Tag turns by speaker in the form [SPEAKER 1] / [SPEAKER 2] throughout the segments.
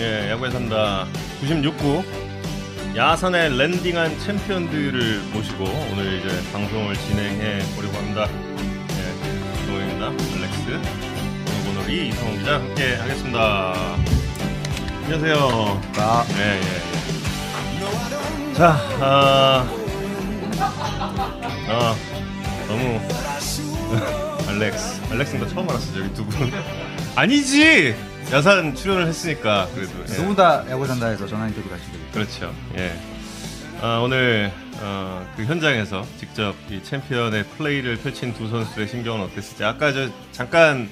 [SPEAKER 1] 예, 야구의 산다 96구 야선에 랜딩한 챔피언들을 모시고 오늘 이제 방송을 진행해 보려고 합니다. 예, 노입니다. 알렉스, 오노고놀이 이성훈 기자 함께 하겠습니다. 안녕하세요.
[SPEAKER 2] 아,
[SPEAKER 1] 예, 예, 예. 자, 아, 아, 너무 알렉스, 알렉스인가 처음 알았어 저기 두 분. 아니지. 야산 출연을 했으니까 그래도. 예.
[SPEAKER 2] 두분 다 네. 야구 산다에서 전화 인터뷰 가시죠.
[SPEAKER 1] 그렇죠. 예. 아, 오늘 어, 그 현장에서 직접 이 챔피언의 플레이를 펼친 두 선수의 심경은 어땠을지 아까 저 잠깐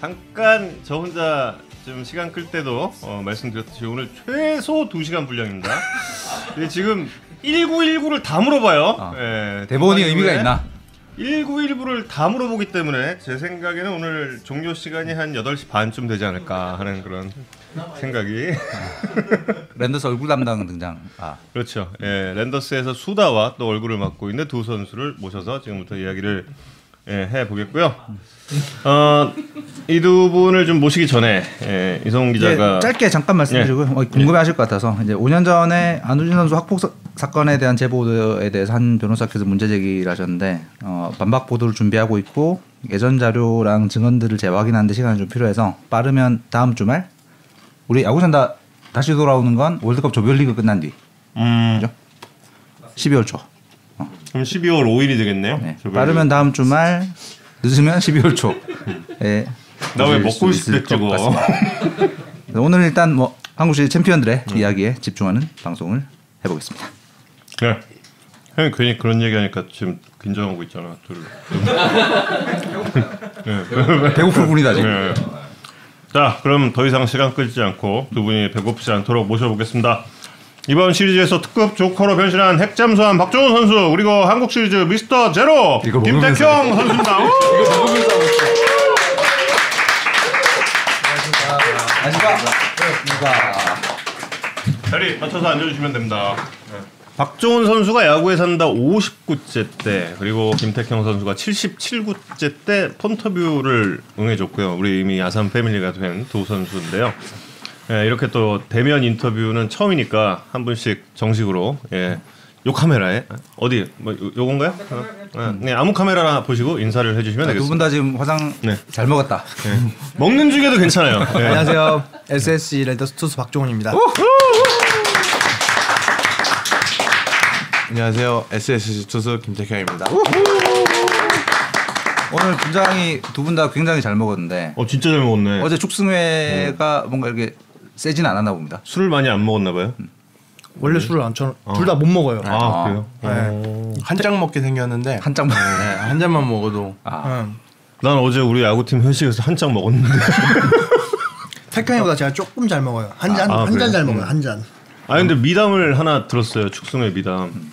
[SPEAKER 1] 잠깐 저 혼자 좀 시간 끌 때도 어, 말씀드렸듯이 오늘 최소 2시간 분량입니다. 근데 지금 1919를 다 물어봐요.
[SPEAKER 2] 아,
[SPEAKER 1] 예,
[SPEAKER 2] 대본이
[SPEAKER 1] 대본
[SPEAKER 2] 의미가
[SPEAKER 1] 이후에
[SPEAKER 2] 있나?
[SPEAKER 1] 1919를 다 물어보기 때문에 제 생각에는 오늘 종료 시간이 한 8시 반쯤 되지 않을까 하는 그런 생각이
[SPEAKER 2] 랜더스 얼굴 담당 등장. 아,
[SPEAKER 1] 그렇죠. 예, 랜더스에서 수다와 또 얼굴을 맡고 있는 두 선수를 모셔서 지금부터 이야기를 예, 해 보겠고요. 어, 이 두 분을 좀 모시기 전에 예, 이성훈 기자가
[SPEAKER 2] 예, 짧게 잠깐 말씀드리고 요 궁금해하실 것 같아서 이제 5년 전에 안우진 선수 학폭 사- 사건에 대한 제보에 대해서 한 변호사께서 문제 제기를 하셨는데 어, 반박 보도를 준비하고 있고 예전 자료랑 증언들을 재확인하는데 시간이 좀 필요해서 빠르면 다음 주말 우리 야구 산다 다시 돌아오는 건 월드컵 조별리그 끝난 뒤
[SPEAKER 1] 음,
[SPEAKER 2] 12월 초.
[SPEAKER 1] 그럼 12월 5일이 되겠네요.
[SPEAKER 2] 네.
[SPEAKER 1] 저기.
[SPEAKER 2] 빠르면 다음 주말, 늦으면 12월 초. 예.
[SPEAKER 1] 나왜
[SPEAKER 2] 오실
[SPEAKER 1] 먹고
[SPEAKER 2] 수 있을
[SPEAKER 1] 있을 때
[SPEAKER 2] 것
[SPEAKER 1] 찍어?
[SPEAKER 2] 같습니다. 그래서 오늘 일단 뭐 한국 시리 챔피언들의 이야기에 집중하는 방송을 해보겠습니다.
[SPEAKER 1] 네. 형이 괜히 그런 얘기하니까 지금 긴장하고 있잖아. 둘.
[SPEAKER 2] 배고플 분이다 지금.
[SPEAKER 1] 네. 자, 그럼 더 이상 시간 끌지 않고 두 분이 배고프지 않도록 모셔보겠습니다. 이번 시리즈에서 특급 조커로 변신한 핵잠수함 박종훈 선수 그리고 한국 시리즈 미스터 제로
[SPEAKER 2] 이거
[SPEAKER 1] 김태형
[SPEAKER 2] 먹으면서.
[SPEAKER 1] 선수입니다. 우! 자리 맞춰서 앉아주시면 됩니다. 박종훈 선수가 야구에 산다 59째 때 그리고 김태형 선수가 77구째 때 폰터뷰를 응해줬고요. 우리 이미 야산 패밀리가 된 두 선수인데요. 예, 이렇게 또 대면 인터뷰는 처음이니까 한 분씩 정식으로 예, 요 카메라에 어디 뭐 요, 요건가요? 어, 어, 네, 아무 카메라나 보시고 인사를 해주시면
[SPEAKER 2] 네, 두
[SPEAKER 1] 되겠습니다.
[SPEAKER 2] 분 다 지금 화장
[SPEAKER 1] 네.
[SPEAKER 2] 잘 먹었다.
[SPEAKER 1] 아, 먹는 중에도 괜찮아요. 예.
[SPEAKER 3] 안녕하세요. SSC 레더스 투수 박종훈입니다.
[SPEAKER 4] 안녕하세요. SSC 투수 김태형입니다.
[SPEAKER 2] 오늘 분장이 두 분 다 굉장히 잘 먹었는데
[SPEAKER 1] 어 진짜 잘 먹었네.
[SPEAKER 2] 어제 축승회가 뭔가 이렇게 세진 않았나 봅니다.
[SPEAKER 1] 술을 많이 안 먹었나 봐요.
[SPEAKER 4] 음.
[SPEAKER 1] 네.
[SPEAKER 3] 원래 술을 안쳐둘 다 못 먹어요. 네.
[SPEAKER 1] 아 그래요?
[SPEAKER 4] 예.
[SPEAKER 1] 어.
[SPEAKER 4] 한 장 먹게 생겼는데
[SPEAKER 2] 한짝 먹.
[SPEAKER 4] 네, 한 잔만 먹어도
[SPEAKER 3] 응.
[SPEAKER 1] 난 어제 우리 야구팀 회식에서 한짝 먹었는데.
[SPEAKER 3] 태평이보다 제가 조금 잘 먹어요. 한 잔
[SPEAKER 1] 아,
[SPEAKER 3] 한 잔
[SPEAKER 1] 그래요?
[SPEAKER 3] 잘 먹어요. 한 잔.
[SPEAKER 1] 아 근데 미담을 하나 들었어요. 축성의 미담.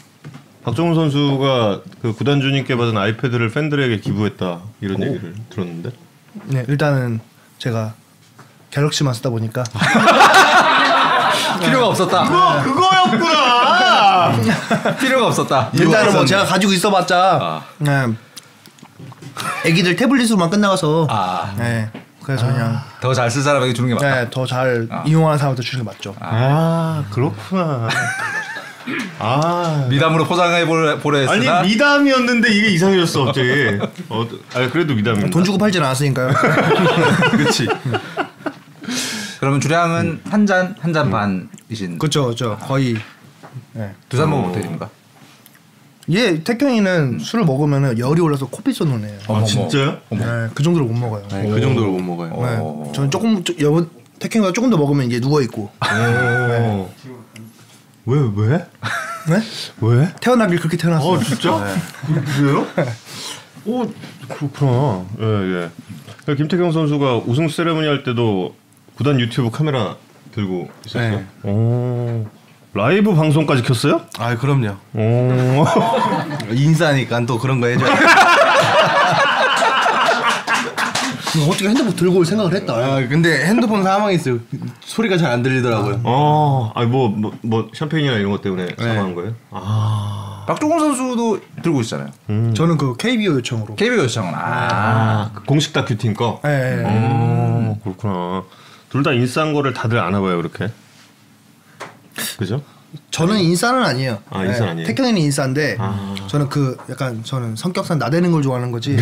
[SPEAKER 1] 박정훈 선수가 그 구단주님께 받은 아이패드를 팬들에게 기부했다 이런 얘기를 들었는데.
[SPEAKER 3] 네 일단은 제가 갤럭시만 쓰다 보니까
[SPEAKER 1] 아,
[SPEAKER 2] 필요가 없었다.
[SPEAKER 1] 그거였구나.
[SPEAKER 2] 필요가 없었다.
[SPEAKER 3] 일단은 뭐 제가 가지고 있어봤자
[SPEAKER 1] 아.
[SPEAKER 3] 네. 애기들 태블릿으로만 끝나가서
[SPEAKER 2] 아.
[SPEAKER 3] 네. 그래서 그냥
[SPEAKER 1] 아.
[SPEAKER 2] 더 잘 쓸 사람에게 주는 게 맞다.
[SPEAKER 3] 네, 더 잘 이용하는 사람한테 주는 게 맞죠.
[SPEAKER 1] 아 그렇구나. 아
[SPEAKER 2] 미담으로 포장해 보려 보려
[SPEAKER 1] 아니
[SPEAKER 2] 했으나
[SPEAKER 1] 미담이었는데 이게 이상해졌어 갑자기. 어, 아 그래도 미담입니다.
[SPEAKER 3] 돈 주고 팔진 않았으니까요.
[SPEAKER 1] 그렇지.
[SPEAKER 2] 그러면 주량은 한 잔 한 잔 반이신
[SPEAKER 3] 음. 그렇죠, 그렇죠. 거의 네.
[SPEAKER 2] 두 잔 먹으면 어떻게 됩니까?
[SPEAKER 3] 얘 예, 태경이는 술을 먹으면 열이 올라서 코피 쏟는애요.
[SPEAKER 1] 아 진짜요?
[SPEAKER 3] 네, 그 정도로 못 먹어요. 네.
[SPEAKER 4] 그 정도로 못 먹어요.
[SPEAKER 3] 저는 조금 조- 여분 태킹보다 조금 더 먹으면 이제 누워 있고.
[SPEAKER 4] 네.
[SPEAKER 1] 오. 왜 왜?
[SPEAKER 3] 네?
[SPEAKER 1] 왜?
[SPEAKER 3] 태어나길 그렇게 태어났어요.
[SPEAKER 1] 아 진짜? 그래요? 오 어, 그렇구나. 예 예. 김태경 선수가 우승 세레머니 할 때도 구단 유튜브 카메라 들고 있었어요. 오 라이브 방송까지 켰어요?
[SPEAKER 4] 아 그럼요.
[SPEAKER 1] 오
[SPEAKER 4] 인싸니까 또 그런 거 해줘야 돼.
[SPEAKER 3] 그럼 어떻게 핸드폰 들고 올 생각을 했다.
[SPEAKER 4] 아, 근데 핸드폰 사망이 있어요. 소리가 잘 안 들리더라고요.
[SPEAKER 1] 어, 아니 뭐뭐 뭐, 뭐 샴페인이나 이런 것 때문에 사망한 거예요? 아,
[SPEAKER 2] 박종훈 선수도 들고 있잖아요.
[SPEAKER 3] 저는 그 KBO 요청으로. 음.
[SPEAKER 2] KBO 요청은 아,
[SPEAKER 1] 아, 그 공식 다큐 팀 거.
[SPEAKER 3] 예, 예.
[SPEAKER 1] 어, 그렇구나. 둘 다 인싸인 거를 다들 아나 봐요, 그렇게. 그죠?
[SPEAKER 3] 저는 인싸는 아니에요. 네,
[SPEAKER 1] 아, 인싸는 아니에요?
[SPEAKER 3] 태경이는 인싸인데 저는 그 약간 저는 성격상 나대는 걸 좋아하는 거지.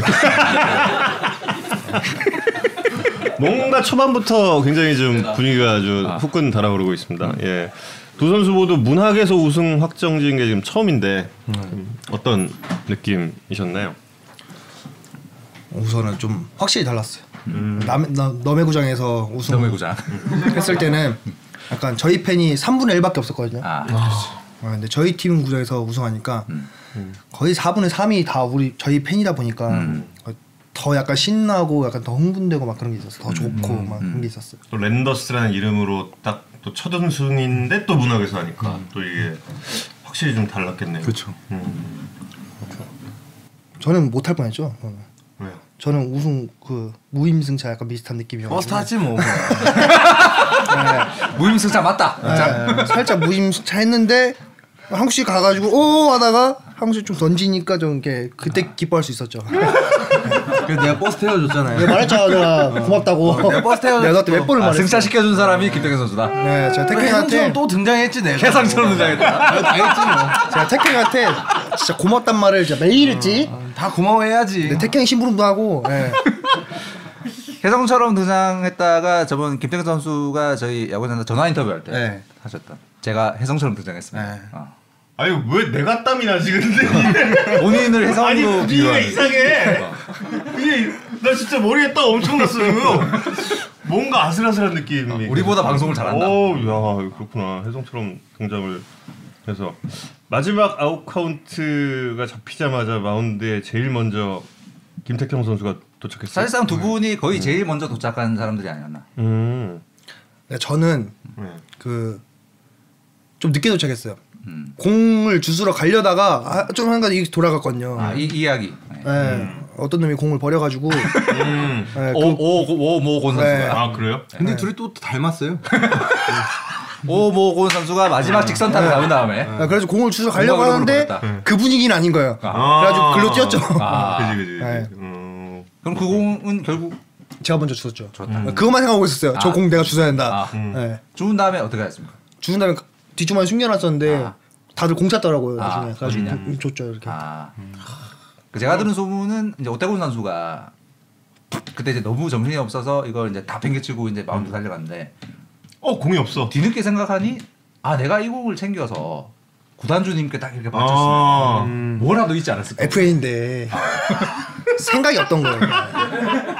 [SPEAKER 1] 뭔가 초반부터 굉장히 좀 분위기가 아주 후끈 달아오르고 있습니다. 예. 두 선수 모두 문학에서 우승 확정지은 게 지금 처음인데 음, 어떤 느낌이셨나요?
[SPEAKER 3] 우선은 좀 확실히 달랐어요. 남, 나, 음. 너매구장에서 우승
[SPEAKER 4] 너매구장.
[SPEAKER 3] 했을 때는 약간 저희 팬이 3분의 1밖에 없었거든요.
[SPEAKER 4] 아.
[SPEAKER 3] 아, 근데 저희 팀 구장에서 우승하니까
[SPEAKER 4] 음.
[SPEAKER 3] 거의 4분의 3이 다 우리 저희 팬이다 보니까
[SPEAKER 4] 음.
[SPEAKER 3] 어, 더 약간 신나고 약간 더 흥분되고 막 그런 게 있었어. 더
[SPEAKER 4] 음.
[SPEAKER 3] 좋고 막 그런 게 있었어요.
[SPEAKER 1] 또 랜더스라는 이름으로 딱 또 첫 우승인데 또 문학에서 하니까 또 이게 확실히 좀 달랐겠네요.
[SPEAKER 4] 그렇죠.
[SPEAKER 1] 음.
[SPEAKER 3] 저는 못할 뻔했죠. 어.
[SPEAKER 1] 왜요?
[SPEAKER 3] 저는 우승 그 무임승차 약간 비슷한 느낌이었고
[SPEAKER 4] 버스 타지 뭐.
[SPEAKER 2] 네.
[SPEAKER 4] 무임승차 맞다.
[SPEAKER 3] 네, 살짝 무임승차 했는데 한국식 가가지고 오 하다가 한국식 좀 던지니까 좀 이렇게 그때
[SPEAKER 4] 아.
[SPEAKER 3] 기뻐할 수 있었죠.
[SPEAKER 4] 그래서 내가 버스 태워줬잖아요.
[SPEAKER 3] 내가 말했잖아 내가 고맙다고.
[SPEAKER 4] 어, 내가 버스 태워.
[SPEAKER 3] 아, 내가 너한테 몇 번을
[SPEAKER 2] 아,
[SPEAKER 3] 말했어.
[SPEAKER 4] 승차 시켜준 사람이 김태경 선수다.
[SPEAKER 3] 네, 제가 태킹한테
[SPEAKER 4] 또 등장했지 내가. 음. 해상처럼 등장했다. 다 했지
[SPEAKER 3] 제가 태킹한테 진짜 고맙단 말을 진짜 매일 했지.
[SPEAKER 2] 아,
[SPEAKER 4] 뭐. 다 고마워해야지.
[SPEAKER 2] 네.
[SPEAKER 3] 근데 태킹 심부름도 하고. 예.
[SPEAKER 2] 혜성처럼 등장했다가 저번 김태균 선수가 저희 야구전화 전화 인터뷰할 때
[SPEAKER 4] 네.
[SPEAKER 2] 하셨던 제가 혜성처럼 등장했습니다.
[SPEAKER 4] 네.
[SPEAKER 2] 어.
[SPEAKER 1] 아니 왜 내가 땀이 나지 근데?
[SPEAKER 2] 본인을
[SPEAKER 1] 아니
[SPEAKER 3] 그
[SPEAKER 2] 혜성으로
[SPEAKER 1] 분위기가
[SPEAKER 2] 비유하는
[SPEAKER 1] 이상해. 이게 나 진짜 머리에 땀 엄청 났어 지금. 뭔가 아슬아슬한 느낌이.
[SPEAKER 2] 우리보다 방송을 잘한다.
[SPEAKER 1] 오, 야 그렇구나. 혜성처럼 등장을 해서 마지막 아웃 카운트가 잡히자마자 마운드에 제일 먼저 김태형 선수가 도착했어요.
[SPEAKER 2] 사실상 두 분이 거의 제일 먼저 도착한 사람들이 아니었나.
[SPEAKER 1] 음.
[SPEAKER 3] 네, 저는
[SPEAKER 1] 네.
[SPEAKER 3] 그 좀 늦게 도착했어요. 공을 주스러 가려다가 아, 좀 한가 지 돌아갔거든요.
[SPEAKER 2] 아, 이, 이 이야기. 네.
[SPEAKER 3] 예. 어떤 놈이 공을 버려가지고
[SPEAKER 1] 음.
[SPEAKER 3] 예,
[SPEAKER 2] 어.
[SPEAKER 3] 그-
[SPEAKER 2] 오오오모곤
[SPEAKER 3] 네.
[SPEAKER 2] 선수가
[SPEAKER 1] 아 그래요?
[SPEAKER 4] 근데 둘이 또 닮았어요.
[SPEAKER 2] 오모곤 선수가 마지막 직선타를 잡은 다음에
[SPEAKER 3] 아, 그래서 공을 주워 가려고
[SPEAKER 2] 공격으로
[SPEAKER 3] 하는데
[SPEAKER 2] 돌아갔다.
[SPEAKER 3] 그 분위기는 아닌 거예요.
[SPEAKER 1] 아.
[SPEAKER 3] 그래가지고 글로 뛰었죠.
[SPEAKER 2] 아.
[SPEAKER 1] 그지 그지. 그지.
[SPEAKER 3] 네.
[SPEAKER 1] 음.
[SPEAKER 2] 그럼 그 공은 결국
[SPEAKER 3] 제가 먼저 주웠죠. 그것만 생각하고 있었어요. 저 공 내가 주워야 된다.
[SPEAKER 2] 아.
[SPEAKER 3] 예.
[SPEAKER 2] 죽은 다음에 어떻게 하였습니까?
[SPEAKER 3] 주운 다음에 뒷주머니 숨겨놨었는데 다들 공 찾더라고요.
[SPEAKER 2] 아,
[SPEAKER 3] 나중에 그래가지고
[SPEAKER 2] 어디냐.
[SPEAKER 3] 공 줬죠 이렇게.
[SPEAKER 2] 아. 그 제가 들은 소문은 이제 오태곤 선수가 그때 이제 너무 정신이 없어서 이걸 이제 다 팽개치고 이제 마운드 달려갔는데
[SPEAKER 1] 어 공이 없어.
[SPEAKER 2] 뒤늦게 생각하니 아 내가 이 곡을 챙겨서 구단주님께 딱 이렇게 맞췄으면
[SPEAKER 1] 아.
[SPEAKER 2] 뭐라도 있지 않았을까?
[SPEAKER 3] FA인데
[SPEAKER 2] 아.
[SPEAKER 3] 생각이 없던 거예요.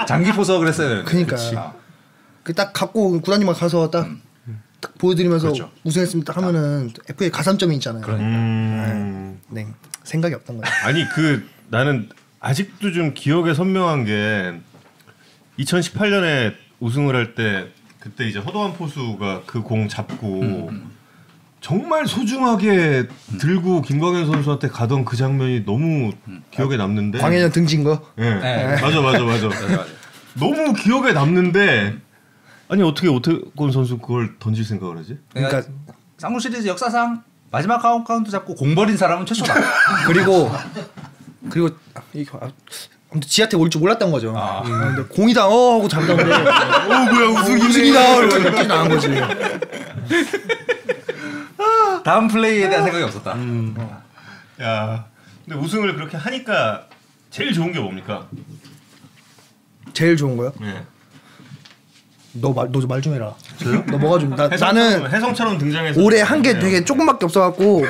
[SPEAKER 2] 장기 포석을 했어야 되는데.
[SPEAKER 3] 그니까요.
[SPEAKER 2] 그치. 아.
[SPEAKER 3] 그 딱 갖고 구단님만 가서 딱, 딱 보여드리면서
[SPEAKER 2] 음. 그렇죠.
[SPEAKER 3] 우승했습니다 딱 하면은 FA 가산점이 있잖아요.
[SPEAKER 2] 그러니까.
[SPEAKER 1] 음.
[SPEAKER 3] 네 생각이 없던 거예요.
[SPEAKER 1] 아니 그 나는 아직도 좀 기억에 선명한 게 2018년에 우승을 할 때 그때 이제 허도한 포수가 그 공 잡고 정말 소중하게 들고 김광현 선수한테 가던 그 장면이 너무 기억에 남는데
[SPEAKER 3] 광현이 등진 거.
[SPEAKER 1] 예.
[SPEAKER 2] 네.
[SPEAKER 1] 맞아 맞아 맞아
[SPEAKER 2] 맞아요.
[SPEAKER 1] 너무 기억에 남는데 아니 어떻게 오태곤 선수 그걸 던질 생각을 하지?
[SPEAKER 2] 그러니까 쌍무 시리즈 역사상 마지막 카운트 카운트 잡고 공 버린 사람은 최초다.
[SPEAKER 3] 그리고 그리고 아, 이거 아, 아무튼 지한테 올 줄 몰랐던 거죠.
[SPEAKER 2] 아.
[SPEAKER 3] 음, 근데 공이다 어 하고 잠깐데
[SPEAKER 1] 오 뭐야 우승
[SPEAKER 3] 우승이다 이렇게 느낌이 나온 거지.
[SPEAKER 2] 다음 플레이에 대한 생각이 없었다.
[SPEAKER 1] 야 근데 우승을 그렇게 하니까 제일 좋은 게 뭡니까?
[SPEAKER 3] 제일 좋은 거야?
[SPEAKER 1] 예.
[SPEAKER 3] 너말너좀 말 좀 해라. 너 뭐가 좀 나, 나는
[SPEAKER 1] 해성처럼 등장해서
[SPEAKER 3] 올해 한 게
[SPEAKER 1] 예.
[SPEAKER 3] 되게 조금밖에 없어갖고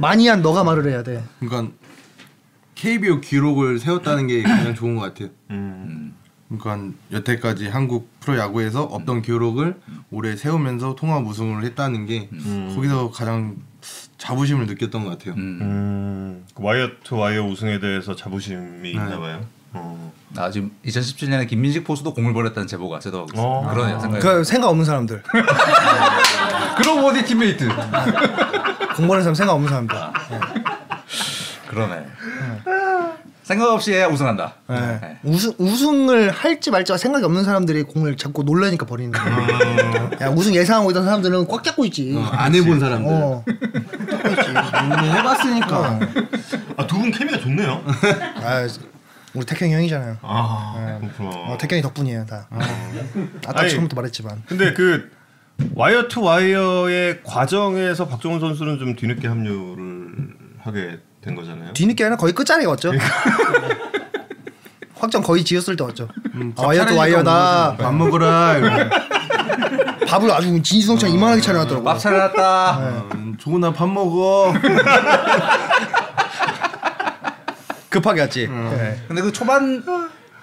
[SPEAKER 3] 많이 한 너가 말을 해야 돼.
[SPEAKER 4] 그러니까 KBO 기록을 세웠다는 게 가장 좋은 것 같아요.
[SPEAKER 1] 음.
[SPEAKER 4] 그러니까 여태까지 한국 프로 야구에서 없던 기록을 올해 세우면서 통합 우승을 했다는 게 거기서 가장 자부심을 느꼈던 것 같아요.
[SPEAKER 1] 음, 그 와이어 투 와이어 우승에 대해서 자부심이 있나 봐요. 어.
[SPEAKER 2] 아 지금 2017년에 김민식 포수도 공을 버렸다는 제보가 제도하고
[SPEAKER 1] 어.
[SPEAKER 2] 있습니다. 아. 그러네요. 생각이.
[SPEAKER 3] 그 생각 없는 사람들,
[SPEAKER 2] 그럼 어디 팀메이트? 아,
[SPEAKER 3] 공부하는 사람 생각 없는 사람들.
[SPEAKER 2] 그러네. 생각 없이 해야 우승한다.
[SPEAKER 3] 예.
[SPEAKER 2] 네.
[SPEAKER 3] 우승 우승을 할지 말지가 생각이 없는 사람들이 공을 잡고 놀라니까 버리는
[SPEAKER 2] 아.
[SPEAKER 3] 거야. 야 우승 예상하고 있던 사람들은 꽉 잡고 있지.
[SPEAKER 2] 음.
[SPEAKER 4] 어, 안 해본 사람들.
[SPEAKER 3] 어.
[SPEAKER 2] 네.
[SPEAKER 4] 해봤으니까.
[SPEAKER 1] 아, 아두 분 케미가 좋네요.
[SPEAKER 3] 아, 우리 태경 형이잖아요.
[SPEAKER 1] 아,
[SPEAKER 3] 네.
[SPEAKER 1] 그렇구나.
[SPEAKER 3] 어, 태경이 덕분이에요 다. 아, 까
[SPEAKER 1] 아니.
[SPEAKER 3] 처음부터 말했지만
[SPEAKER 1] 근데 그 와이어 투 와이어의 과정에서 박종훈 선수는 좀 뒤늦게 합류를 하게 된 거잖아요.
[SPEAKER 3] 뒤늦게 아니라 거의 끝자리에 왔죠. 확정 거의 지었을 때 왔죠.
[SPEAKER 4] 음,
[SPEAKER 3] 아, 와이어도 와이어다. 네.
[SPEAKER 4] 밥 먹으라. 이러고.
[SPEAKER 3] 밥을 아주 진수성찬 이만하게 차려놨더라고.
[SPEAKER 2] 밥
[SPEAKER 3] 요
[SPEAKER 2] 차려놨다.
[SPEAKER 4] 음, 조은아 밥 먹어.
[SPEAKER 3] 급하게 왔지. 네.
[SPEAKER 2] 근데 그 초반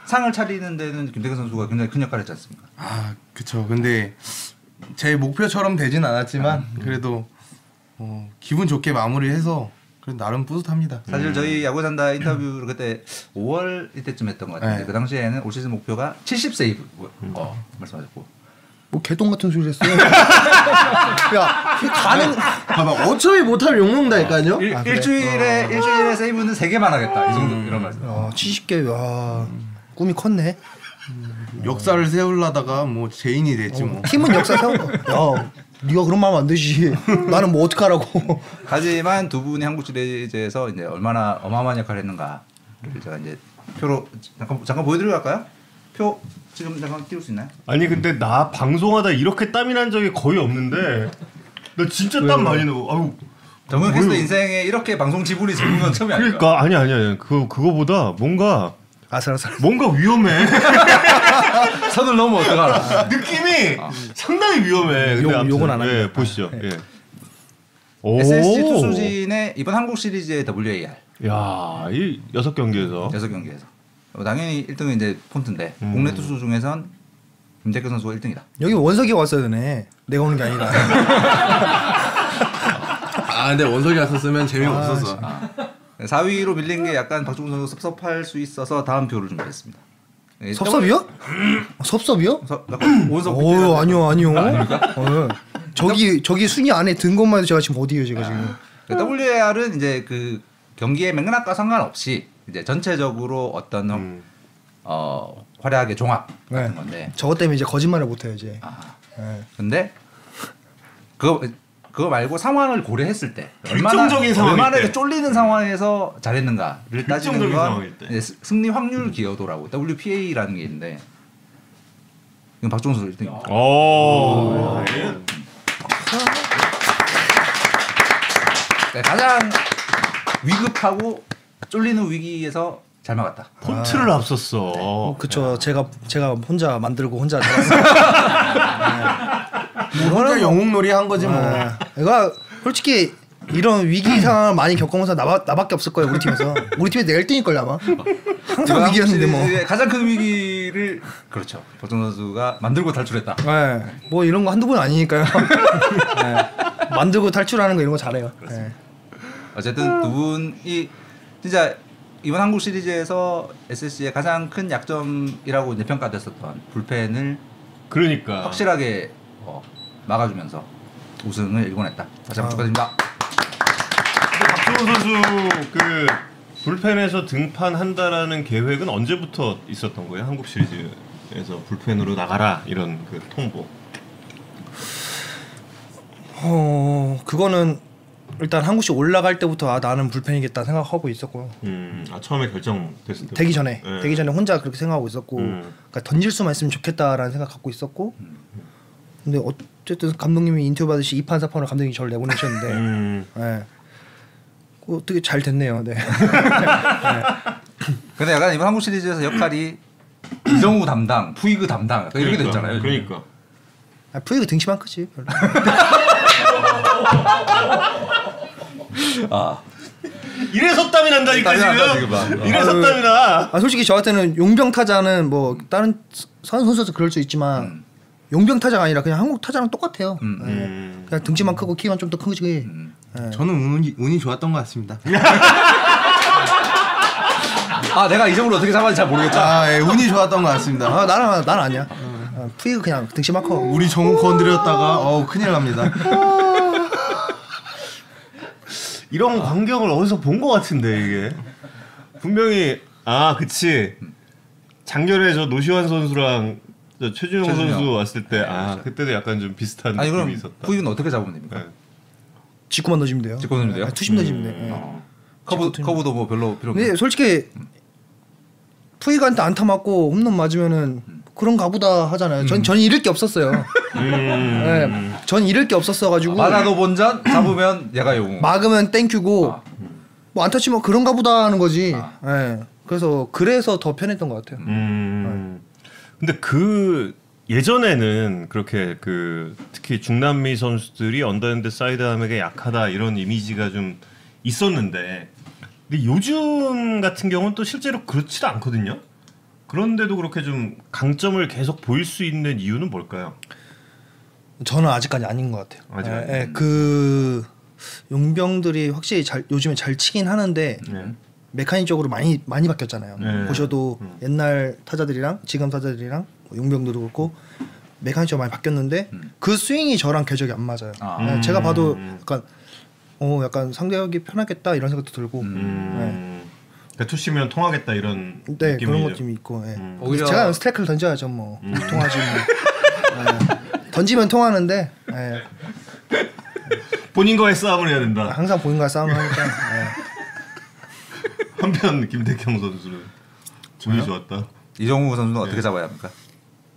[SPEAKER 2] 상을 차리는 데는 김태균 선수가 굉장히 큰 역할을 했지 않습니까?
[SPEAKER 4] 아 그쵸. 근데 제 목표처럼 되진 않았지만 그래도 어, 기분 좋게 마무리해서 그래도 나름 뿌듯합니다.
[SPEAKER 2] 사실 저희 야구산다 인터뷰를 그때 5월 이때쯤 했던 것 같은데
[SPEAKER 4] 네.
[SPEAKER 2] 그 당시에는 올 시즌 목표가 70세이브 어, 말씀하셨고
[SPEAKER 3] 뭐 개똥 같은 소리를 했어요. 야, 그 가는 아,
[SPEAKER 4] 봐봐 어차피 못하면 욕먹는다니까요.
[SPEAKER 2] 일, 일주일에 일주일에 세이브는 3개만 하겠다 이 정도 이런 말씀
[SPEAKER 3] 어, 70개. 와. 꿈이 컸네.
[SPEAKER 4] 역사를 세우려다가 뭐 제인이 됐지 뭐.
[SPEAKER 3] 팀은 역사 세운 거. 야, 네가 그런 말 하면 안 되지. 나는 뭐 어떡하라고.
[SPEAKER 2] 하지만 두 분이 한국 시리즈에서 이제 얼마나 어마어마한 역할을 했는가를 제가 이제 표로 잠깐 잠깐 보여드리고 갈까요? 표 지금 잠깐 띄울 수 있나요?
[SPEAKER 1] 아니 근데 나 방송하다 이렇게 땀이 난 적이 거의 없는데 나 진짜 땀 많이 나고 아유
[SPEAKER 2] 정근 캐스터
[SPEAKER 1] 뭐요?
[SPEAKER 2] 인생에 이렇게 방송 지분이 적은 건 처음이 아닐까?
[SPEAKER 1] 그러니까 아니 아니 아니 그 그거보다 뭔가
[SPEAKER 3] 아슬아슬.
[SPEAKER 1] 뭔가 위험해
[SPEAKER 2] 그러니까. 선을 넘으면 어떡하나?
[SPEAKER 1] 느낌이 상당히 위험해. 근데
[SPEAKER 3] 욕-
[SPEAKER 1] 아무튼,
[SPEAKER 3] 욕은 안
[SPEAKER 1] 예,
[SPEAKER 3] 합니다.
[SPEAKER 1] 보시죠. 예. 오.
[SPEAKER 2] SSG 투수진의 이번 한국 시리즈의 WAR
[SPEAKER 1] 야, 이 여섯 경기에서
[SPEAKER 3] 음.
[SPEAKER 2] 여섯 경기에서 어, 당연히 1등은 이제 폰트인데
[SPEAKER 1] 음.
[SPEAKER 2] 국내 투수 중에선 김태균 선수가 1등이다.
[SPEAKER 3] 여기 원석이 왔어야 되네. 내가 오는 게 아니라.
[SPEAKER 4] 아 근데 원석이가 썼으면 재미가 없었어.
[SPEAKER 2] 4위로 밀린 게 약간 박종훈 선수 섭섭할 수 있어서 다음 표를 준비했습니다.
[SPEAKER 3] 네.
[SPEAKER 2] 예, 어,
[SPEAKER 3] 섭섭이요? 음. 섭섭이요?
[SPEAKER 2] 섭- 약간 오은석
[SPEAKER 3] 오,
[SPEAKER 2] PT라는
[SPEAKER 3] 아니요, 아니요. 어, 저기 저기 순위 안에 든 것만 해도 제가 지금 어디예요, 제가 지금.
[SPEAKER 2] 그 WAR은 이제 그 경기의 맥락과 상관없이 이제 전체적으로 어떤
[SPEAKER 1] 음.
[SPEAKER 2] 어, 활약의 종합 같은
[SPEAKER 3] 네.
[SPEAKER 2] 건데
[SPEAKER 3] 저것 때문에 이제 거짓말을 못 해요, 이제.
[SPEAKER 2] 아,
[SPEAKER 3] 예.
[SPEAKER 2] 근데 그거 그거 말고 상황을 고려했을 때
[SPEAKER 1] 결정적인 상황일
[SPEAKER 2] 얼마나
[SPEAKER 1] 때. 음.
[SPEAKER 2] 이렇게 쫄리는 상황에서 잘했는가를 따지는
[SPEAKER 1] 결정적인
[SPEAKER 2] 건
[SPEAKER 1] 상황일 때.
[SPEAKER 2] 이제 스- 승리 확률 기여도라고 WPA라는 게 있는데 이건 박종훈 선수 1등입니다.
[SPEAKER 1] 오. 오.
[SPEAKER 2] 네, 가장 위급하고 쫄리는 위기에서 잘 막았다.
[SPEAKER 1] 폰트를 앞섰어.
[SPEAKER 3] 어, 그쵸. 제가 제가 혼자 만들고 혼자 잘하는
[SPEAKER 4] 뭐 혼자 영웅놀이 한 거지 뭐.
[SPEAKER 3] 거. 예. 내가 솔직히 이런 위기 상황을 많이 겪어본 사람 나바, 나밖에 없을 거예요, 우리 팀에서. 우리 팀에 내가 1등일 걸 아마. 항상
[SPEAKER 2] 이번
[SPEAKER 3] 위기였는데 뭐.
[SPEAKER 2] 시리즈의 네, 가장 큰 위기를 그렇죠. 버튼 선수가 만들고 탈출했다.
[SPEAKER 3] 예. 뭐 이런 거 한두 번 아니니까요. 예. 만들고 탈출하는 거 이런 거 잘해요. 예.
[SPEAKER 2] 어쨌든 두 분이 진짜 이번 한국 시리즈에서 SSG의 가장 큰 약점이라고 이제 평가됐었던 불펜을
[SPEAKER 1] 그러니까.
[SPEAKER 2] 확실하게 어, 막아주면서 우승을 일궈냈다. 다시 한번
[SPEAKER 3] 아.
[SPEAKER 2] 축하드립니다.
[SPEAKER 1] 박종훈 선수 그 불펜에서 등판한다라는 계획은 언제부터 있었던 거예요? 한국 시리즈에서 불펜으로 나가라 이런 그 통보.
[SPEAKER 3] 어, 그거는 일단 한국씩 올라갈 때부터 아 나는 불펜이겠다 생각하고 있었고요.
[SPEAKER 1] 음, 아 처음에 결정됐을 때.
[SPEAKER 3] 되기 전에
[SPEAKER 1] 예.
[SPEAKER 3] 되기 전에 혼자 그렇게 생각하고 있었고
[SPEAKER 1] 음.
[SPEAKER 3] 그러니까 던질 수만 있으면 좋겠다라는 생각 갖고 있었고 근데 어쨌든 감독님이 인터뷰 받으시 2판 4판으로 감독님이 저를 내보내셨는데
[SPEAKER 1] 음.
[SPEAKER 3] 예. 그 어떻게 잘 됐네요. 네.
[SPEAKER 2] 근데 약간 이번 한국 시리즈에서 역할이 이정우 담당, 푸이그 담당 약간 이렇게 됐잖아요.
[SPEAKER 1] 그러니까.
[SPEAKER 3] 아, 프리그 등치만 크지. 별로.
[SPEAKER 2] 아.
[SPEAKER 1] 이래서 땀이 난다니까
[SPEAKER 2] 땀이 난다, 지금
[SPEAKER 1] 지금. 어.
[SPEAKER 2] 막.
[SPEAKER 1] 이래서 땀이 나.
[SPEAKER 3] 아 솔직히 저한테는 용병 타자는 뭐 다른 선 선수도 그럴 수 있지만 용병 타자가 아니라 그냥 한국 타자랑 똑같아요.
[SPEAKER 2] 음.
[SPEAKER 3] 예.
[SPEAKER 1] 음.
[SPEAKER 3] 그냥 등치만 크고 키만 좀 더 크지. 예.
[SPEAKER 4] 저는 운이, 운이 좋았던 것 같습니다.
[SPEAKER 2] 아 내가 이 점을 어떻게 잡았는지 잘 모르겠다.
[SPEAKER 4] 아, 예, 운이 좋았던 것 같습니다.
[SPEAKER 3] 아 나랑 난 아니야. 아, 프리그 그냥 등치만 커.
[SPEAKER 4] 우리 정우 건드렸다가 어우 큰일 납니다.
[SPEAKER 1] 이런 광경을 어디서 본 것 같은데 이게 분명히 아 그치 작년에 저 노시환 선수랑 저 최준용
[SPEAKER 2] 최준용.
[SPEAKER 1] 선수 왔을 때 아 그때도 약간 좀 비슷한
[SPEAKER 2] 네. 아니
[SPEAKER 1] 느낌이
[SPEAKER 2] 그럼
[SPEAKER 1] 있었다.
[SPEAKER 2] 푸이그는 어떻게 잡으면 됩니까?
[SPEAKER 1] 네.
[SPEAKER 3] 직구만 넣어주면 돼요.
[SPEAKER 2] 직구 넣으면 돼요?
[SPEAKER 3] 아, 투심 넣어주면 돼. 요
[SPEAKER 2] 네. 커브 커브도 뭐 별로 필요 없고.
[SPEAKER 3] 근데 솔직히 푸이가한테 안타 맞고 홈런 맞으면은 그런 가보다 하잖아요. 전, 전 잃을 게 없었어요. 네, 전 잃을 게 없었어가지고
[SPEAKER 2] 마나도 본전 잡으면 야가 용우.
[SPEAKER 3] 막으면 땡큐고
[SPEAKER 1] 아.
[SPEAKER 3] 뭐 안타 치면 그런가 보다 하는 거지. 네, 그래서 그래서 더 편했던 것 같아요.
[SPEAKER 1] 음. 근데 그 예전에는 그렇게 그 특히 중남미 선수들이 언더핸드 사이드함에게 약하다 이런 이미지가 좀 있었는데 근데 요즘 같은 경우는 또 실제로 그렇지도 않거든요. 그런데도 그렇게 좀 강점을 계속 보일 수 있는 이유는 뭘까요?
[SPEAKER 3] 저는 아직까지 아닌 것 같아요.
[SPEAKER 1] 아직
[SPEAKER 3] 예,
[SPEAKER 1] 아니에요?
[SPEAKER 3] 예, 그 용병들이 확실히 잘 요즘에 잘 치긴 하는데
[SPEAKER 1] 네.
[SPEAKER 3] 메카닉 적으로 많이 많이 바뀌었잖아요.
[SPEAKER 1] 네.
[SPEAKER 3] 보셔도 옛날 타자들이랑 지금 타자들이랑 뭐 용병들도 그렇고 메카닉적으로 많이 바뀌었는데 그 스윙이 저랑 궤적이 안 맞아요.
[SPEAKER 2] 아.
[SPEAKER 3] 예, 제가 봐도
[SPEAKER 1] 음.
[SPEAKER 3] 약간 어 약간 상대하기 편하겠다 이런 생각도 들고 예.
[SPEAKER 1] 음. 그러니까 투심이면 통하겠다 이런
[SPEAKER 3] 네
[SPEAKER 1] 느낌이죠.
[SPEAKER 3] 그런 것좀 있고 예.
[SPEAKER 1] 음.
[SPEAKER 2] 오히려-
[SPEAKER 3] 제가 스트라이크를 던져야죠 뭐 통하지 뭐 예. 던지면 통하는데 예.
[SPEAKER 1] 본인과의 싸움을 해야 된다.
[SPEAKER 3] 항상 본인과 싸움을 하니까 예.
[SPEAKER 1] 한편 김태경 선수는 운이 좋았다.
[SPEAKER 2] 이정우 선수는 어떻게 잡아야 합니까?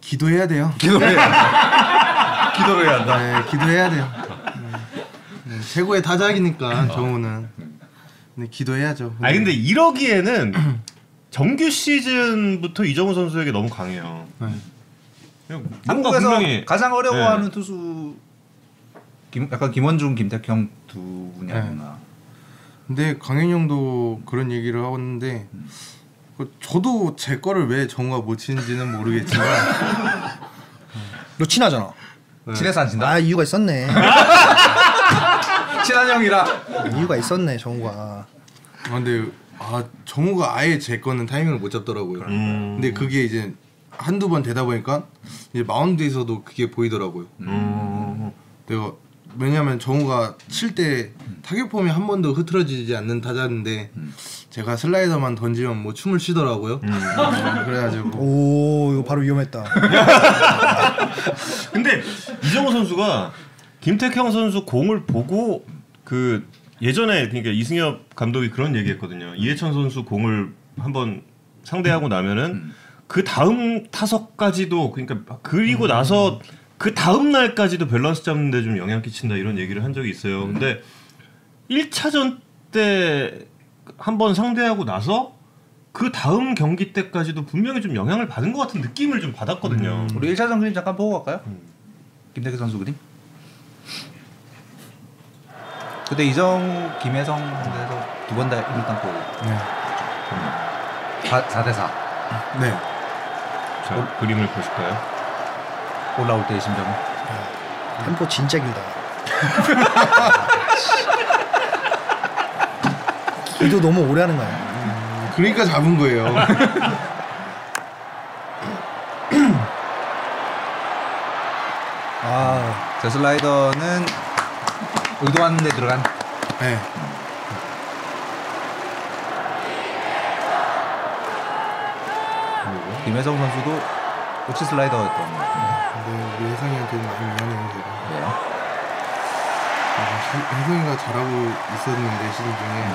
[SPEAKER 4] 기도해야 돼요.
[SPEAKER 2] 기도를 해야 기도를 해야 한다.
[SPEAKER 4] 네, 기도해야 돼요. 네. 네, 최고의 타자기니까 정우는. 아. 근데 기도해야죠.
[SPEAKER 1] 아 근데 이러기에는 정규 시즌부터 이정우 선수에게 너무 강해요.
[SPEAKER 4] 네.
[SPEAKER 1] 뭔가
[SPEAKER 2] 한국에서
[SPEAKER 1] 분명히
[SPEAKER 2] 가장 어려워하는
[SPEAKER 1] 네.
[SPEAKER 2] 투수 김, 약간 김원중, 김태형 두 분이
[SPEAKER 4] 네.
[SPEAKER 2] 아니나.
[SPEAKER 4] 근데 강현영도 그런 얘기를 하는데 그 저도 제 거를 왜 정우가 못 치는지는 모르겠지만 아,
[SPEAKER 3] 너 친하잖아.
[SPEAKER 2] 친해서 안 친다.
[SPEAKER 3] 아 이유가 있었네.
[SPEAKER 2] 친한 형이라.
[SPEAKER 3] 이유가 있었네 정우가.
[SPEAKER 4] 아, 근데 아 정우가 아예 제 거는 타이밍을 못 잡더라고요.
[SPEAKER 1] 음.
[SPEAKER 4] 근데 그게 이제 한두 번 되다 보니까 이제 마운드에서도 그게 보이더라고요.
[SPEAKER 1] 음.
[SPEAKER 4] 내가 왜냐면 정우가 칠 때 타격 폼이 한 번도 흐트러지지 않는 타자인데 제가 슬라이더만 던지면 뭐 춤을 추더라고요. 네. 그래가지고
[SPEAKER 3] 오 이거 바로 위험했다.
[SPEAKER 1] 근데 이정우 선수가 김태형 선수 공을 보고 그 예전에 그러니까 이승엽 감독이 그런 얘기했거든요. 이해찬 선수 공을 한번 상대하고 나면은 그 다음 타석까지도 그러니까 그리고 나서 그 다음 날까지도 밸런스 잡는데 좀 영향 끼친다 이런 얘기를 한 적이 있어요. 근데 1차전 때 한번 상대하고 나서 그 다음 경기 때까지도 분명히 좀 영향을 받은 것 같은 느낌을 좀 받았거든요.
[SPEAKER 2] 우리 1차전 그림 잠깐 보고 갈까요? 김태기 선수 그림. 그때 이정우, 김혜성 상대에서 두 번다 1루 땅골.
[SPEAKER 4] 네.
[SPEAKER 2] 4대 4.
[SPEAKER 4] 네.
[SPEAKER 1] 자, 그림을 보실까요?
[SPEAKER 2] 올라올 때의 심정은.
[SPEAKER 3] 템포 진짜 길다. 기도 너무 오래 하는 거야.
[SPEAKER 4] 그러니까 잡은 거예요.
[SPEAKER 3] 아
[SPEAKER 2] 저 슬라이더는 의도하는 데 들어간
[SPEAKER 4] 네.
[SPEAKER 2] 김혜성 선수도 오치 슬라이더였던 거예요.
[SPEAKER 4] 근데 우리 혜성이한테 많이 미안해요 제가. 혜- 혜성이가 잘하고 있었는데 시즌 중에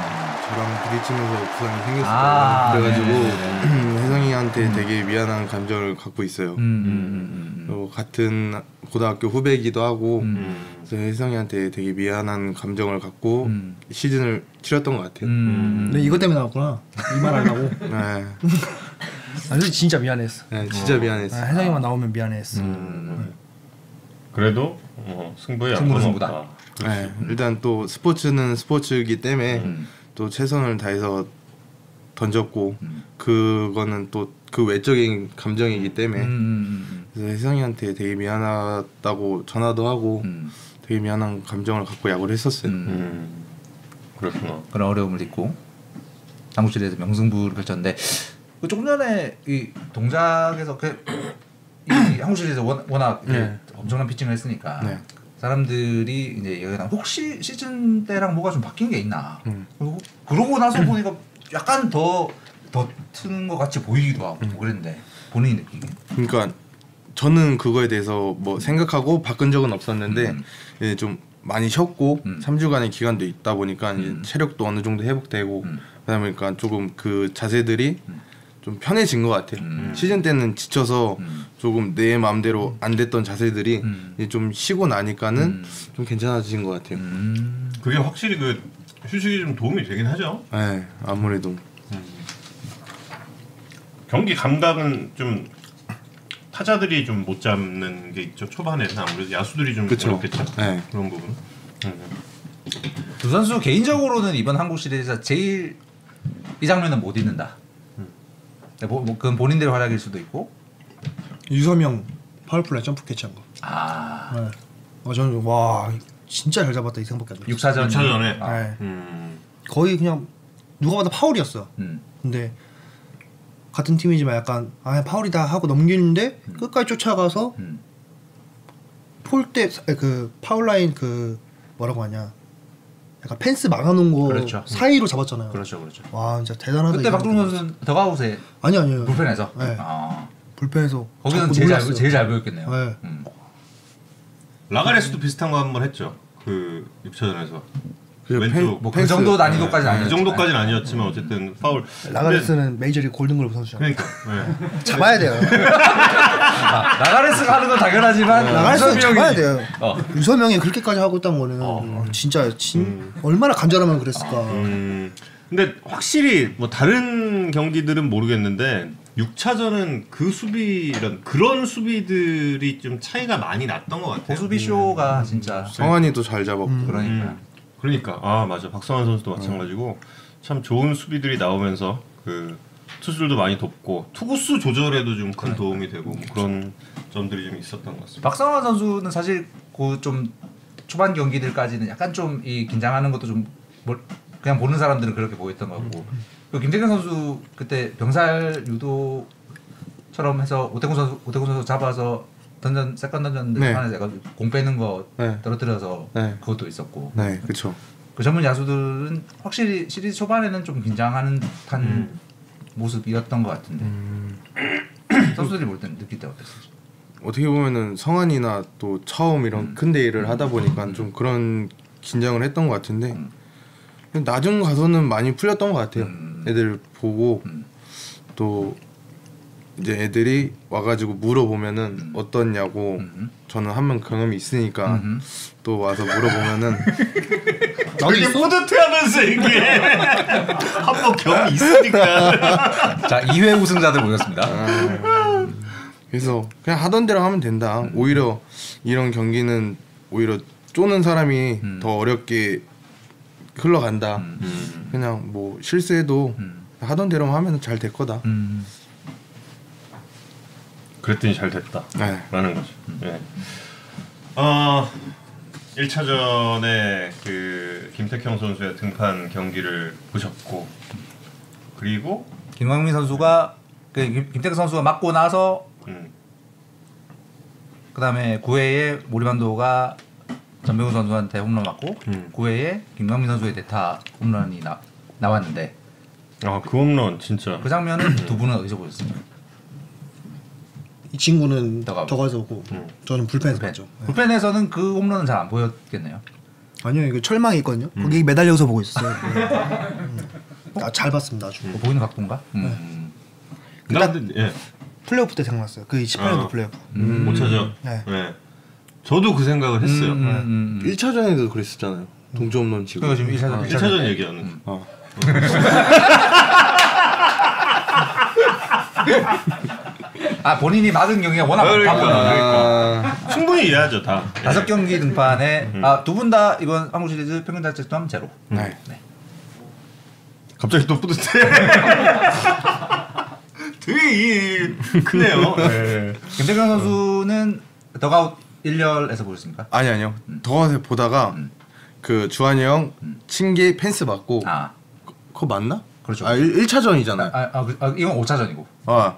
[SPEAKER 4] 저랑 부딪히면서 부상이
[SPEAKER 2] 음.
[SPEAKER 4] 생겼어요.
[SPEAKER 2] 아,
[SPEAKER 4] 그래가지고
[SPEAKER 2] 네네네.
[SPEAKER 4] 혜성이한테 되게 미안한 감정을 갖고 있어요.
[SPEAKER 2] 음,
[SPEAKER 4] 또 같은 고등학교 후배이기도 하고
[SPEAKER 2] 음.
[SPEAKER 4] 그래서 혜성이한테 되게 미안한 감정을 갖고
[SPEAKER 2] 음.
[SPEAKER 4] 시즌을 치렀던 것 같아요.
[SPEAKER 2] 음.
[SPEAKER 3] 근데 이것 때문에 나왔구나. 이 말 하려고.
[SPEAKER 4] 네.
[SPEAKER 3] 아 근데 진짜 미안했어.
[SPEAKER 4] 네, 진짜
[SPEAKER 3] 아,
[SPEAKER 4] 미안했어요.
[SPEAKER 3] 해상이만 나오면 미안했어.
[SPEAKER 1] 네. 그래도 어, 음. 승부에
[SPEAKER 2] 승부는
[SPEAKER 1] 약점은
[SPEAKER 2] 승부다.
[SPEAKER 1] 없다.
[SPEAKER 4] 네, 일단 또 스포츠는 스포츠이기 때문에
[SPEAKER 2] 음.
[SPEAKER 4] 또 최선을 다해서 던졌고
[SPEAKER 2] 음.
[SPEAKER 4] 그거는 또 그 외적인 감정이기 때문에
[SPEAKER 2] 음,
[SPEAKER 4] 그래서 혜성이한테 되게 미안하다고 전화도 하고
[SPEAKER 2] 음.
[SPEAKER 4] 되게 미안한 감정을 갖고 야구를 했었어요.
[SPEAKER 2] 음.
[SPEAKER 1] 음, 그렇구나.
[SPEAKER 2] 그런 어려움을 딛고 당구실에서 명승부를 펼쳤는데 그 조금 전에 이 동작에서 그, 이 한국시리에서 워낙 이렇게
[SPEAKER 4] 네.
[SPEAKER 2] 엄청난 피칭을 했으니까
[SPEAKER 4] 네.
[SPEAKER 2] 사람들이 이제 여기다 혹시 시즌 때랑 뭐가 좀 바뀐 게 있나
[SPEAKER 4] 음.
[SPEAKER 2] 그리고 그러고 나서 보니까 약간 더더 트는 것 같이 보이기도 하고 그랬는데 본인이 느끼기에
[SPEAKER 4] 그러니까 저는 그거에 대해서 뭐 생각하고 바꾼 적은 없었는데 예, 좀 많이 쉬었고
[SPEAKER 2] 음.
[SPEAKER 4] 3주간의 기간도 있다 보니까 이제
[SPEAKER 2] 음.
[SPEAKER 4] 체력도 어느 정도 회복되고 그러니까
[SPEAKER 2] 음.
[SPEAKER 4] 그러다 보니까 조금 그 자세들이 좀 편해진 것 같아요. 시즌 때는 지쳐서 조금 내 마음대로 안 됐던 자세들이 이제 좀 쉬고 나니까는 좀 괜찮아진 것
[SPEAKER 2] 음.
[SPEAKER 4] 같아요.
[SPEAKER 1] 그게 확실히 그 휴식이 좀 도움이 되긴 하죠.
[SPEAKER 4] 네, 아무래도
[SPEAKER 1] 경기 감각은 좀 타자들이 좀 못 잡는 게 있죠. 초반에는 아무래도 야수들이 좀
[SPEAKER 4] 그쵸.
[SPEAKER 1] 어렵겠죠.
[SPEAKER 4] 네.
[SPEAKER 1] 그런 부분. 음.
[SPEAKER 2] 두 선수 개인적으로는 이번 한국 시리즈에서 제일 이 장면은 못 잊는다. 근데 뭐- 뭐 그건 본인들의 활약일 수도 있고.
[SPEAKER 3] 유서명 파울플라이 점프 캐치한 거.
[SPEAKER 2] 아
[SPEAKER 3] 네. 어, 저는 와 진짜 잘 잡았다 이 생각밖에 안 들어요.
[SPEAKER 2] 6사전.
[SPEAKER 1] 6사전에.
[SPEAKER 2] 아,
[SPEAKER 3] 네.
[SPEAKER 1] 음.
[SPEAKER 3] 거의 그냥 누가 봐도 파울이었어.
[SPEAKER 2] 음.
[SPEAKER 3] 근데 같은 팀이지만 약간 아 파울이다 하고 넘기는데 끝까지 쫓아가서
[SPEAKER 2] 음.
[SPEAKER 3] 폴 때 그 파울 라인 그 뭐라고 하냐 약간 펜스 막아놓은 거
[SPEAKER 2] 그렇죠.
[SPEAKER 3] 사이로 잡았잖아요.
[SPEAKER 1] 그렇죠, 그렇죠.
[SPEAKER 3] 와 진짜 대단하다.
[SPEAKER 2] 그때
[SPEAKER 3] 이
[SPEAKER 2] 박종선
[SPEAKER 3] 생각.
[SPEAKER 2] 선수는 더가웃에
[SPEAKER 3] 아니 아니요.
[SPEAKER 2] 불펜에서.
[SPEAKER 3] 네.
[SPEAKER 2] 아,
[SPEAKER 3] 불펜에서
[SPEAKER 2] 거기는
[SPEAKER 3] 자꾸
[SPEAKER 2] 제일 잘
[SPEAKER 3] 놀랐어요.
[SPEAKER 2] 제일 잘 보였겠네요.
[SPEAKER 3] 네.
[SPEAKER 2] 음.
[SPEAKER 1] 라가레스도 비슷한 거 한 번 했죠. 그 6차전에서.
[SPEAKER 4] 그
[SPEAKER 1] 왼쪽
[SPEAKER 2] 뭐 그
[SPEAKER 4] 펜스.
[SPEAKER 2] 정도 난이도까지는 아니었
[SPEAKER 1] 그 정도까지는 아니었지만 어쨌든 파울.
[SPEAKER 3] 라가레스는 메이저리그 골든글러브 선수잖아요.
[SPEAKER 1] 근데- 그러니까. 네.
[SPEAKER 3] 잡아야 돼요.
[SPEAKER 2] 아, 나가레스가 하는 건 당연하지만
[SPEAKER 3] 라가레스
[SPEAKER 2] 유서명이-
[SPEAKER 3] 잡아야 네. 돼요.
[SPEAKER 2] 어.
[SPEAKER 3] 유서명이 그렇게까지 하고 있다는 거는 어, 진짜 진
[SPEAKER 2] 음.
[SPEAKER 3] 얼마나 간절하면 그랬을까.
[SPEAKER 1] 음, 근데 확실히 뭐 다른 경기들은 모르겠는데 6차전은 그 수비란 그런 수비들이 좀 차이가 많이 났던 것 같아요.
[SPEAKER 2] 고수비 쇼가 진짜
[SPEAKER 4] 성환이도 잘 잡았고
[SPEAKER 2] 그러니까.
[SPEAKER 1] 음, 그러니까 아 맞아 박성환 선수도 마찬가지고 참 좋은 수비들이 나오면서 그 투수들도 많이 돕고 투구수 조절에도 좀 큰 도움이 되고 뭐 그런 점들이 좀 있었던 것 같습니다.
[SPEAKER 2] 박성환 선수는 사실 그 좀 초반 경기들까지는 약간 좀 이 긴장하는 것도 좀 뭘- 그냥 보는 사람들은 그렇게 보였던 것
[SPEAKER 4] 음,
[SPEAKER 2] 같고 그 김태경 선수 그때 병살 유도처럼 해서 오태곤 선수 오태곤 선수 잡아서 던전 세컨 던졌는데
[SPEAKER 4] 네.
[SPEAKER 2] 안에서 약간 공 빼는 거
[SPEAKER 4] 네.
[SPEAKER 2] 떨어뜨려서
[SPEAKER 4] 네.
[SPEAKER 2] 그것도 있었고
[SPEAKER 4] 네, 그렇죠.
[SPEAKER 2] 그 전문 야수들은 확실히 시리즈 초반에는 좀 긴장하는 듯한
[SPEAKER 4] 음.
[SPEAKER 2] 모습이었던 것 같은데 선수들이 볼 때는 느낄 때 어땠어요?
[SPEAKER 4] 어떻게 보면은 성환이나 또 처음 이런 큰 데이를 하다 보니까 좀 그런 긴장을 했던 것 같은데 나중 가서는 많이 풀렸던 것 같아요. 애들 보고 또 이제 애들이 와가지고 물어보면은 어떻냐고 저는 한 번 경험이 있으니까 또 와서 물어보면은
[SPEAKER 3] 나도 있어?
[SPEAKER 1] 뿌듯해하면서 이게 한번 경험이 있으니까 아.
[SPEAKER 2] 자 2회 우승자들 모였습니다.
[SPEAKER 4] 그래서 그냥 하던 대로 하면 된다.
[SPEAKER 2] 음.
[SPEAKER 4] 오히려 이런 경기는 오히려 쪼는 사람이
[SPEAKER 2] 음.
[SPEAKER 4] 더 어렵게 흘러간다.
[SPEAKER 2] 음.
[SPEAKER 4] 그냥 뭐 실수해도 하던 대로 하면 잘 될 거다.
[SPEAKER 2] 음.
[SPEAKER 1] 그랬더니 잘 됐다.
[SPEAKER 4] 네.
[SPEAKER 1] 라는 거죠. 예. 어, 1차전에 그 김태형 선수의 등판 경기를 보셨고 그리고
[SPEAKER 2] 김광민 선수가 그 김- 김태경 선수가 맞고 나서
[SPEAKER 1] 음,
[SPEAKER 2] 그다음에 9회에 모리반도가 전병우 선수한테 홈런 맞고
[SPEAKER 1] 음.
[SPEAKER 2] 9회에 김광민 선수의 대타 홈런이 나, 나왔는데
[SPEAKER 1] 아그 홈런 진짜
[SPEAKER 2] 그 장면은 두 분은 어디서 보셨습니까?
[SPEAKER 3] 이 친구는
[SPEAKER 2] 더가-
[SPEAKER 3] 더가서 오고
[SPEAKER 1] 음.
[SPEAKER 3] 저는 불펜에서
[SPEAKER 2] 불펜.
[SPEAKER 3] 봤죠. 네.
[SPEAKER 2] 불펜에서는 그 홈런은 잘 안 보였겠네요.
[SPEAKER 1] 음.
[SPEAKER 3] 아니요 이거 철망이 있거든요.
[SPEAKER 2] 음.
[SPEAKER 3] 거기 매달려서 보고 있었어요. 네. 음. 나잘 봤습니다 아주.
[SPEAKER 2] 뭐 보이는 각도인가? 음.
[SPEAKER 1] 나 근데 예.
[SPEAKER 3] 플레이오프 때 생각났어요. 그 18년도
[SPEAKER 2] 아.
[SPEAKER 1] 어.
[SPEAKER 3] 플레이오프.
[SPEAKER 2] 음.
[SPEAKER 1] 못 찾아.
[SPEAKER 3] 네.
[SPEAKER 1] 예. 저도 그 생각을 했어요. 네.
[SPEAKER 2] 음, 음, 음.
[SPEAKER 4] 1차전에도 그랬었잖아요. 동점론 지금.
[SPEAKER 2] 그거 지금 1차전
[SPEAKER 1] 음. 1차전 얘기하는 거.
[SPEAKER 4] 어.
[SPEAKER 2] 아 본인이 맞은 경기가 워낙
[SPEAKER 1] 그러니까.
[SPEAKER 2] 바쁘네요.
[SPEAKER 4] 아,
[SPEAKER 1] 충분히 이해하죠 다. 예.
[SPEAKER 2] 네. 다섯 경기 등판에
[SPEAKER 1] 음.
[SPEAKER 2] 아, 두 분 다 이번 한국 시리즈 평균 자책점 제로.
[SPEAKER 4] 네.
[SPEAKER 2] 음.
[SPEAKER 1] 갑자기 또 뿌듯해. 되게 이 크네요. 예.
[SPEAKER 2] 김태경 선수는 더가웃 1열에서 보셨습니까?
[SPEAKER 4] 아니 아니요.
[SPEAKER 2] 음.
[SPEAKER 4] 더워서 보다가 그 주한이 형친게 펜스 맞고
[SPEAKER 2] 아,
[SPEAKER 4] 그거 맞나?
[SPEAKER 2] 그렇죠.
[SPEAKER 4] 아 1, 차전이잖아요
[SPEAKER 2] 아, 아, 그- 아, 이건 5차전이고.
[SPEAKER 1] 어.
[SPEAKER 4] 아.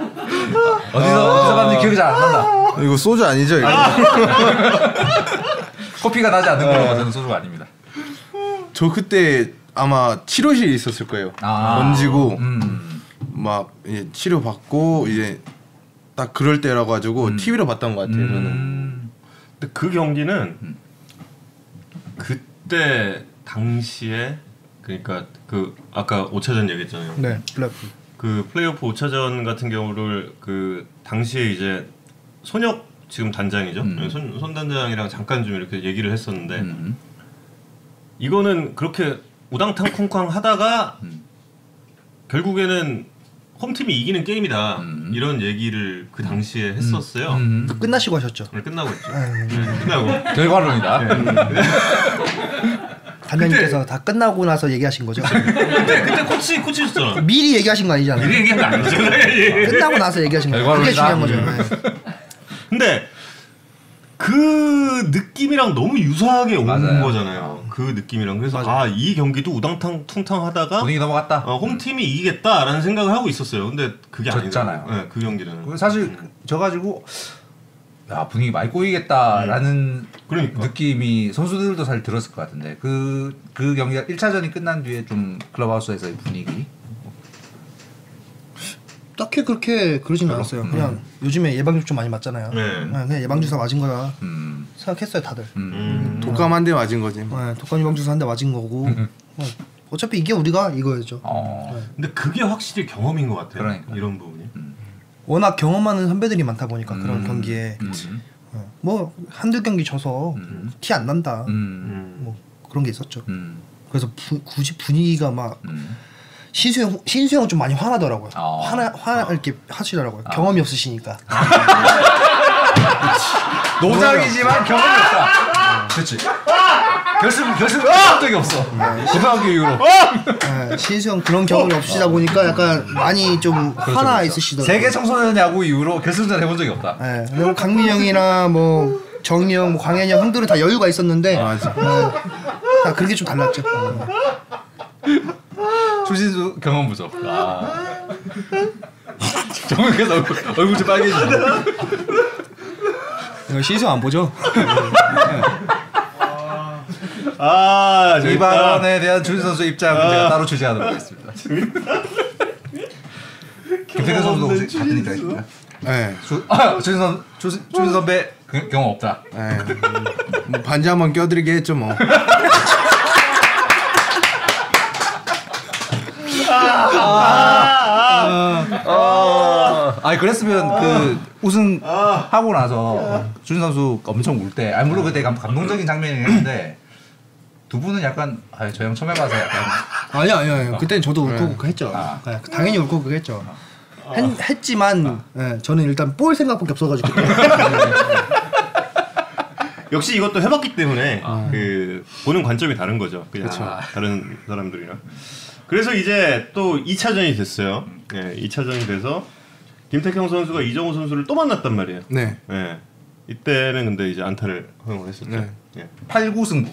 [SPEAKER 2] 어디서 어디서 봤는지 기억이 잘 안 난다.
[SPEAKER 4] 이거 소주 아니죠? 이거?
[SPEAKER 2] 커피가 나지 않는
[SPEAKER 1] 어.
[SPEAKER 2] 걸로 봐서는 소주가 아닙니다.
[SPEAKER 4] 저 그때 아마 치료실에 있었을 거예요.
[SPEAKER 2] 아.
[SPEAKER 1] 어.
[SPEAKER 4] 먼지고
[SPEAKER 2] 음.
[SPEAKER 4] 막 이제 치료 받고 이제 딱 그럴 때라 가지고 TV로 봤던 것 같아요. 저는
[SPEAKER 2] 음.
[SPEAKER 1] 근데 그 경기는 그때 당시에 그러니까 그 아까 5차전 얘기했잖아요.
[SPEAKER 3] 네, 블랙풀.
[SPEAKER 2] 음.
[SPEAKER 1] 그 플레이오프 5차전 같은 경우를 그 당시에 이제 손혁 지금 단장이죠. 네,
[SPEAKER 5] 음.
[SPEAKER 1] 손, 손 단장이랑 잠깐 좀 이렇게 얘기를 했었는데
[SPEAKER 5] 음.
[SPEAKER 1] 이거는 그렇게 우당탕 쿵쾅 하다가
[SPEAKER 5] 음.
[SPEAKER 1] 결국에는 홈팀이 이기는 게임이다
[SPEAKER 5] 음.
[SPEAKER 1] 이런 얘기를 그 당시에 했었어요.
[SPEAKER 2] 음.
[SPEAKER 3] 그 끝나시고 하셨죠.
[SPEAKER 1] 오늘 끝나고 있죠.
[SPEAKER 3] 네.
[SPEAKER 1] 네, 끝나고
[SPEAKER 2] 결과론이다.
[SPEAKER 1] 네.
[SPEAKER 2] 음,
[SPEAKER 3] 단장님께서 다 끝나고 나서 얘기하신 거죠.
[SPEAKER 1] 그때 그때 코치 코치였잖아.
[SPEAKER 3] 미리 얘기하신 거 아니잖아요.
[SPEAKER 2] 미리 얘기한 거 아니죠?
[SPEAKER 3] 끝나고 나서 얘기하신 거예요. 그게 중요한
[SPEAKER 2] 결과론이다.
[SPEAKER 3] 거죠. 네.
[SPEAKER 1] 근데 그 느낌이랑 너무 유사하게 온
[SPEAKER 2] 맞아요.
[SPEAKER 1] 거잖아요. 그 느낌이랑 그래서 아 이 경기도 우당탕 퉁탕하다가
[SPEAKER 2] 분위기 넘어갔다.
[SPEAKER 1] 어, 홈팀이 이기겠다라는 생각을 하고 있었어요. 근데 그게 아니잖아요.
[SPEAKER 2] 졌잖아요.
[SPEAKER 1] 네, 그 경기는.
[SPEAKER 2] 그리고 사실 저 가지고 야 분위기 많이 꼬이겠다라는
[SPEAKER 1] 그러니까.
[SPEAKER 2] 느낌이 선수들도 사실 들었을 것 같은데 그 그 경기가 1차전이 끝난 뒤에 좀 클럽하우스에서의 분위기
[SPEAKER 3] 딱히 그렇게 그러진 않았어요. 음. 그냥 요즘에 예방주사 많이 맞잖아요.
[SPEAKER 1] 네.
[SPEAKER 3] 그냥 예방주사 맞은 거라
[SPEAKER 2] 음,
[SPEAKER 3] 생각했어요, 다들.
[SPEAKER 1] 음.
[SPEAKER 4] 독감 한 대 맞은 거지.
[SPEAKER 3] 네, 독감 예방주사 한 대 맞은 거고. 어, 어차피 이게 우리가 이거였죠.
[SPEAKER 2] 음, 어,
[SPEAKER 1] 근데 그게 확실히 경험인 것 같아요.
[SPEAKER 2] 그러니까.
[SPEAKER 1] 이런 부분이.
[SPEAKER 3] 워낙 경험 많은 선배들이 많다 보니까 그런
[SPEAKER 2] 음.
[SPEAKER 3] 경기에
[SPEAKER 2] 음,
[SPEAKER 3] 어, 뭐 한두 경기 져서
[SPEAKER 2] 음.
[SPEAKER 3] 티 안 난다.
[SPEAKER 2] 음,
[SPEAKER 1] 음.
[SPEAKER 3] 뭐 그런 게 있었죠.
[SPEAKER 2] 음,
[SPEAKER 3] 그래서 부- 굳이 분위기가 막
[SPEAKER 2] 음.
[SPEAKER 3] 신수형 신수형 좀 많이 화나더라고요.
[SPEAKER 2] 아.
[SPEAKER 3] 화나 화 이렇게 하시더라고요. 경험이 없으시니까.
[SPEAKER 2] 노장이지만 경험이 없다. 그렇지. 결승 결승 한 적이 없어. 고등학교 이후로
[SPEAKER 3] 네, 신수형 그런 경험이 없으시다 보니까 약간 많이 좀 화나 아, 있으시더라고요.
[SPEAKER 2] 세계 청소년 야구 이후로 결승전 해본 적이 없다.
[SPEAKER 3] 네, 그리고 강민 형이나 뭐 정이 형, 뭐 광현이 형 형들은 다 여유가 있었는데 예,
[SPEAKER 4] 맞아.
[SPEAKER 3] 다 그런 게 좀 달랐죠. 어.
[SPEAKER 2] 초신수 경험 부족. 아. 정우께서 얼굴, 얼굴 좀 빨개지네.
[SPEAKER 3] 신수 안 보죠?
[SPEAKER 1] 아,
[SPEAKER 2] 이
[SPEAKER 1] 재밌다.
[SPEAKER 2] 발언에 대한 조진 선수 입장은 제가 따로 아. 취재하도록 하겠습니다. 김태균 선수도 혹시 같은 입장이십니까
[SPEAKER 4] 예.
[SPEAKER 2] 아, 조진 선 조진, 조진 선배 그, 경험 없다.
[SPEAKER 4] 예. 뭐 반지 한 번 껴드리게 했죠 뭐.
[SPEAKER 2] 아니 아. 그랬으면 그 우승 하고 나서 조진 선수 엄청 울 때, 아니 물론 그때 감, 감동적인 장면이긴 한데 두 분은 약간 아저 형 처음 해봐서 약간
[SPEAKER 3] 아니야, 아니야, 아니야. 그때는 저도 울컥 울컥 했죠. 네, 당연히 울컥 울컥 했죠. 했, 했지만 네, 저는 일단 볼 생각밖에 없어가지고
[SPEAKER 1] 역시 이것도 해봤기 때문에 그 보는 관점이 다른 거죠. 그냥 다른 사람들이랑. 그래서 이제 또 2차전이 됐어요. 예, 2차전이 돼서 김태형 선수가 이정우 선수를 또 만났단 말이에요.
[SPEAKER 4] 네.
[SPEAKER 1] 예. 이때는 근데 이제 안타를 허용을 했었죠.
[SPEAKER 4] 네.
[SPEAKER 1] 예.
[SPEAKER 2] 8구승부.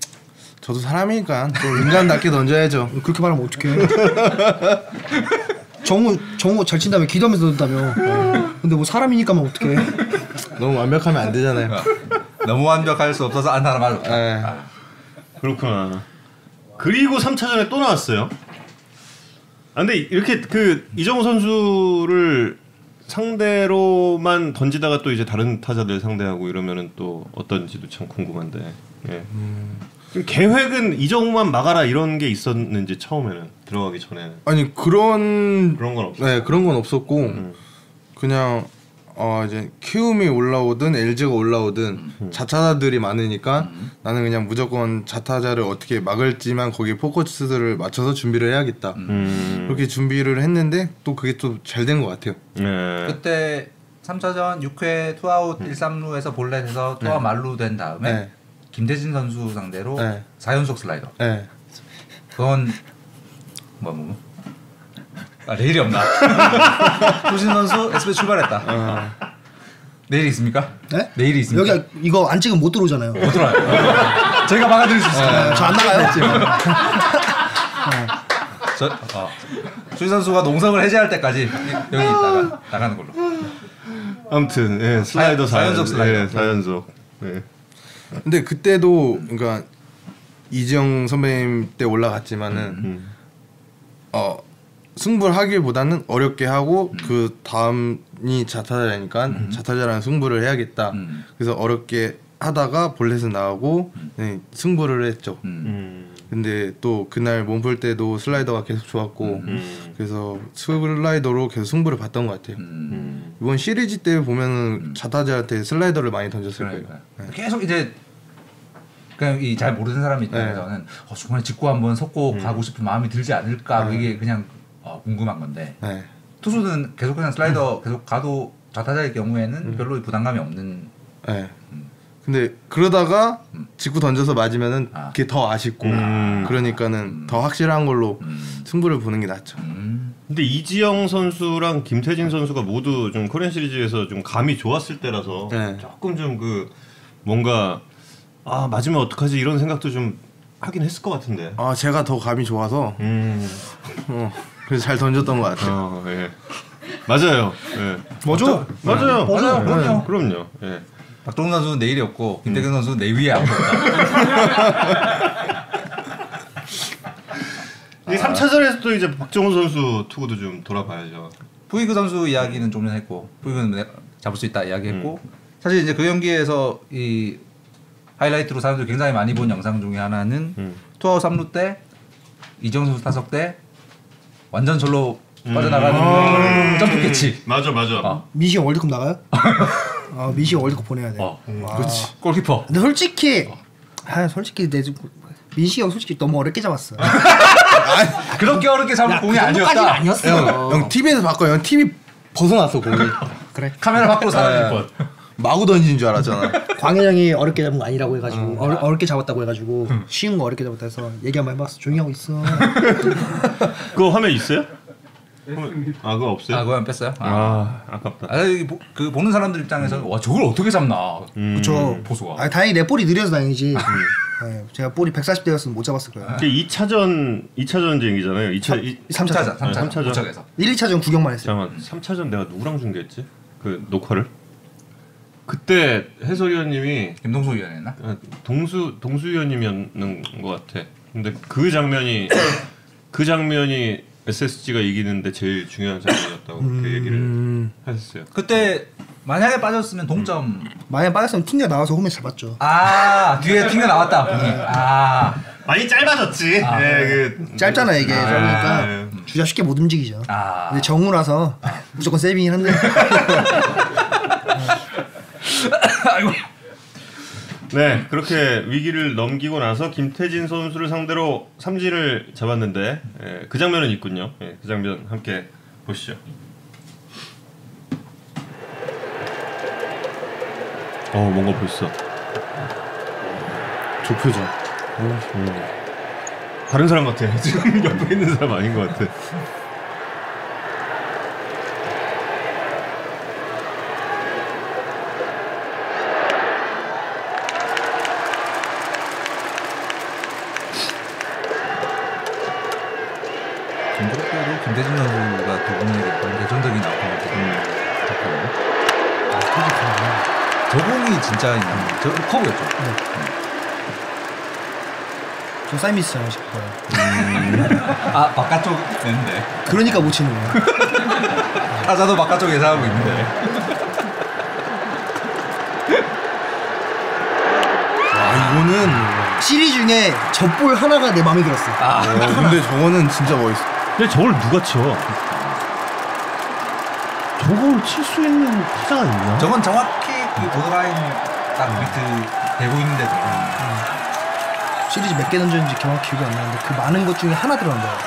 [SPEAKER 4] 저도 사람이니까 또 인간답게 던져야죠.
[SPEAKER 3] 그렇게 말하면 어떡해. 정우 정우 잘 친다며 기도하면서 넣었다며. 근데 뭐 사람이니까만 어떡해.
[SPEAKER 4] 너무 완벽하면 안 되잖아요.
[SPEAKER 2] 너무 완벽할 수 없어서 안타나 말로.
[SPEAKER 4] 예.
[SPEAKER 1] 그렇구나. 그리고 3차전에 또 나왔어요. 아, 근데 이렇게 그 이정우 선수를 상대로만 던지다가 또 이제 다른 타자들 상대하고 이러면은 또 어떤지도 참 궁금한데. 예.
[SPEAKER 2] 음.
[SPEAKER 1] 그럼 계획은 이정우만 막아라 이런 게 있었는지 처음에는 들어가기 전에는
[SPEAKER 4] 아니 그런
[SPEAKER 1] 그런 건 없어.
[SPEAKER 4] 네 그런 건 없었고 그냥 어 이제 키움이 올라오든 LG가 올라오든 자타자들이 많으니까 나는 그냥 무조건 자타자를 어떻게 막을지만 거기에 포커스를 맞춰서 준비를 해야겠다
[SPEAKER 2] 네.
[SPEAKER 1] 음.
[SPEAKER 4] 그렇게 준비를 했는데 또 그게 또 잘 된 것 같아요
[SPEAKER 1] 예.
[SPEAKER 2] 그때 3차전 6회 투아웃 1, 3루에서 볼넷에서 투아웃 말루 된 다음에
[SPEAKER 4] 음. 네.
[SPEAKER 2] 김대진 선수 상대로
[SPEAKER 4] 네.
[SPEAKER 2] 4연속 슬라이더.
[SPEAKER 4] 네.
[SPEAKER 2] 그건 뭐 뭐. 아 내일이 없나? 조진 선수 SB 출발했다. 내일 있습니까?
[SPEAKER 3] 네?
[SPEAKER 2] 내일이 있습니까? 네.
[SPEAKER 3] 여기 이거 안 찍으면 못 들어오잖아요.
[SPEAKER 2] 못 들어와요. 저희가 막아드릴 수 있습니다.
[SPEAKER 3] 저 안 나가요.
[SPEAKER 2] 네. 저, 어. 조진 선수가 농성을 해제할 때까지 여기 있다가 나가는 걸로.
[SPEAKER 1] 아무튼 예, 슬라이더
[SPEAKER 2] 사- 사연속 슬라이더.
[SPEAKER 1] 예, 4연속. 예.
[SPEAKER 4] 근데 그때도 그러니까 이지영 선배님 때 올라갔지만은
[SPEAKER 2] 음,
[SPEAKER 4] 어 승부를 하기보다는 어렵게 하고
[SPEAKER 2] 음.
[SPEAKER 4] 그 다음이 자타자라니까 자타자라는 승부를 해야겠다.
[SPEAKER 2] 음.
[SPEAKER 4] 그래서 어렵게 하다가 볼넷은 나오고 네, 승부를 했죠.
[SPEAKER 2] 음.
[SPEAKER 1] 음.
[SPEAKER 4] 근데 또 그날 몸풀 때도 슬라이더가 계속 좋았고
[SPEAKER 2] 음.
[SPEAKER 4] 그래서 슬라이더로 계속 승부를 봤던 것
[SPEAKER 2] 음.
[SPEAKER 4] 같아요.
[SPEAKER 1] 음.
[SPEAKER 4] 이번 시리즈 때 보면은 자타자한테 슬라이더를 많이 던졌을
[SPEAKER 2] 그러니까
[SPEAKER 4] 거예요.
[SPEAKER 2] 계속 이제 그냥 이 잘 모르는 사람 입장에서는 어, 중간에 직구 한번 섞고 가고 싶은 마음이 들지 않을까 이게 그냥 어, 궁금한 건데
[SPEAKER 4] 네.
[SPEAKER 2] 투수는 계속 그냥 슬라이더 계속 가도 좌타자의 경우에는 별로 부담감이 없는
[SPEAKER 4] 네. 근데 그러다가
[SPEAKER 1] 음.
[SPEAKER 4] 직구 던져서 맞으면은
[SPEAKER 2] 아.
[SPEAKER 4] 그게 더 아쉽고 음. 그러니까는
[SPEAKER 1] 음.
[SPEAKER 4] 더 확실한 걸로 승부를 보는 게 낫죠.
[SPEAKER 2] 음.
[SPEAKER 1] 근데 이지영 선수랑 김태진 선수가 모두 좀 코리안 시리즈에서 좀 감이 좋았을 때라서
[SPEAKER 4] 네.
[SPEAKER 1] 조금 좀 그 뭔가 아 맞으면 어떡하지 이런 생각도 좀 하긴 했을 것 같은데.
[SPEAKER 4] 아 제가 더 감이 좋아서
[SPEAKER 1] 음.
[SPEAKER 4] 어, 그래서 잘 던졌던 것 같아요.
[SPEAKER 1] 어, 예. 맞아요. 예.
[SPEAKER 3] 뭐죠?
[SPEAKER 1] 맞아요.
[SPEAKER 2] 맞아요. 그럼요.
[SPEAKER 1] 예, 그럼요. 예.
[SPEAKER 2] 박동훈 선수는 내일이 없고 김태균 선수는 내 위에 아무도 없다.
[SPEAKER 1] 이 3차전에서도 이제 박정호 선수 투구도 좀 돌아봐야죠.
[SPEAKER 2] 푸이그 선수 이야기는 좀 전에 했고 푸이그는 내가 잡을 수 있다 이야기했고 사실 이제 그 경기에서 이 하이라이트로 사람들이 굉장히 많이 본 영상 중에 하나는
[SPEAKER 1] 음.
[SPEAKER 2] 투아웃 3루 때 이정 선수 타석 때 완전 절로 빠져나가는 그 점프 캐치
[SPEAKER 1] 맞아, 맞아.
[SPEAKER 2] 어.
[SPEAKER 3] 미시 월드컵 나가요? 아 미시 월드컵 보내야 돼.
[SPEAKER 2] 어.
[SPEAKER 3] 와.
[SPEAKER 2] 그렇지 골키퍼
[SPEAKER 3] 근데 솔직히 아 솔직히 내 좀- 민식이 형 솔직히 너무 어렵게 잡았어.
[SPEAKER 2] 아, 그렇게 어렵게 잡은 공이
[SPEAKER 3] 정도까지는
[SPEAKER 2] 아니었다
[SPEAKER 4] 형,
[SPEAKER 3] 아니었어.
[SPEAKER 4] 형 TV에서 봤고 형 TV 벗어났어 공이.
[SPEAKER 3] 그래.
[SPEAKER 2] 카메라 밖으로 사라질
[SPEAKER 4] 네.
[SPEAKER 2] 뻔
[SPEAKER 4] 마구 던진 줄 알았잖아.
[SPEAKER 3] 광현형이 어렵게 잡은 거 아니라고 해가지고
[SPEAKER 2] 음.
[SPEAKER 3] 어, 어렵게 잡았다고 해가지고 쉬운 거 어렵게 잡았다 해서 얘기 한번 해봤어. 조용히 하고 있어.
[SPEAKER 1] 그거 화면 있어요? 아, 그거 없어요?
[SPEAKER 2] 아 그거 안 뺐어요? 아,
[SPEAKER 1] 아, 아깝다.
[SPEAKER 2] 아, 이게 보- 그 보는 사람들 입장에서 와 저걸 어떻게 잡나
[SPEAKER 3] 그쵸.
[SPEAKER 2] 음, 보수가 음.
[SPEAKER 3] 아 다행히 내 볼이 느려서 다행이지. 네, 제가 볼이 140대였으면 못 잡았을 거야.
[SPEAKER 1] 이게 2차전 2차전 쟁이잖아요. 2차 이,
[SPEAKER 3] 3차전.
[SPEAKER 2] 3차전 네,
[SPEAKER 1] 삼차전.
[SPEAKER 2] 3차전
[SPEAKER 3] 1, 2차전 구경만 했어요.
[SPEAKER 1] 잠깐만. 3차전 내가 누구랑 중계했지? 그 녹화를. 그때 해설위원님이
[SPEAKER 2] 김동수 위원회 했나?
[SPEAKER 1] 아, 동수 동수 위원님이었는 것 같아. 근데 그 장면이 그 장면이 SSG가 이기는데 제일 중요한 장면이었다고 그 얘기를 하셨어요.
[SPEAKER 2] 그때 만약에 빠졌으면 동점
[SPEAKER 3] 만약 빠졌으면 튕겨 나와서 홈에 잡았죠.
[SPEAKER 2] 아 뒤에 튕겨 나왔다 공이 아
[SPEAKER 1] 많이 짧아졌지. 예, 그
[SPEAKER 3] 짧잖아 이게 그러니까 주자 쉽게 못 움직이죠.
[SPEAKER 2] 아.
[SPEAKER 3] 근데 정우라서 무조건 세이빙이 한데
[SPEAKER 2] 아이고
[SPEAKER 1] 네, 그렇게 위기를 넘기고 나서 김태진 선수를 상대로 삼진을 잡았는데 예, 그 장면은 있군요. 예, 그 장면 함께 보시죠. 어, 뭔가 벌써.
[SPEAKER 4] 좁혀져.
[SPEAKER 1] 음. 다른 사람 같아. 지금 옆에 있는 사람 아닌 것 같아.
[SPEAKER 2] 김종국도 김대중 선수가 두 분에게 그런 대전적인 아웃을 했거든요. 아, 저 공이 진짜 그냥 저 커브였죠.
[SPEAKER 3] 저 사이미스 잡고 싶어요.
[SPEAKER 2] 아 바깥쪽 있는데
[SPEAKER 3] 그러니까 못 치는 거야.
[SPEAKER 2] 타자도 아, 바깥쪽 예상하고 있는데.
[SPEAKER 4] 아 이거는
[SPEAKER 3] 시리 중에 젖볼 하나가 내 마음에 들었어.
[SPEAKER 2] 아.
[SPEAKER 4] 어, 근데 저거는 진짜 멋있어.
[SPEAKER 1] 근데 저걸 누가 쳐? 저걸 칠 수 있는 타자가 있나?
[SPEAKER 2] 저건 정확히 그 보드라인 딱 밑에 대고 있는데
[SPEAKER 1] 음.
[SPEAKER 2] 저건
[SPEAKER 3] 시리즈 몇 개 던졌는지 정확히 기억이 안 나는데 그 많은 것 중에 하나 들어간 거야.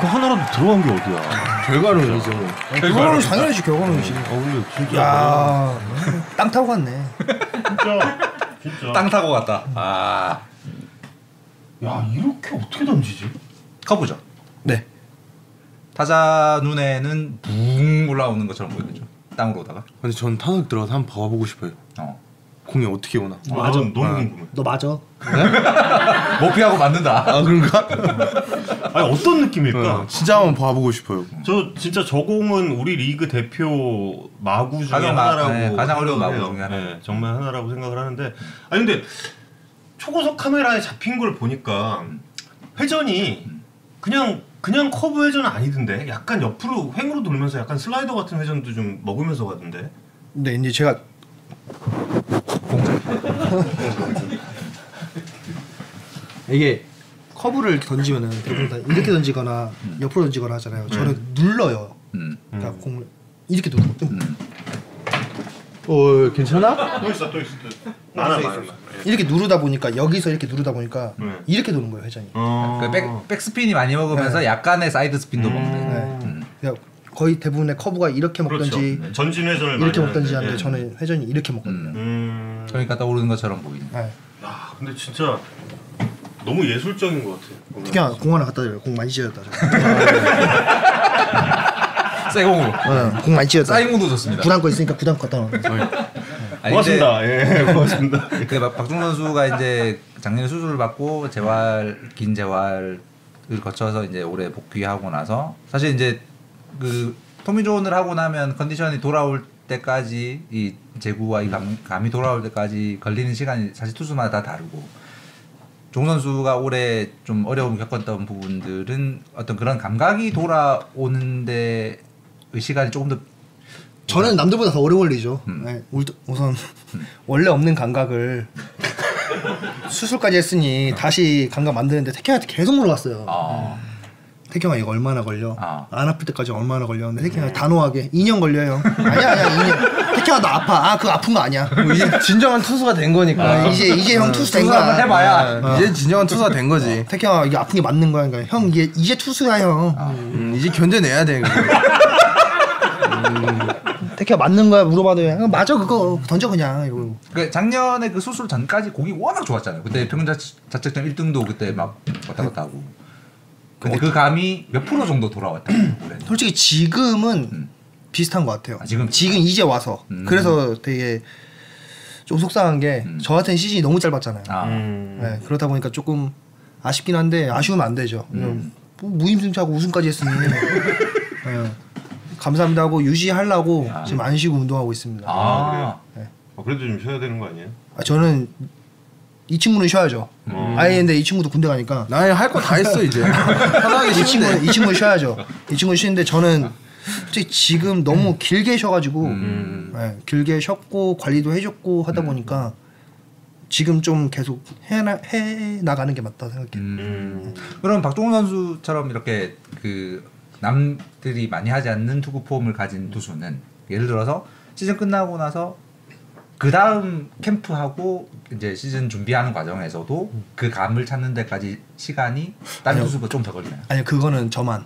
[SPEAKER 1] 그 하나라도 들어간 게 어디야?
[SPEAKER 4] 결과론이죠.
[SPEAKER 3] 결과는 어, 당연하지 결과는이지.
[SPEAKER 1] 어, 근데 진짜.
[SPEAKER 3] 야, 땅 타고 갔네.
[SPEAKER 1] 진짜. 진짜.
[SPEAKER 2] 땅 타고 갔다. 아
[SPEAKER 1] 야 이렇게 어떻게 던지지?
[SPEAKER 2] 커브죠.
[SPEAKER 3] 네.
[SPEAKER 2] 타자 눈에는 붕 올라오는 것처럼 보이죠. 땅으로 오다가.
[SPEAKER 4] 근데 전 타석 들어가서 한번 봐보고 싶어요.
[SPEAKER 2] 어.
[SPEAKER 4] 공이 어떻게 오나.
[SPEAKER 1] 맞아 너무 궁금해.
[SPEAKER 3] 너 맞아.
[SPEAKER 2] 머피하고 맞는다.
[SPEAKER 4] 아 그런가?
[SPEAKER 1] 아니 어떤 느낌일까?
[SPEAKER 4] 어, 진짜 한번 봐보고 싶어요.
[SPEAKER 1] 저 진짜 저 공은 우리 리그 대표 마구 중에
[SPEAKER 2] 가장 마-
[SPEAKER 1] 하나라고
[SPEAKER 2] 네, 가장
[SPEAKER 1] 생각을
[SPEAKER 2] 어려운 마구
[SPEAKER 1] 해요.
[SPEAKER 2] 중에 하나.
[SPEAKER 1] 네, 정말 하나라고 생각을 하는데 아니 근데 초고속 카메라에 잡힌 걸 보니까 회전이 그냥 그냥 커브 회전은 아니던데 약간 옆으로 횡으로 돌면서 약간 슬라이더 같은 회전도 좀 먹으면서 가던데
[SPEAKER 3] 근데 이제 제가 이게 커브를 이렇게 던지면은 대부분 다 이렇게 던지거나 옆으로 던지거나 하잖아요. 저는 눌러요.
[SPEAKER 5] 음.
[SPEAKER 3] 그러니까 공을 이렇게 누르고 좀
[SPEAKER 1] 음.
[SPEAKER 4] 어 괜찮아?
[SPEAKER 1] 또 있어 또 있어 또 있어. 많아 많아.
[SPEAKER 3] 이렇게 누르다 보니까 여기서 이렇게 누르다 보니까
[SPEAKER 1] 네.
[SPEAKER 3] 이렇게 도는 거예요 회전이.
[SPEAKER 1] 어. 네. 음.
[SPEAKER 2] 그 백, 백스핀이 많이 먹으면서 약간의 사이드 스핀도 먹는
[SPEAKER 3] 네. 그러니까 거의 대부분의 커브가 이렇게
[SPEAKER 1] 그렇죠.
[SPEAKER 3] 먹던지
[SPEAKER 1] 네. 전진 회전을 많이
[SPEAKER 3] 이렇게 먹던지
[SPEAKER 1] 하는데,
[SPEAKER 3] 하는데 저는 회전이 이렇게 먹거든요.
[SPEAKER 1] 음.
[SPEAKER 2] 그러니까 떠오르는 것처럼 보이는
[SPEAKER 3] 네.
[SPEAKER 1] 아 근데 진짜 너무 예술적인 것 같아. 보면.
[SPEAKER 3] 특히 공 하나 갖다 드려요. 공 많이 찢었다. 저.
[SPEAKER 2] 쇠공으로
[SPEAKER 1] 음.
[SPEAKER 3] 어, 공 많이 찢었다.
[SPEAKER 2] 사이공도 좋습니다
[SPEAKER 3] 구단 거 있으니까 구단 거 갖다 놓은 거.
[SPEAKER 2] 아니, 근데
[SPEAKER 1] 고맙습니다. 예, 고맙습니다.
[SPEAKER 2] 그 박- 박종훈 선수가 이제 작년에 수술을 받고 재활 긴 재활을 거쳐서 이제 올해 복귀하고 나서 사실 이제 그 토미존을 하고 나면 컨디션이 돌아올 때까지 이 제구와 이 감, 감이 돌아올 때까지 걸리는 시간이 사실 투수마다 다 다르고 종 선수가 올해 좀 어려움을 겪었던 부분들은 어떤 그런 감각이 돌아오는데 의 시간이 조금 더
[SPEAKER 3] 저는 남들보다 더 오래 걸리죠.
[SPEAKER 2] 음.
[SPEAKER 3] 네, 울- 우선 원래 없는 감각을 수술까지 했으니 다시 감각 만드는데 태경한테 계속 물어봤어요.
[SPEAKER 2] 아,
[SPEAKER 3] 태경아 이거 얼마나 걸려?
[SPEAKER 2] 아. 네.
[SPEAKER 3] 안 아플 때까지 얼마나 걸렸는데 태경아 단호하게 2년 걸려요. 아니야 아니야 2년. 태경아 나 아파. 아 그거 아픈 거 아니야.
[SPEAKER 4] 이제 진정한 투수가 된 거니까.
[SPEAKER 3] 아, 이제 이제 형 투수 된
[SPEAKER 2] 투수 네. 한번
[SPEAKER 3] 거야.
[SPEAKER 2] 해봐야
[SPEAKER 4] 아, 이제 진정한 투수가 된 거지.
[SPEAKER 3] 태경아 이게 아픈 게 맞는 거야. 그러니까 형 이제 이제 투수야 형.
[SPEAKER 2] 아.
[SPEAKER 4] 음, 이제 견뎌내야 돼. 그거.
[SPEAKER 3] 태경아 맞는 거야 물어봐도 그냥, 어, 맞아 그거 던져 그냥 이러고.
[SPEAKER 2] 그 작년에 그 수술 전까지 곡이 워낙 좋았잖아요. 그때 평균 자- 자책점 1등도 그때 막 왔다 갔다 하고. 근데 그 감이 몇 프로 정도 돌아왔다.
[SPEAKER 3] 음.
[SPEAKER 2] 올해.
[SPEAKER 3] 솔직히 지금은
[SPEAKER 2] 음.
[SPEAKER 3] 비슷한 것 같아요.
[SPEAKER 2] 아, 지금?
[SPEAKER 3] 이제 와서
[SPEAKER 2] 음.
[SPEAKER 3] 그래서 되게 좀 속상한 게
[SPEAKER 2] 음.
[SPEAKER 3] 저 같은 시즌이 너무 짧았잖아요.
[SPEAKER 2] 아,
[SPEAKER 1] 음.
[SPEAKER 3] 네, 그러다 보니까 조금 아쉽긴 한데 아쉬우면 안 되죠.
[SPEAKER 2] 음.
[SPEAKER 3] 뭐 무임승차고 우승까지 했으니 네, 감사합니다 하고 유지하려고
[SPEAKER 2] 아.
[SPEAKER 3] 지금 안 쉬고 운동하고 있습니다. 아.
[SPEAKER 1] 아,
[SPEAKER 2] 아,
[SPEAKER 1] 그래요?
[SPEAKER 3] 네.
[SPEAKER 1] 아, 그래도 좀 쉬어야 되는 거 아니에요?
[SPEAKER 3] 저는 이 친구는 쉬어야죠.
[SPEAKER 1] 음.
[SPEAKER 3] 아예 근데 이 친구도 군대 가니까
[SPEAKER 4] 나의 할 거 다 했어 이제. 편하게
[SPEAKER 3] 이
[SPEAKER 4] 쉬면
[SPEAKER 3] 친구는 이 친구는 쉬어야죠. 이 친구는 쉬는데 저는 솔직히 지금 너무 길게 쉬어가지고 예, 길게 쉬었고 관리도 해줬고 하다 보니까 지금 좀 계속 해나, 해 나가는 게 맞다 생각해요.
[SPEAKER 2] 음. 그럼 박종훈 선수처럼 이렇게 그 남들이 많이 하지 않는 투구 폼을 가진 투수는 예를 들어서 시즌 끝나고 나서 그 다음 캠프하고 이제 시즌 준비하는 과정에서도 그 감을 찾는 데까지 시간이 다른
[SPEAKER 3] 아니요.
[SPEAKER 2] 투수보다 좀 더 걸리나요?
[SPEAKER 3] 아니 그거는 저만.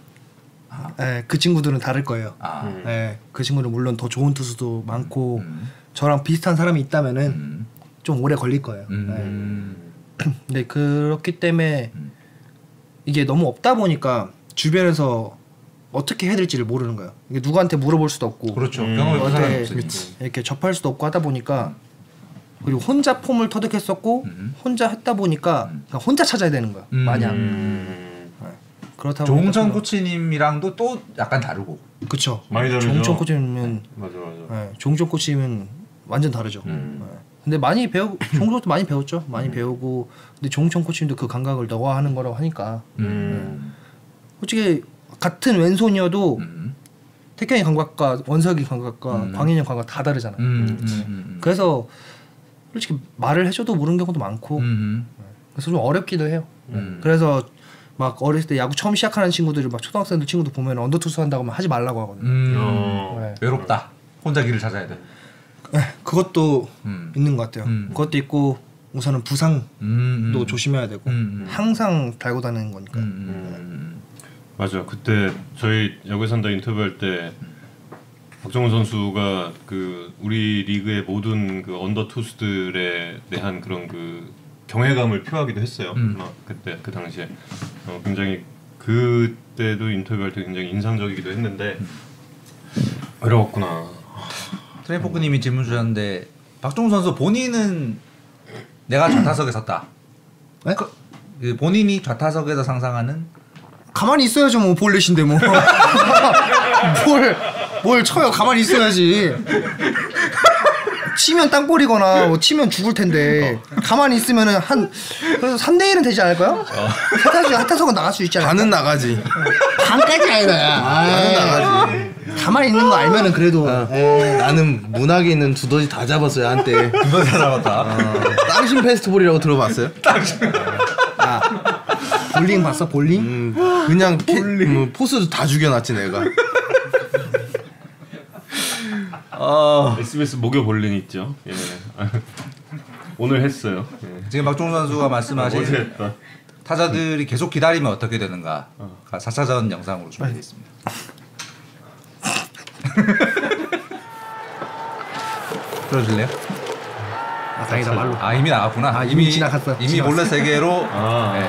[SPEAKER 2] 아.
[SPEAKER 3] 예, 그 친구들은 다를 거예요.
[SPEAKER 2] 아,
[SPEAKER 1] 음.
[SPEAKER 3] 예, 그 친구는 물론 더 좋은 투수도 많고
[SPEAKER 2] 음.
[SPEAKER 3] 저랑 비슷한 사람이 있다면은
[SPEAKER 2] 음.
[SPEAKER 3] 좀 오래 걸릴 거예요. 예.
[SPEAKER 2] 음.
[SPEAKER 3] 근데 네, 그렇기 때문에
[SPEAKER 2] 음.
[SPEAKER 3] 이게 너무 없다 보니까 주변에서 어떻게 해야 될지를 모르는 거예요. 이게 누구한테 물어볼 수도 없고
[SPEAKER 2] 그렇죠.
[SPEAKER 1] 음.
[SPEAKER 2] 경험이
[SPEAKER 3] 뭐 어때?
[SPEAKER 2] 없는 사람이
[SPEAKER 3] 그치.
[SPEAKER 2] 없으니까.
[SPEAKER 3] 이렇게 접할 수도 없고 하다 보니까 그리고 혼자 폼을 터득했었고
[SPEAKER 2] 음.
[SPEAKER 3] 혼자 했다 보니까
[SPEAKER 2] 음.
[SPEAKER 3] 그냥 혼자 찾아야 되는 거야
[SPEAKER 2] 음.
[SPEAKER 3] 마냥
[SPEAKER 1] 음.
[SPEAKER 3] 그렇다 보니까
[SPEAKER 2] 종천
[SPEAKER 3] 좀-
[SPEAKER 2] 코치님이랑도 또 약간 다르고.
[SPEAKER 3] 그쵸
[SPEAKER 1] 많이 다르죠.
[SPEAKER 3] 종천 코치면
[SPEAKER 1] 맞아 맞아.
[SPEAKER 3] 예, 종천 코치면 완전 다르죠
[SPEAKER 1] 음.
[SPEAKER 3] 예. 근데 많이 배우 종천도 많이 배웠죠
[SPEAKER 2] 음.
[SPEAKER 3] 많이 배우고 근데 종천 코치님도 그 감각을 너가 하는 거라고 하니까
[SPEAKER 1] 음.
[SPEAKER 3] 솔직히 같은 왼손이어도
[SPEAKER 2] 음.
[SPEAKER 3] 태경이 감각과 원석이 감각과
[SPEAKER 2] 음.
[SPEAKER 3] 광인이 형 감각 다 다르잖아 요
[SPEAKER 2] 음. 음.
[SPEAKER 3] 그래서 솔직히 말을 해줘도 모르는 경우도 많고
[SPEAKER 2] 음.
[SPEAKER 3] 그래서 좀 어렵기도 해요.
[SPEAKER 2] 음.
[SPEAKER 3] 그래서 막 어렸을 때 야구 처음 시작하는 친구들이 막 초등학생들 친구들 보면 언더투수 한다고 하면 하지 말라고 하거든요.
[SPEAKER 2] 음.
[SPEAKER 1] 어.
[SPEAKER 3] 네.
[SPEAKER 2] 외롭다. 혼자 길을 찾아야 돼.
[SPEAKER 3] 그것도
[SPEAKER 2] 음.
[SPEAKER 3] 있는 것 같아요.
[SPEAKER 2] 음.
[SPEAKER 3] 그것도 있고 우선은 부상도
[SPEAKER 2] 음. 음.
[SPEAKER 3] 조심해야 되고
[SPEAKER 2] 음. 음.
[SPEAKER 3] 항상 달고 다니는 거니까.
[SPEAKER 2] 음. 음.
[SPEAKER 1] 맞아. 그때 저희 야구에 산다 인터뷰할 때 박정훈 선수가 그 우리 리그의 모든 그 언더 투수들에 대한 그런 그 경외감을 표하기도 했어요.
[SPEAKER 2] 음.
[SPEAKER 1] 막 그때 그 당시에 어, 굉장히 그때도 인터뷰할 때 굉장히 인상적이기도 했는데 어려웠구나.
[SPEAKER 2] 트레이포크님이 질문 주셨는데 박종훈 선수 본인은 내가 좌타석에 섰다.
[SPEAKER 3] 네?
[SPEAKER 2] 그, 그 본인이 좌타석에서 상상하는
[SPEAKER 3] 가만히 있어야죠 뭐 볼넷인데 뭐. 뭘, 뭘 쳐요 가만히 있어야지. 치면 땅볼이거나 뭐 치면 죽을 텐데 가만히 있으면은 한 그래서 3대 1은 되지 않을까요? 하타수 하타석은 나갈 수 있지 않을까?
[SPEAKER 4] 반은 나가지.
[SPEAKER 3] 반까지 아니다야.
[SPEAKER 4] 반은 나가지.
[SPEAKER 3] 가만히 있는 거 알면은 그래도
[SPEAKER 4] 어. 에이, 나는 문학에 있는 두더지 다 잡았어요 한때.
[SPEAKER 2] 그걸 살아봤다.
[SPEAKER 4] 땅심 페스티벌이라고 들어봤어요? 땅심.
[SPEAKER 3] 야, 볼링 봤어 볼링?
[SPEAKER 4] 음, 그냥 캐, 뭐, 포스 다 죽여놨지 내가.
[SPEAKER 1] SBS 아, 목요 볼링 있죠. 예. 오늘 했어요. 예.
[SPEAKER 2] 지금 박종훈 선수가
[SPEAKER 1] 어제
[SPEAKER 2] 말씀하신
[SPEAKER 1] 했다.
[SPEAKER 2] 타자들이 계속 기다리면 어떻게 되는가가 4차전 영상으로 준비되어 있습니다. 들어줄래요?
[SPEAKER 3] 아, 다행이다 말로.
[SPEAKER 2] 아 이미 나갔구나.
[SPEAKER 3] 아, 이미 지나갔어.
[SPEAKER 2] 이미
[SPEAKER 3] 지나갔어.
[SPEAKER 2] 몰래 세계로
[SPEAKER 1] 아.
[SPEAKER 2] 네,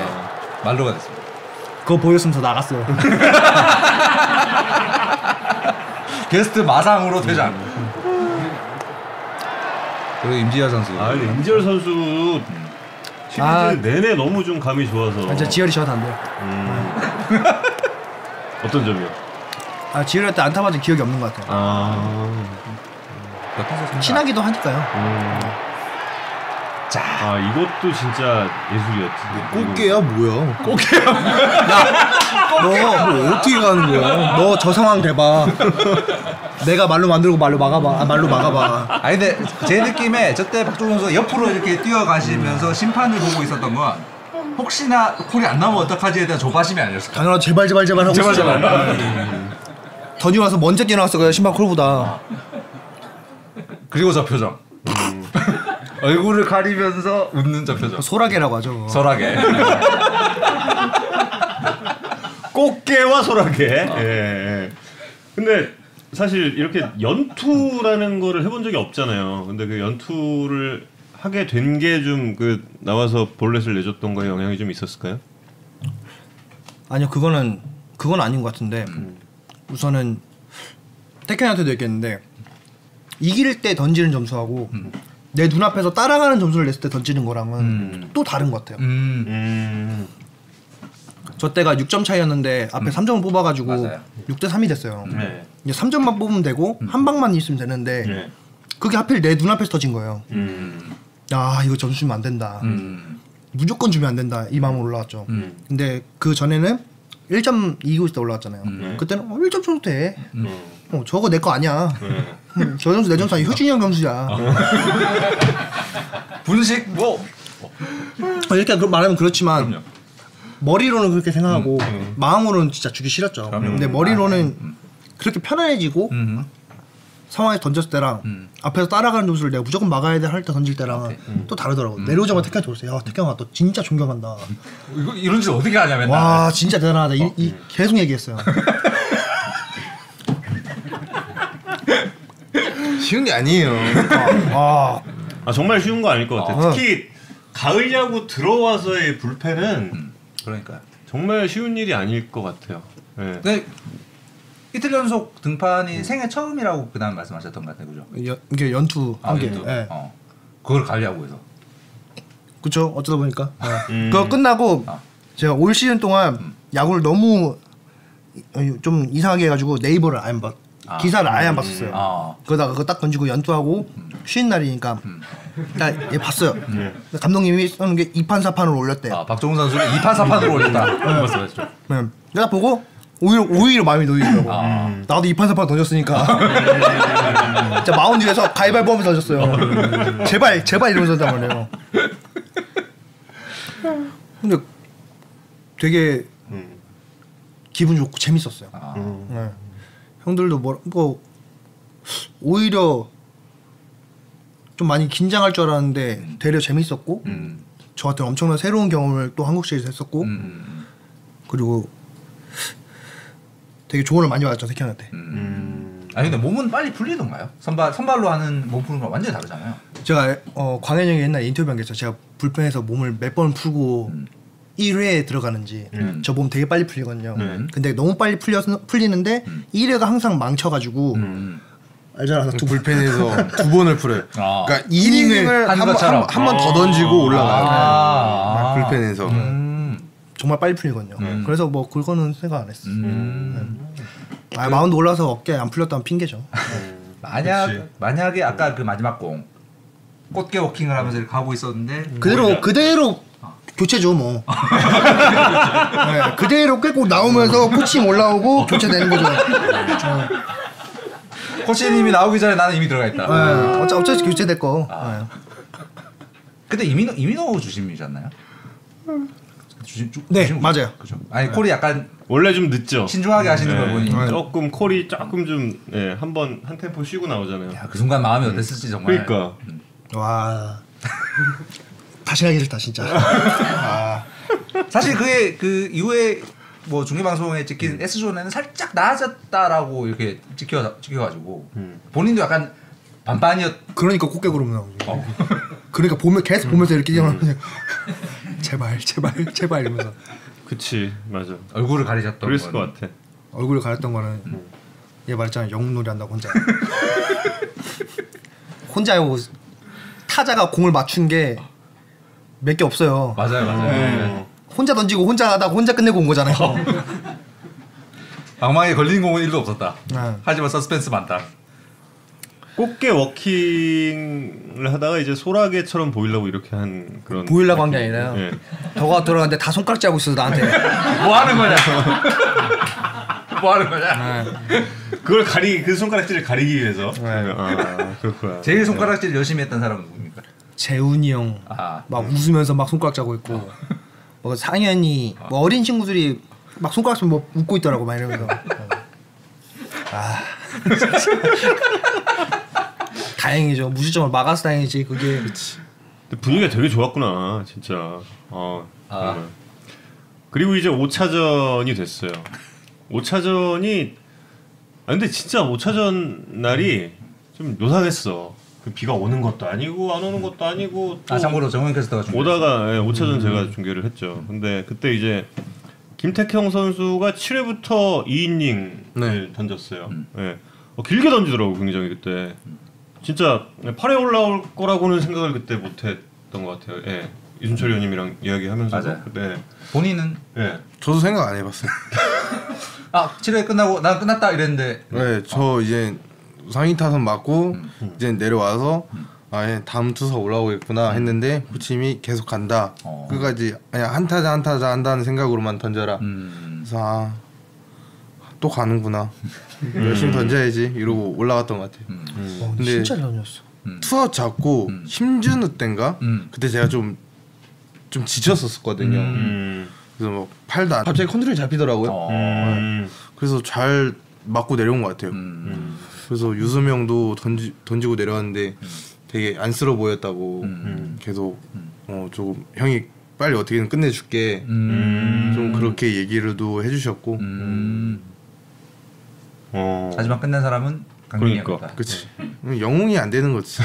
[SPEAKER 2] 말로가 됐습니다.
[SPEAKER 3] 그거 보였으면 저 나갔어요.
[SPEAKER 2] 게스트 마상으로 되지
[SPEAKER 3] 음.
[SPEAKER 2] 않고. 그리고 임지열 선수.
[SPEAKER 1] 아, 근데 임지열 선수 시리즈
[SPEAKER 3] 아.
[SPEAKER 1] 내내 너무 좀 감이 좋아서.
[SPEAKER 3] 아, 진짜 지열이 저한테 안 돼요.
[SPEAKER 1] 어떤 점이요?
[SPEAKER 3] 아 지열이한테 안타 맞은 기억이 없는 것 같아요.
[SPEAKER 1] 아,
[SPEAKER 3] 친하기도 하니까요.
[SPEAKER 2] 자,
[SPEAKER 1] 아 이것도 진짜 예술이었지.
[SPEAKER 4] 꽃게야 뭐야? 꽃
[SPEAKER 3] 너뭐 어떻게 가는 거야? 너 저 상황 대봐. 내가 말로 만들고 말로 막아봐. 아, 말로 막아봐.
[SPEAKER 2] 아니 근데 제 느낌에 저때 박종훈 선수 가 옆으로 이렇게
[SPEAKER 3] 음.
[SPEAKER 2] 뛰어가시면서 심판을 보고 있었던 건 혹시나 콜이 안 나면 어떡하지에 대한 조바심이 아니었을까?
[SPEAKER 3] 강현아 제발 제발 제발 하고 네.
[SPEAKER 2] 제발,
[SPEAKER 3] 있어. 던지고 나서 먼저 뛰어나갔어 그냥 신발 콜보다.
[SPEAKER 2] 그리고 저 표정. 음. 얼굴을 가리면서 웃는 저 표정.
[SPEAKER 3] 소라게라고 하죠.
[SPEAKER 2] 설하게.
[SPEAKER 1] 꽃게와 소라게. 예. 예. 근데 사실 이렇게 연투라는 거를 해본 적이 없잖아요. 근데 그 연투를 하게 된 게 좀 그 나와서 볼넷을 내줬던 거에 영향이 좀 있었을까요?
[SPEAKER 3] 아니요 그거는 그건 아닌 것 같은데
[SPEAKER 2] 음.
[SPEAKER 3] 우선은 태켄한테도 얘기했는데 이길 때 던지는 점수하고
[SPEAKER 2] 음.
[SPEAKER 3] 내 눈앞에서 따라가는 점수를 냈을 때 던지는 거랑은 또 다른 것 같아요
[SPEAKER 2] 음.
[SPEAKER 1] 음.
[SPEAKER 3] 저 때가 6점 차이였는데 앞에 3점을 뽑아가지고
[SPEAKER 2] 음. 맞아요. 음.
[SPEAKER 3] 6대 3이 됐어요
[SPEAKER 1] 네.
[SPEAKER 3] 이제 3점만 뽑으면 되고 한 방만 있으면 되는데
[SPEAKER 1] 음. 네.
[SPEAKER 3] 그게 하필 내 눈앞에서 터진 거예요
[SPEAKER 1] 음.
[SPEAKER 3] 아 이거 점수 주면 안 된다
[SPEAKER 2] 음.
[SPEAKER 3] 무조건 주면 안 된다
[SPEAKER 1] 네.
[SPEAKER 3] 이 마음으로 올라왔죠
[SPEAKER 2] 음.
[SPEAKER 3] 근데 그 전에는 1점 이기고 있을 때 올라왔잖아요
[SPEAKER 1] 네.
[SPEAKER 3] 그때는 어, 1점 줘도 돼
[SPEAKER 1] 음.
[SPEAKER 3] 어, 저거 내 거 아니야.
[SPEAKER 1] 네.
[SPEAKER 3] 음, 저 점수 내 점수 아니야. 효준이 형 점수야.
[SPEAKER 2] 분식 뭐
[SPEAKER 3] 어, 이렇게 그- 말하면 그렇지만
[SPEAKER 2] 그럼요.
[SPEAKER 3] 머리로는 그렇게 생각하고 마음으로는 진짜 주기 싫었죠.
[SPEAKER 2] 그럼요. 아, 네.
[SPEAKER 3] 근데 머리로는 그렇게 편안해지고
[SPEAKER 2] 음.
[SPEAKER 3] 상황에서 던졌을 때랑
[SPEAKER 2] 음. 네.
[SPEAKER 3] 앞에서 따라가는 점수를 내가 무조건 막아야 돼 할 때 던질 때랑
[SPEAKER 2] 음.
[SPEAKER 3] 또 다르더라고. 내려오자마자 태경한테 올어요 야, 태경아, 너 진짜 존경한다.
[SPEAKER 2] 이거 이런 짓 어떻게 하냐 맨날.
[SPEAKER 3] 와, 진짜 대단하다.
[SPEAKER 2] 어,
[SPEAKER 3] 이, 이-
[SPEAKER 2] 네.
[SPEAKER 3] 계속 얘기했어요.
[SPEAKER 4] 쉬운 게 아니에요.
[SPEAKER 3] 아,
[SPEAKER 1] 아 정말 쉬운 거 아닐 것 같아.
[SPEAKER 3] 아.
[SPEAKER 1] 특히 가을 야구 들어와서의 불펜은
[SPEAKER 2] 그러니까.
[SPEAKER 1] 정말 쉬운 일이 아닐 것 같아요. 예.
[SPEAKER 2] 근데 이틀 연속 등판이 생애 처음이라고 그날 말씀하셨던 것 같아요, 그죠?
[SPEAKER 3] 여- 이게 연투 한 개.
[SPEAKER 2] 아무래도.
[SPEAKER 3] 예.
[SPEAKER 2] 어. 그걸 가려고 해서.
[SPEAKER 3] 그쵸 어쩌다 보니까
[SPEAKER 1] 음.
[SPEAKER 3] 그거 끝나고
[SPEAKER 2] 아. 음.
[SPEAKER 3] 제가 올 시즌 동안 야구를 너무 이- 어, 좀 이상하게 해가지고 네이버를 아예 안 봤,
[SPEAKER 2] 아.
[SPEAKER 3] 기사를 아예 안 봤었어요
[SPEAKER 2] 아. 음.
[SPEAKER 3] 그러다가 그거 딱 던지고 연투하고 쉬는 날이니까 일단 얘 봤어요 근데 감독님이 써놓은 게 2판 4판을 올렸대요
[SPEAKER 2] 아, 박종훈 선수를 2판 4판으로 올렸다. 말씀하셨죠.
[SPEAKER 3] 네. 내가 보고 오히려, 오히려 마음이 놓이더라고
[SPEAKER 2] 아.
[SPEAKER 3] 나도 2판 4판 던졌으니까 진짜 마운드 위에서 가위바위보 하면서 던졌어요 제발 제발 이러면서 던단 말이에요 근데 되게
[SPEAKER 1] 음.
[SPEAKER 3] 기분 좋고 재밌었어요
[SPEAKER 2] 아.
[SPEAKER 1] 음.
[SPEAKER 3] 네. 형들도 뭐, 뭐 오히려 좀 많이 긴장할 줄 알았는데 되려 재밌었고
[SPEAKER 2] 음.
[SPEAKER 3] 저한테 엄청난 새로운 경험을 또 한국 시리즈 했었고
[SPEAKER 2] 음.
[SPEAKER 3] 그리고 되게 조언을 많이 받았죠 세키한테
[SPEAKER 1] 음.
[SPEAKER 2] 아니 근데 몸은 빨리 풀리던가요? 선발 선발로 하는 몸 푸는 건 완전히 다르잖아요.
[SPEAKER 3] 제가 어, 광현이 형이 옛날 인터뷰한 게 있어요 제가 불펜에서 몸을 몇 번 풀고 1회에 들어가는지
[SPEAKER 2] 음.
[SPEAKER 3] 저 몸 되게 빨리 풀리거든요
[SPEAKER 1] 음.
[SPEAKER 3] 근데 너무 빨리 풀려, 풀리는데
[SPEAKER 2] 음.
[SPEAKER 3] 1회가 항상 망쳐가지고 알잖아
[SPEAKER 4] 음.
[SPEAKER 3] 두
[SPEAKER 4] 불펜에서 두 번을 풀어요.
[SPEAKER 2] 아.
[SPEAKER 4] 그러니까
[SPEAKER 3] 이닝을
[SPEAKER 4] 이닝을
[SPEAKER 2] 한 것처럼. 어.
[SPEAKER 4] 한번한번 더 던지고 올라가요. 네. 막 불펜에서.
[SPEAKER 2] 아. 음.
[SPEAKER 3] 정말 빨리 풀리거든요. 그래서 뭐 그거는 생각 안 했어.
[SPEAKER 2] 음.
[SPEAKER 3] 아, 마운드 올라서 어깨 안 풀렸다면 핑계죠.
[SPEAKER 2] 만약
[SPEAKER 1] 그치.
[SPEAKER 2] 만약에 아까 그 마지막 공 꽃게 워킹을 하면서 이렇게 가고 있었는데
[SPEAKER 3] 그대로 그대로
[SPEAKER 2] 아.
[SPEAKER 3] 교체죠 뭐. 네, 그대로 꿰고 나오면서 코칭 올라오고 교체되는 거죠.
[SPEAKER 2] 코치님이 나오기 전에 나는 이미 들어가 있다.
[SPEAKER 3] 네, 어차 어차피 교체될 거. 네.
[SPEAKER 2] 근데 이민호 이민호 주심이잖아요. 주심 주,
[SPEAKER 3] 네,
[SPEAKER 2] 주심-
[SPEAKER 3] 맞아요.
[SPEAKER 2] 그죠. 아니 콜이 약간
[SPEAKER 1] 원래 좀 늦죠.
[SPEAKER 2] 신중하게 하시는
[SPEAKER 1] 네.
[SPEAKER 2] 걸 보니
[SPEAKER 1] 조금 콜이 조금 좀 예, 한번 한 템포 쉬고 나오잖아요.
[SPEAKER 2] 야, 그 순간 마음이 어땠을지 정말.
[SPEAKER 1] 그러니까
[SPEAKER 3] 와. 다시 가기 싫다 진짜. 아,
[SPEAKER 2] 사실 그게 그 이후에 뭐 중계 방송에 찍힌
[SPEAKER 1] 음.
[SPEAKER 2] S 존에는 살짝 나아졌다라고 이렇게 찍혀 찍혀가지고
[SPEAKER 1] 음.
[SPEAKER 2] 본인도 약간 반반이었.
[SPEAKER 3] 그러니까 꽃게구름 나오지. 그러니까 보면 계속 보면서 이렇게 그냥 제발 제발 제발 이러면서
[SPEAKER 1] 그치 맞아.
[SPEAKER 2] 얼굴을 가리셨던
[SPEAKER 1] 그랬을
[SPEAKER 2] 건.
[SPEAKER 1] 것 같아.
[SPEAKER 3] 얼굴을 가렸던 거는 얘 말했잖아 영웅놀이 한다고 혼자. 혼자 하고 타자가 공을 맞춘 게 몇 개 없어요.
[SPEAKER 2] 맞아요, 네. 맞아요.
[SPEAKER 3] 혼자 던지고 혼자 하다가 혼자 끝내고 온 거잖아요.
[SPEAKER 2] 방망이에 걸린 공은 일도 없었다.
[SPEAKER 3] 네.
[SPEAKER 2] 하지만 서스펜스 많다.
[SPEAKER 1] 꽃게 워킹을 하다가 이제 소라게처럼 보이려고 이렇게 한 그런
[SPEAKER 3] 보이려고 한 게 아니라요.
[SPEAKER 1] 예.
[SPEAKER 3] 더가 들어갔는데 다 손가락질 하고 있어서 나한테.
[SPEAKER 2] 뭐 하는 거냐? 뭐 하는 거냐?
[SPEAKER 1] 네. 그걸 가리 그 손가락질을 가리기 위해서 아 그렇구나
[SPEAKER 2] 제일 손가락질 열심히 했던 사람은 누굽니까?
[SPEAKER 3] 재훈이 형.
[SPEAKER 2] 아,
[SPEAKER 3] 막 웃으면서 막 손가락 짜고 있고. 뭐 상현이 뭐 어린 친구들이 막 손가락 좀뭐 웃고 있더라고 막 이러면서. 어. 아. 다행이죠. 무시점을 막아서 다행이지. 그게
[SPEAKER 1] 근데 분위기가 되게 좋았구나 진짜 어
[SPEAKER 2] 아.
[SPEAKER 1] 정말. 그리고 이제 5차전이 됐어요 5차전이 아 근데 진짜 5차전 날이 좀 요상했어 그 비가 오는 것도 아니고 안 오는 것도 아니고 또
[SPEAKER 2] 아 참고로 정원 캐스터가 준.
[SPEAKER 1] 오다가
[SPEAKER 2] 음.
[SPEAKER 1] 예, 5차전 제가 중계를 했죠. 근데 그때 이제 김태형 선수가 7회부터 2이닝을
[SPEAKER 4] 네.
[SPEAKER 1] 던졌어요.
[SPEAKER 2] 음.
[SPEAKER 1] 예. 어, 길게 던지더라고 굉장히 그때. 진짜 8회 올라올 거라고는 생각을 그때 못했던 것 같아요. 예. 이준철 의원님이랑 이야기하면서
[SPEAKER 2] 맞아요.
[SPEAKER 1] 네.
[SPEAKER 2] 본인은
[SPEAKER 1] 예.
[SPEAKER 4] 저도 생각 안 해봤어요.
[SPEAKER 2] 아 7회 끝나고 난 끝났다 이랬는데
[SPEAKER 4] 네, 저 이제 상위 타선 맞고 이제 내려와서 아예 다음 투수 올라오겠구나 했는데 호침이 계속 간다.
[SPEAKER 2] 어.
[SPEAKER 4] 끝까지 그냥 한 타자 한 타자 한다는 생각으로만 던져라.
[SPEAKER 2] 음,
[SPEAKER 4] 그래서 아, 또 가는구나. 열심히 던져야지 이러고 올라갔던 것 같아요.
[SPEAKER 3] 어,
[SPEAKER 4] 근데-
[SPEAKER 3] 진짜 잘 다녔어.
[SPEAKER 4] 투어 잡고 심준우 땐가
[SPEAKER 2] 음.
[SPEAKER 4] 그때 제가 좀 좀 지쳤었거든요.
[SPEAKER 1] 음.
[SPEAKER 4] 그래서 막 팔도 안, 갑자기 컨트롤 잡히더라고요.
[SPEAKER 2] 어,
[SPEAKER 1] 음.
[SPEAKER 4] 그래서 잘 맞고 내려온 것 같아요.
[SPEAKER 2] 음.
[SPEAKER 4] 그래서 유수명도 던지, 던지고 내려왔는데 되게 안쓰러
[SPEAKER 2] 음.
[SPEAKER 4] 보였다고
[SPEAKER 1] 음.
[SPEAKER 4] 계속 어, 조금 형이 빨리 어떻게든 끝내줄게
[SPEAKER 2] 음.
[SPEAKER 4] 좀 그렇게 얘기를도 해주셨고
[SPEAKER 2] 음.
[SPEAKER 1] 어.
[SPEAKER 2] 마지막 끝낸 사람은 강민이었다.
[SPEAKER 1] 그러니까.
[SPEAKER 4] 그치 영웅이 안 되는 거지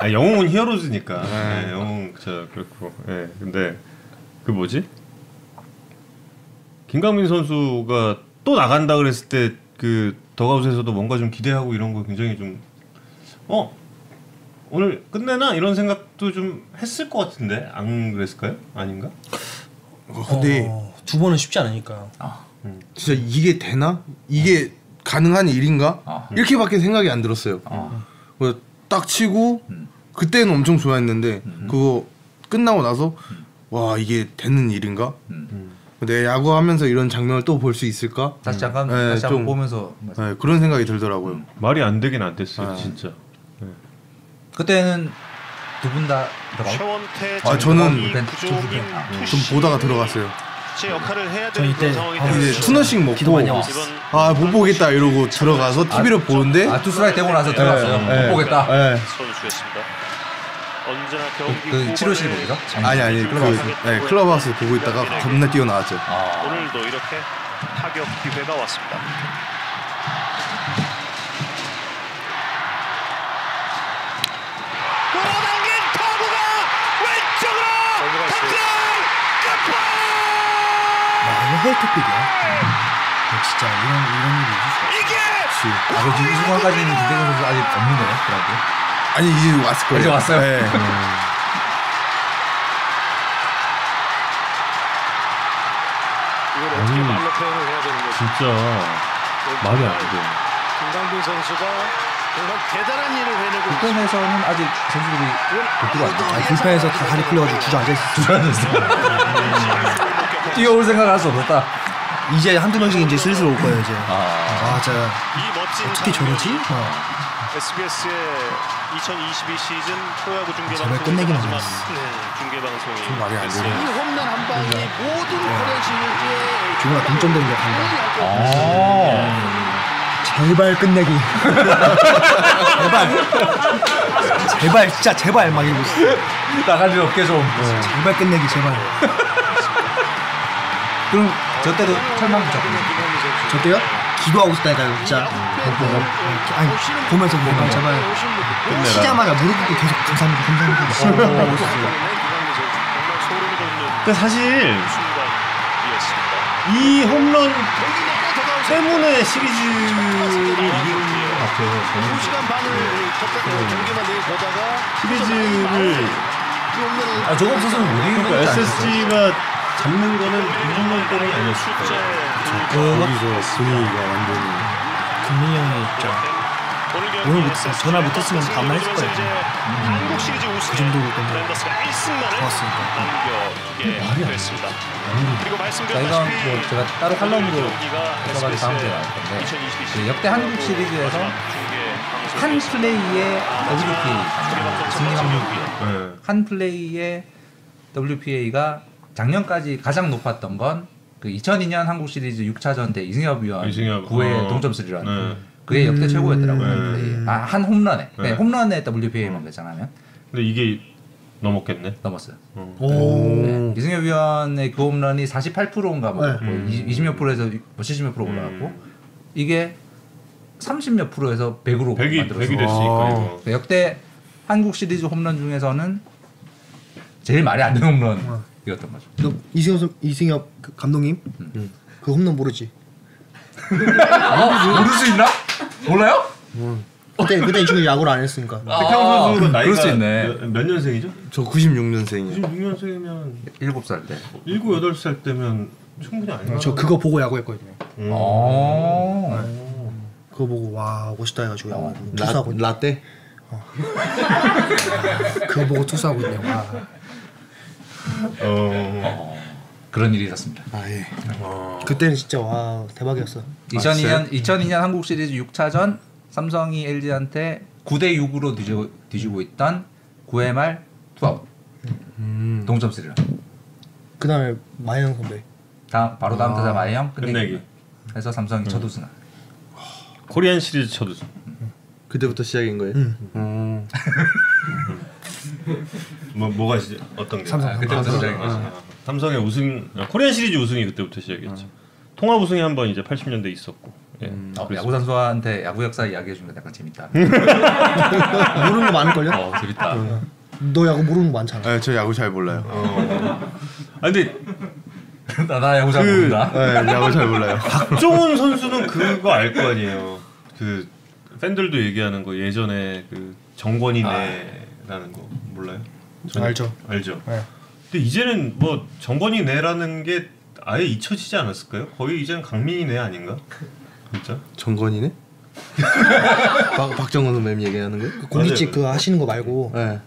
[SPEAKER 1] 아, 영웅은 히어로즈니까. 예, 영웅 자 그렇고. 예. 근데 그 뭐지? 김강민 선수가 또 나간다 그랬을 때 그 더가웃에서도 뭔가 좀 기대하고 이런 거 굉장히 좀 어. 오늘 끝내나 이런 생각도 좀 했을 것 같은데 안 그랬을까요? 아닌가?
[SPEAKER 4] 어, 근데
[SPEAKER 3] 어, 두 번은 쉽지 않으니까.
[SPEAKER 2] 아,
[SPEAKER 4] 진짜 이게 되나 이게 가능한 일인가
[SPEAKER 2] 아.
[SPEAKER 4] 이렇게밖에 생각이 안 들었어요
[SPEAKER 2] 어.
[SPEAKER 4] 그래서 딱 치고 그때는 엄청 좋아했는데 그거 끝나고 나서 와 이게 되는 일인가 음. 내 야구하면서 이런 장면을 또 볼 수 있을까
[SPEAKER 2] 다시 잠깐
[SPEAKER 1] 음.
[SPEAKER 4] 네,
[SPEAKER 2] 다시 한번
[SPEAKER 4] 좀-
[SPEAKER 2] 보면서
[SPEAKER 4] 네, 그런 생각이 들더라고요.
[SPEAKER 1] 말이 안 되긴 안 됐어요,
[SPEAKER 4] 아.
[SPEAKER 1] 진짜. 네.
[SPEAKER 2] 그때는 두 분 다 들어가.
[SPEAKER 6] 최원태
[SPEAKER 4] 아,
[SPEAKER 6] 아
[SPEAKER 4] 저는
[SPEAKER 6] 저는
[SPEAKER 2] 좀
[SPEAKER 6] 구종인
[SPEAKER 4] 좀
[SPEAKER 6] 투시
[SPEAKER 4] 보다가 들어갔어요.
[SPEAKER 6] 제 역할을 해야
[SPEAKER 3] 저
[SPEAKER 6] 되는
[SPEAKER 3] 이때
[SPEAKER 6] 그런 상황이
[SPEAKER 3] 아,
[SPEAKER 4] 이제
[SPEAKER 6] 되면서
[SPEAKER 4] 투너씩
[SPEAKER 3] 기도
[SPEAKER 4] 먹고
[SPEAKER 3] 많이 하고
[SPEAKER 6] 있어.
[SPEAKER 4] 아 못 보겠다 이러고 들어가서 TV를 보는데
[SPEAKER 2] 아 투스라이 되고 나서 들어갔어요.
[SPEAKER 4] 네.
[SPEAKER 2] 못 보겠다.
[SPEAKER 4] 예.
[SPEAKER 6] 선수였습니다. 언제나 경기
[SPEAKER 2] 그
[SPEAKER 6] 후반에
[SPEAKER 2] 치료실 거기가?
[SPEAKER 4] 아니 아니 그 네, 클럽하우스 보고 있다가 겁나 뛰어나왔죠.
[SPEAKER 2] 아,
[SPEAKER 6] 오늘도 이렇게 타격 기회가 왔습니다. 끌어당긴 타구가 왼쪽으로 탑승
[SPEAKER 3] 아,
[SPEAKER 6] 끝판
[SPEAKER 3] 이거 헤이트급이야. 진짜 이런 이런 일이 있을 수 없어.
[SPEAKER 6] 이게
[SPEAKER 2] 아 지금 이 순간까지는 김태경 선수 아직 없는 거예요, 그래도.
[SPEAKER 4] 아니 이제 왔을 거예요.
[SPEAKER 2] 이제 왔어요? 네.
[SPEAKER 4] 예.
[SPEAKER 6] 이걸 어떻게 말로 표현을 해야 되는 거지?
[SPEAKER 1] 진짜 말이 안 돼.
[SPEAKER 6] 김강빈 선수가 정말 대단한 일을 해내고
[SPEAKER 2] 어,
[SPEAKER 6] 있습니다.
[SPEAKER 2] 북한에서는 아직 선수들이 복귀가 안 돼요.
[SPEAKER 3] 아, 불펜에서 다 다리 풀려가지고 주저앉아 있었어.
[SPEAKER 2] 뛰어올 생각을 할 수 없었다.
[SPEAKER 3] 이제 한두 명씩 이제 슬슬 올 거예요 이제.
[SPEAKER 2] 아,
[SPEAKER 3] 아, 진짜
[SPEAKER 6] 이 멋진
[SPEAKER 3] 어떻게 저러지?
[SPEAKER 6] 장면,
[SPEAKER 3] 어.
[SPEAKER 6] SBS의 2022 시즌 프로야구
[SPEAKER 3] 제발
[SPEAKER 6] 중계방송
[SPEAKER 3] 끝내기만
[SPEAKER 6] 마지막
[SPEAKER 3] 했어.
[SPEAKER 6] 네, 중계방송이
[SPEAKER 4] 좀 말이 안
[SPEAKER 6] 됐어요.
[SPEAKER 4] 되네.
[SPEAKER 7] 이 홈런 한 방이 모든 고려 시리즈의
[SPEAKER 3] 기분아, 동점 된것 같은데.
[SPEAKER 2] 아.
[SPEAKER 3] 제발 끝내기. 제발. 제발 진짜 제발 막 이러고 있어. 네.
[SPEAKER 2] 나갈 일 없게 좀.
[SPEAKER 3] 제발 끝내기 제발.
[SPEAKER 2] 그럼 저 때도 철망 붙였고.
[SPEAKER 3] 저 때요? 네. 기도하고 싶다니까요 진짜. 보고 아니 보면서 뭔가 제발 시자마자 무릎 꿇고 계속 감사합니다 감사합니다.
[SPEAKER 6] 정말 소름이 돋는
[SPEAKER 1] 근데 사실
[SPEAKER 6] 순간이었습니다.
[SPEAKER 1] 이 홈런 때문에 시리즈를 그
[SPEAKER 6] 아,
[SPEAKER 1] 이긴 것 같아요. 저는.
[SPEAKER 7] 시간 반을 경기만 내일 보다가
[SPEAKER 1] 시리즈를
[SPEAKER 2] 아, 저거 없었으면 못 이기는
[SPEAKER 1] 그러니까
[SPEAKER 3] 네.
[SPEAKER 2] 거지. 않겠어요?
[SPEAKER 1] SSG가 잡는 거는 이 정도 때문이 아니었을 거예요.
[SPEAKER 4] 그 거기서 분위기가 완전히
[SPEAKER 8] 금민이 형의 입장. 오늘부터 전화 못 했으면 다음날 했을 거예요.
[SPEAKER 6] 한국 시리즈 우승
[SPEAKER 8] 정도로 끝나.
[SPEAKER 6] 랜더스가 1승만을
[SPEAKER 8] 좋았으니까.
[SPEAKER 6] 남겨두게 됐습니다. 그리고
[SPEAKER 2] 저희가
[SPEAKER 6] 말씀드렸다시피
[SPEAKER 2] 뭐 제가 따로 칼럼으로
[SPEAKER 6] 경기가
[SPEAKER 2] 들어가서 다음 주에 나올 건데 그 역대 한국 시리즈에서 한 플레이에 WPA 승리 확률
[SPEAKER 1] 네.
[SPEAKER 2] 한 플레이에 WPA가 작년까지 가장 높았던 건 그 2002년 한국 시리즈 6차전 때 이승엽 위원
[SPEAKER 1] 이승엽,
[SPEAKER 2] 9회
[SPEAKER 1] 어.
[SPEAKER 2] 동점 스리런
[SPEAKER 1] 네.
[SPEAKER 2] 그게 역대 최고였더라고요
[SPEAKER 1] 네.
[SPEAKER 2] 한 플레이에. 아, 한 홈런에
[SPEAKER 1] 네.
[SPEAKER 2] 네, 홈런에 WPA만 계산하면
[SPEAKER 1] 근데 이게 넘었겠네.
[SPEAKER 2] 넘었어요
[SPEAKER 3] 오.
[SPEAKER 2] 네. 이승엽 위원의 그 홈런이 48%인가 뭐 네. 20몇 프로에서 뭐 70몇 프로 올라갔고
[SPEAKER 1] 음.
[SPEAKER 2] 이게 30몇 프로에서 100으로
[SPEAKER 1] 100이 100이
[SPEAKER 2] 만들었어요.
[SPEAKER 4] 아.
[SPEAKER 1] 됐으니까 이거.
[SPEAKER 2] 그러니까 역대 한국 시리즈 홈런 중에서는 제일 말이 안 되는 홈런이었던 거죠.
[SPEAKER 3] 너 이승엽 선- 이승엽 그 감독님
[SPEAKER 2] 음.
[SPEAKER 3] 그 홈런 모르지?
[SPEAKER 2] 모를 수 있나? 몰라요?
[SPEAKER 3] 그때 그때 이 친구 야구를 안 했으니까.
[SPEAKER 2] 음.
[SPEAKER 1] 백형 선수는 나이가
[SPEAKER 2] 아. 그럴 수 있네.
[SPEAKER 1] 몇, 몇 년생이죠?
[SPEAKER 4] 저 96년생이에요.
[SPEAKER 1] 96년생이면
[SPEAKER 2] 7살 때.
[SPEAKER 1] 7, 8살 때면 충분히 아닌가?
[SPEAKER 3] 저 그거 보고 야구했거든요.
[SPEAKER 2] 음. 어.
[SPEAKER 3] 그거 보고 와 멋있다 해가지고 야구
[SPEAKER 4] 라,
[SPEAKER 3] 투수하고 있네.
[SPEAKER 4] 라떼?
[SPEAKER 3] 그거 보고 투수하고 있네. 와.
[SPEAKER 1] 어.
[SPEAKER 2] 그런 일이 있었습니다.
[SPEAKER 4] 아 예.
[SPEAKER 3] 그때는 진짜 와 대박이었어.
[SPEAKER 2] 2002년 2002년 한국 시리즈 6차전 삼성이 LG한테 9대 6으로 뒤지고, 뒤지고 있던 9회 말 투아웃
[SPEAKER 4] 음.
[SPEAKER 2] 동점 스리런
[SPEAKER 3] 그다음에 마영 선배.
[SPEAKER 2] 다음 바로 다음 타자 마이영
[SPEAKER 1] 끝내기.
[SPEAKER 2] 아, 끝내기 음. 아, 해서 삼성이 첫 우승한
[SPEAKER 1] 코리안 시리즈 쳐도
[SPEAKER 4] 그때부터 시작인 거예요? 음.
[SPEAKER 1] 뭐 뭐가 시 어떤 게?
[SPEAKER 2] 아, 그때부터 시작인 거죠
[SPEAKER 1] 아, 삼성의 우승 아, 코리안 시리즈 우승이 그때부터 시작이었죠.
[SPEAKER 2] 음.
[SPEAKER 1] 통합 우승이 한 번 이제 80년대 있었고. 예.
[SPEAKER 2] 어, 야구 선수한테 야구 역사 이야기해 주면 약간 재밌다
[SPEAKER 3] 모르는 거 많을걸요?
[SPEAKER 2] 어 재밌다
[SPEAKER 3] 너 야구 모르는 거 많잖아.
[SPEAKER 4] 아, 저 야구 잘 몰라요.
[SPEAKER 1] 아 근데
[SPEAKER 2] 나, 나 야구 잘
[SPEAKER 1] 그-
[SPEAKER 2] 모른다
[SPEAKER 4] 네, 야구 잘 몰라요.
[SPEAKER 1] 박종훈 선수는 그거 알 거 아니에요. 그 팬들도 얘기하는 거 예전에 그 정권이네라는 거 몰라요? 저는
[SPEAKER 3] 알죠.
[SPEAKER 1] 알죠.
[SPEAKER 3] 네.
[SPEAKER 1] 근데 이제는 뭐 정권이네라는 게 아예 잊혀지지 않았을까요? 거의 이제는 강민이네 아닌가? 진짜?
[SPEAKER 4] 정건이네? 박, 박정건 선배님 얘기하는 거예요?
[SPEAKER 1] 맞아요.
[SPEAKER 3] 공깃집 그 하시는 거 말고
[SPEAKER 4] 네.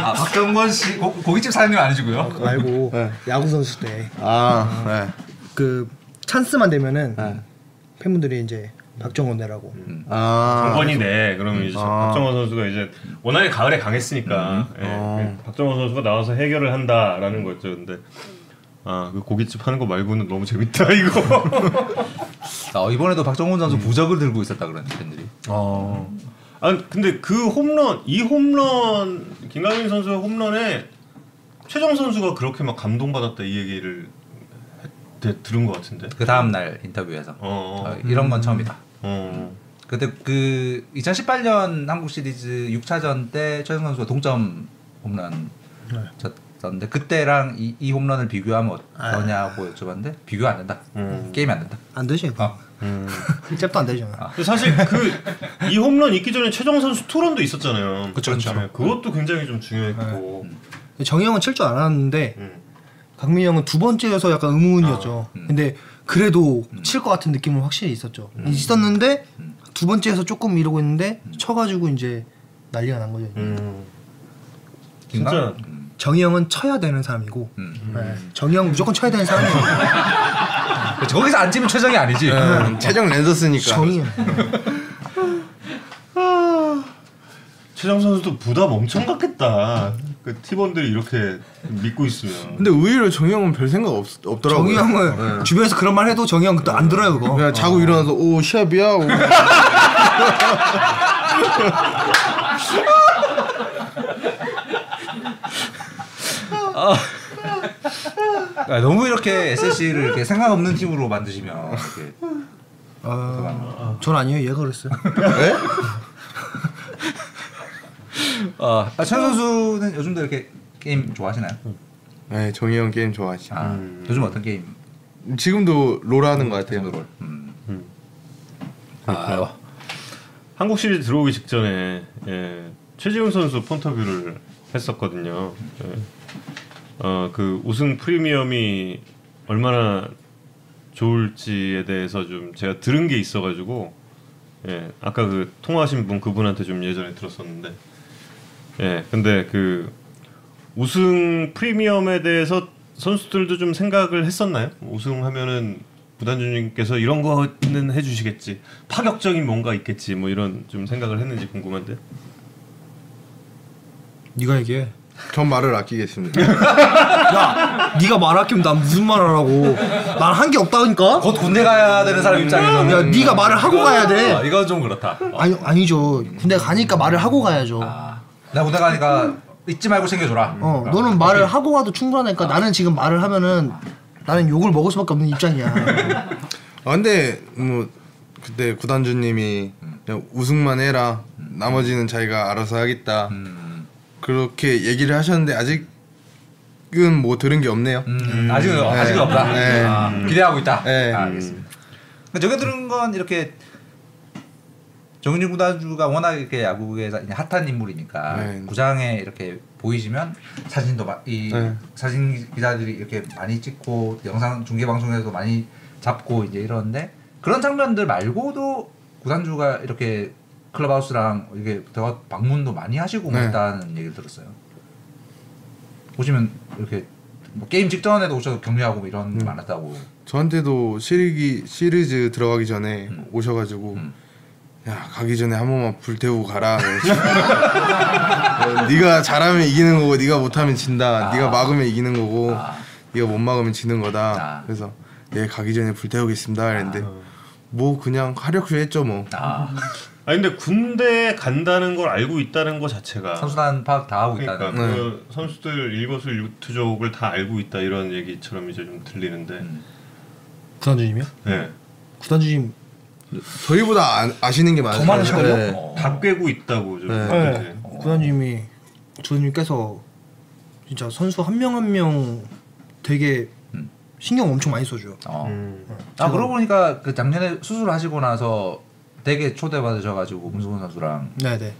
[SPEAKER 2] 아, 박정권 씨 고, 고깃집 사장님 아니시고요
[SPEAKER 3] 그거 말고
[SPEAKER 4] 네.
[SPEAKER 3] 야구 선수
[SPEAKER 4] 아,
[SPEAKER 3] 때 그 찬스만 되면은
[SPEAKER 4] 네. 네.
[SPEAKER 3] 팬분들이 이제 박정원네라고
[SPEAKER 4] 아,
[SPEAKER 1] 정권이네. 그러면 이제
[SPEAKER 4] 아.
[SPEAKER 1] 박정원 선수가 이제 워낙에 가을에 강했으니까 예,
[SPEAKER 4] 어.
[SPEAKER 1] 박정원 선수가 나와서 해결을 한다라는 거였죠. 근데 아그 고깃집 하는 거 말고는 너무 재밌다 이거.
[SPEAKER 2] 아, 이번에도 박정권 선수 부적을 들고 있었다 그러는 팬들이
[SPEAKER 1] 아 근데 그 홈런 이 홈런 김강민 선수의 홈런에 최정 선수가 그렇게 막 감동받았다 이 얘기를 했- 데- 들은 것 같은데.
[SPEAKER 2] 그 다음 날 인터뷰에서
[SPEAKER 1] 어.
[SPEAKER 2] 어, 이런 건 처음이다
[SPEAKER 1] 어.
[SPEAKER 2] 그때 그 2018년 한국 시리즈 6차전 때 최승 선수가 동점 홈런 쳤었는데 그때랑 이, 이 홈런을 비교하면 어떠냐고 여쭤봤는데 비교 안 된다.
[SPEAKER 1] 음.
[SPEAKER 2] 게임이 안 된다.
[SPEAKER 3] 안 되지?
[SPEAKER 2] 어.
[SPEAKER 3] 잽도 안 되잖아.
[SPEAKER 1] 근데 사실 그 이 홈런 있기 전에 최정 선수 토론도 있었잖아요.
[SPEAKER 2] 그쵸, 그쵸.
[SPEAKER 1] 네, 그것도 굉장히 좀 중요했고.
[SPEAKER 2] 네.
[SPEAKER 3] 정형은 칠 줄 알았는데
[SPEAKER 1] 음.
[SPEAKER 3] 강민 형은 두 번째여서 약간 의문이었죠. 근데 그래도 칠 것 같은 느낌은 확실히 있었죠. 있었는데 두 번째에서 조금 이러고 있는데 쳐가지고 이제 난리가 난 거죠.
[SPEAKER 1] 음.
[SPEAKER 2] 김강?
[SPEAKER 1] 진짜.
[SPEAKER 2] 음.
[SPEAKER 3] 정형은 쳐야 되는 사람이고
[SPEAKER 2] 음.
[SPEAKER 3] 네. 정형 무조건 쳐야 되는 사람이에요.
[SPEAKER 2] 그러니까 저기서 안 치면 최정이 아니지.
[SPEAKER 4] 최정 랜더스니까.
[SPEAKER 3] 정형.
[SPEAKER 1] 최정 선수도 부담 엄청 갖겠다. 그 팀원들이 이렇게 믿고 있으면.
[SPEAKER 4] 근데 의외로 정형은 별 생각 없,
[SPEAKER 3] 정희
[SPEAKER 4] 없더라고요.
[SPEAKER 3] 형은 주변에서 그런 말 해도 정희 형 또안 들어요 그거.
[SPEAKER 4] 그냥 자고 일어나서 오 시합이야. 오.
[SPEAKER 2] 아, 너무 이렇게 SSC를 이렇게 생각 없는 팀으로 만드시면 이렇게
[SPEAKER 3] 아, 전 아니에요 얘가 그랬어요.
[SPEAKER 2] 아, 천 선수는 요즘도 이렇게 게임 좋아하시나요?
[SPEAKER 4] 네, 정형 게임 좋아하시.
[SPEAKER 2] 아, 요즘 어떤 게임?
[SPEAKER 4] 지금도 롤 하는 것 같아요.
[SPEAKER 2] 롤. 음.
[SPEAKER 1] 아, 한국 시리즈 들어오기 직전에 예, 최지훈 선수 폰터뷰를 했었거든요. 예. 어, 그 우승 프리미엄이 얼마나 좋을지에 대해서 좀 제가 들은 게 있어가지고 예, 아까 그 통화하신 분 그분한테 좀 예전에 들었었는데 예, 근데 그 우승 프리미엄에 대해서 선수들도 좀 생각을 했었나요? 우승하면은 부단주님께서 이런 거는 해주시겠지 파격적인 뭔가 있겠지 뭐 이런 좀 생각을 했는지 궁금한데
[SPEAKER 3] 네가 얘기해.
[SPEAKER 4] 전 말을 아끼겠습니다.
[SPEAKER 3] 야, 네가 말할게면 난 무슨 말 하라고. 난 한 게 없다니까.
[SPEAKER 2] 곧 군대 가야 되는 사람 입장에서는
[SPEAKER 3] 야, 네가 말을 하고 가야
[SPEAKER 2] 아,
[SPEAKER 3] 돼.
[SPEAKER 2] 이건 좀 그렇다.
[SPEAKER 3] 아니 아니죠. 군대 가니까 말을 하고 가야죠.
[SPEAKER 2] 아, 그러니까. 나 군대 가니까 잊지 말고 챙겨줘라.
[SPEAKER 3] 어, 너는 말을 하고 가도 충분하니까 나는 지금 말을 하면은 나는 욕을 먹을 수밖에 없는 입장이야.
[SPEAKER 4] 아, 근데 뭐 그때 구단주님이 그냥 우승만 해라. 나머지는 자기가 알아서 하겠다.
[SPEAKER 2] 음,
[SPEAKER 4] 그렇게 얘기를 하셨는데 아직은 뭐 들은 게 없네요.
[SPEAKER 2] 음, 아직은 아직은 없다.
[SPEAKER 4] 네.
[SPEAKER 2] 아, 기대하고 있다.
[SPEAKER 4] 네.
[SPEAKER 2] 아, 알겠습니다. 그러니까 저게 들은 건 이렇게 정윤진 구단주가 워낙 이렇게 야구에서 이제 핫한 인물이니까
[SPEAKER 4] 네.
[SPEAKER 2] 구장에 이렇게 보이시면 사진도 마, 이
[SPEAKER 4] 네.
[SPEAKER 2] 사진 기자들이 이렇게 많이 찍고 영상 중계 방송에서도 많이 잡고 이제 이러는데 그런 장면들 말고도 구단주가 이렇게 클럽하우스랑 이게 더 방문도 많이 하시고 뭐
[SPEAKER 4] 네.
[SPEAKER 2] 했다는 얘기를 들었어요. 보시면 이렇게 뭐 게임 직전에도 오셔서 격려하고 뭐 이런 게 많았다고.
[SPEAKER 4] 저한테도 시리기 시리즈 들어가기 전에 오셔가지고
[SPEAKER 2] 음.
[SPEAKER 4] 야 가기 전에 한 번만 불태우고 가라. 그래가지고 네가 잘하면 이기는 거고 네가 못하면 진다.
[SPEAKER 2] 아.
[SPEAKER 4] 네가 막으면 이기는 거고
[SPEAKER 2] 아.
[SPEAKER 4] 네가 못 막으면 지는 거다.
[SPEAKER 2] 아.
[SPEAKER 4] 그래서 예 가기 전에 불태우겠습니다. 그랬는데 뭐 그냥 하려고 했죠 뭐.
[SPEAKER 2] 아,
[SPEAKER 1] 아 근데 군대 간다는 걸 알고 있다는 거 자체가
[SPEAKER 2] 선수단 파악 다 하고
[SPEAKER 1] 그러니까
[SPEAKER 2] 있다는. 네.
[SPEAKER 1] 그 선수들 일거수 일투족을 다 알고 있다 이런 얘기처럼 이제 좀 들리는데
[SPEAKER 2] 음.
[SPEAKER 3] 구단주님이요?
[SPEAKER 1] 네.
[SPEAKER 3] 구단주님
[SPEAKER 4] 저희보다 아, 아시는 게 많아요.
[SPEAKER 2] 많으시군요.
[SPEAKER 4] 네.
[SPEAKER 2] 어.
[SPEAKER 1] 다 꿰고 있다고 좀
[SPEAKER 4] 네.
[SPEAKER 1] 들리는데.
[SPEAKER 3] 구단주님이 구단주님께서 진짜 선수 한 명 한 명 되게
[SPEAKER 2] 음.
[SPEAKER 3] 신경 엄청 많이 써줘요.
[SPEAKER 2] 어.
[SPEAKER 1] 음.
[SPEAKER 2] 아 그러고 보니까 그 작년에 수술하시고 나서 되게 초대받으셔가지고 문승훈 선수랑
[SPEAKER 3] 네네.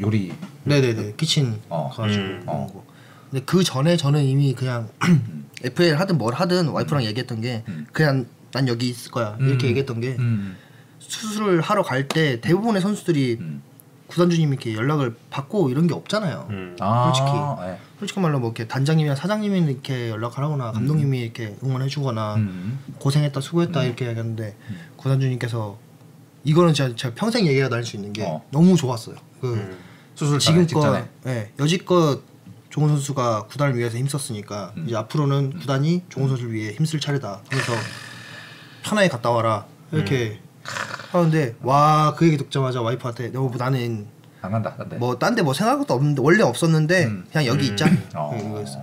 [SPEAKER 2] 요리
[SPEAKER 3] 네네네. 키친
[SPEAKER 2] 어.
[SPEAKER 3] 가가지고.
[SPEAKER 1] 음.
[SPEAKER 2] 어.
[SPEAKER 3] 어. 근데 그 전에 저는 이미 그냥 FA를 하든 뭘 하든 와이프랑 얘기했던 게
[SPEAKER 2] 음.
[SPEAKER 3] 그냥 난 여기 있을 거야 이렇게
[SPEAKER 2] 음.
[SPEAKER 3] 얘기했던 게
[SPEAKER 2] 음.
[SPEAKER 3] 수술을 하러 갈 때 대부분의 선수들이
[SPEAKER 2] 음.
[SPEAKER 3] 구단주님 이렇게 연락을 받고 이런 게 없잖아요.
[SPEAKER 1] 음.
[SPEAKER 2] 아, 예.
[SPEAKER 3] 솔직히 말로 뭐 이렇게 단장님이나 사장님이 이렇게 연락하라거나 감독님이 이렇게 응원해주거나
[SPEAKER 2] 음.
[SPEAKER 3] 고생했다 수고했다 이렇게 얘기하는데 구단주님께서 이거는 제가, 제가 평생 얘기가 다닐 수 있는 게
[SPEAKER 2] 어. 너무
[SPEAKER 3] 너무 좋았어요. 그
[SPEAKER 1] 음.
[SPEAKER 2] 수술 전에,
[SPEAKER 3] 지금껏
[SPEAKER 2] 직전에.
[SPEAKER 3] 예, 여지껏 종훈 선수가 구단을 위해서 힘썼으니까
[SPEAKER 2] 음.
[SPEAKER 3] 이제 앞으로는 구단이 종훈 선수를 위해 힘쓸 차례다 하면서 편하게 갔다 와라 이렇게
[SPEAKER 2] 음.
[SPEAKER 3] 하는데 와 그 얘기 듣자마자 와이프한테 너뭐 나는
[SPEAKER 2] 안 간다. 안 돼.
[SPEAKER 3] 뭐 딴 데 뭐 생각도 없는데 원래 없었는데
[SPEAKER 2] 음.
[SPEAKER 3] 그냥 여기
[SPEAKER 1] 음.
[SPEAKER 3] 있자
[SPEAKER 2] 어.
[SPEAKER 3] 이거 있어.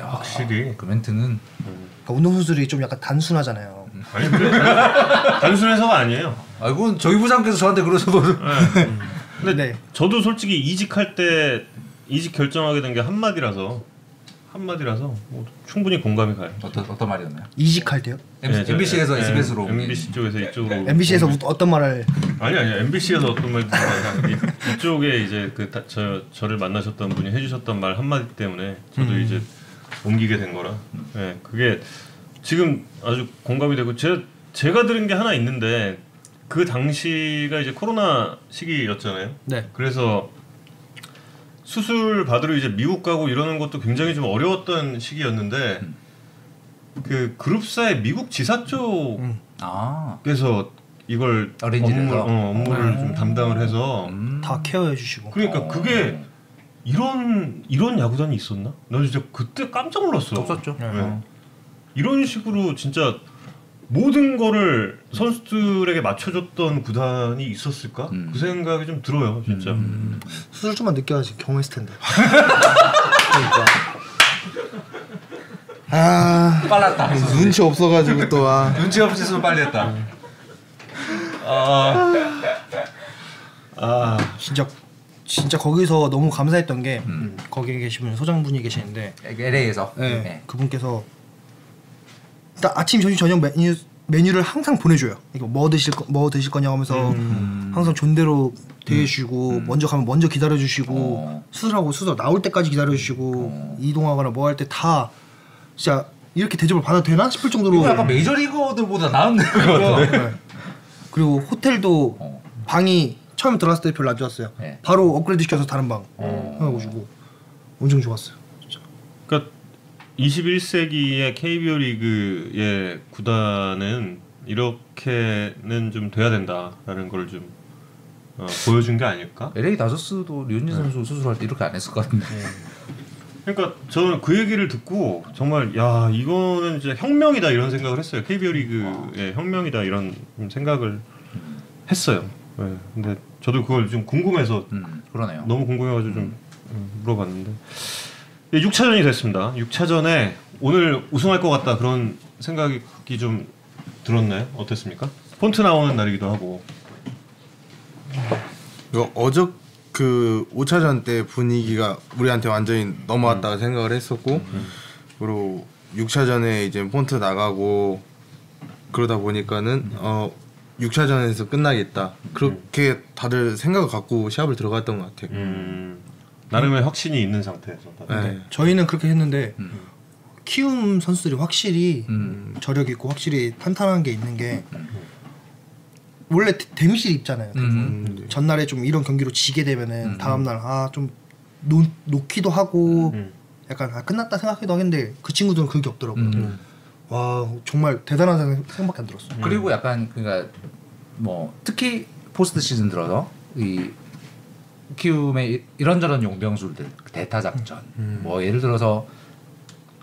[SPEAKER 2] 야,
[SPEAKER 1] 확실히.
[SPEAKER 2] 그 멘트는
[SPEAKER 3] 그러니까 운동선수들이 좀 약간 단순하잖아요
[SPEAKER 2] 음.
[SPEAKER 1] 아니 근데 단순해서가 아니에요.
[SPEAKER 2] 아 이건 저희 부장께서 저한테 그러셔도
[SPEAKER 1] 네.
[SPEAKER 3] 근데 네.
[SPEAKER 1] 저도 솔직히 이직할 때 이직 결정하게 된 게 한마디라서 한마디라서 뭐 충분히 공감이 가요.
[SPEAKER 2] 어떤 어떤 말이었나요?
[SPEAKER 3] 이직할 때요?
[SPEAKER 1] 예, 저-
[SPEAKER 2] MBC에서
[SPEAKER 1] 예,
[SPEAKER 2] SBS로
[SPEAKER 1] MBC 쪽에서 이쪽으로
[SPEAKER 3] MBC에서
[SPEAKER 2] 음.
[SPEAKER 3] 어떤 말을
[SPEAKER 1] 아니 아니 MBC에서 어떤 말 이쪽에 이제 그 저 저를 만나셨던 분이 해주셨던 말 한마디 때문에 저도 이제 옮기게 된 거라 예 그게 지금 아주 공감이 되고 제 제가 들은 게 하나 있는데 그 당시가 이제 코로나 시기였잖아요
[SPEAKER 3] 네.
[SPEAKER 1] 그래서 수술 받으러 이제 미국 가고 이러는 것도 굉장히 좀 어려웠던 시기였는데 그 그룹사의 미국 지사 쪽
[SPEAKER 2] 아,
[SPEAKER 1] 그래서 이걸
[SPEAKER 2] 어레인지를
[SPEAKER 1] 업무를,
[SPEAKER 2] 해서? 음.
[SPEAKER 1] 어, 업무를 좀 담당을 해서
[SPEAKER 3] 다 케어해 주시고.
[SPEAKER 1] 그러니까 그게 이런 이런 야구단이 있었나? 나 진짜 그때 깜짝 놀랐어.
[SPEAKER 2] 없었죠.
[SPEAKER 1] 네. 이런 식으로 진짜 모든 거를 선수들에게 맞춰줬던 구단이 있었을까?
[SPEAKER 2] 음.
[SPEAKER 1] 그 생각이 좀 들어요, 진짜.
[SPEAKER 9] 수술 좀만 늦게 하지 경험했을 텐데.
[SPEAKER 3] 그러니까.
[SPEAKER 4] 아
[SPEAKER 2] 네. 빨랐다.
[SPEAKER 1] 네.
[SPEAKER 4] 눈치 없어가지고 또 아.
[SPEAKER 2] 눈치 없이 으면 빨리 했다.
[SPEAKER 1] 아,
[SPEAKER 3] 진짜 진짜 거기서 너무 감사했던 게
[SPEAKER 9] 음.
[SPEAKER 3] 거기에 계시는 소장분이 계시는데
[SPEAKER 2] LA에서.
[SPEAKER 3] 네, 그분께서 딱 아침 점심 저녁 메뉴 메뉴를 항상 보내줘요. 이거 뭐 드실 거, 뭐 드실 거냐 하면서
[SPEAKER 9] 음.
[SPEAKER 3] 항상 존대로 대해주시고 먼저 가면 먼저 기다려주시고
[SPEAKER 2] 어.
[SPEAKER 3] 수술하고 수술 나올 때까지 기다려주시고
[SPEAKER 9] 어.
[SPEAKER 3] 이동하거나 뭐 할 때 다 진짜 이렇게 대접을 받아도 되나 싶을 정도로
[SPEAKER 9] 그러니까
[SPEAKER 2] 이거 약간 메이저리거들보다 나은데 그거.
[SPEAKER 3] 네. 그리고 호텔도
[SPEAKER 2] 어.
[SPEAKER 3] 방이 처음 들어갔을 때 별로 안 좋았어요.
[SPEAKER 2] 네. 어.
[SPEAKER 3] 바로 업그레이드 시켜서 다른 방 해가지고 엄청 좋았어요.
[SPEAKER 1] 그러니까 21세기의 KBO 리그의 구단은 이렇게는 좀 돼야 된다라는 걸 좀 어, 보여준 게 아닐까?
[SPEAKER 2] LA 다저스도 류현진 선수 수술할 때 이렇게 안 했을 것 같은데.
[SPEAKER 1] 네. 그러니까 저는 그 얘기를 듣고 정말 야 이거는 진짜 혁명이다 이런 생각을 했어요. KBO 리그의 혁명이다 이런 생각을 했어요. 네. 근데 저도 그걸 좀 궁금해서
[SPEAKER 2] 음, 그러네요.
[SPEAKER 1] 너무 궁금해가지고 좀 음, 물어봤는데 예, 6차전이 됐습니다. 6차전에 오늘 우승할 것 같다 그런 생각이 좀 들었나요? 어땠습니까? 폰트 나오는 날이기도 하고
[SPEAKER 4] 이거 어저 그 5차전 때 분위기가 우리한테 완전히 넘어왔다고 생각을 했었고 그리고 6차전에 이제 폰트 나가고 그러다 보니까는 어 6차전에서 끝나겠다 그렇게 다들 생각을 갖고 시합을 들어갔던 것 같아요.
[SPEAKER 1] 음, 나름의 확신이 있는 상태에서
[SPEAKER 4] 네.
[SPEAKER 3] 저희는 그렇게 했는데 키움 선수들이 확실히
[SPEAKER 2] 음.
[SPEAKER 3] 저력 있고 확실히 탄탄한 게 있는 게 원래 데- 데미지 입잖아요.
[SPEAKER 2] 음.
[SPEAKER 4] 음, 이제
[SPEAKER 3] 전날에 좀 이런 경기로 지게 되면은 다음 날 아 좀 놓기도 하고
[SPEAKER 1] 음.
[SPEAKER 3] 약간 아 끝났다 생각해도 하겠는데 그 친구들은 그게 없더라고요.
[SPEAKER 1] 네.
[SPEAKER 2] 음.
[SPEAKER 3] 와 정말 대단한 생각- 생각밖에 안 들었어.
[SPEAKER 2] 그리고 약간 그니까 뭐 특히 포스트 시즌 들어서 이 키움의 이- 이런저런 용병술들 그 대타 작전 뭐 예를 들어서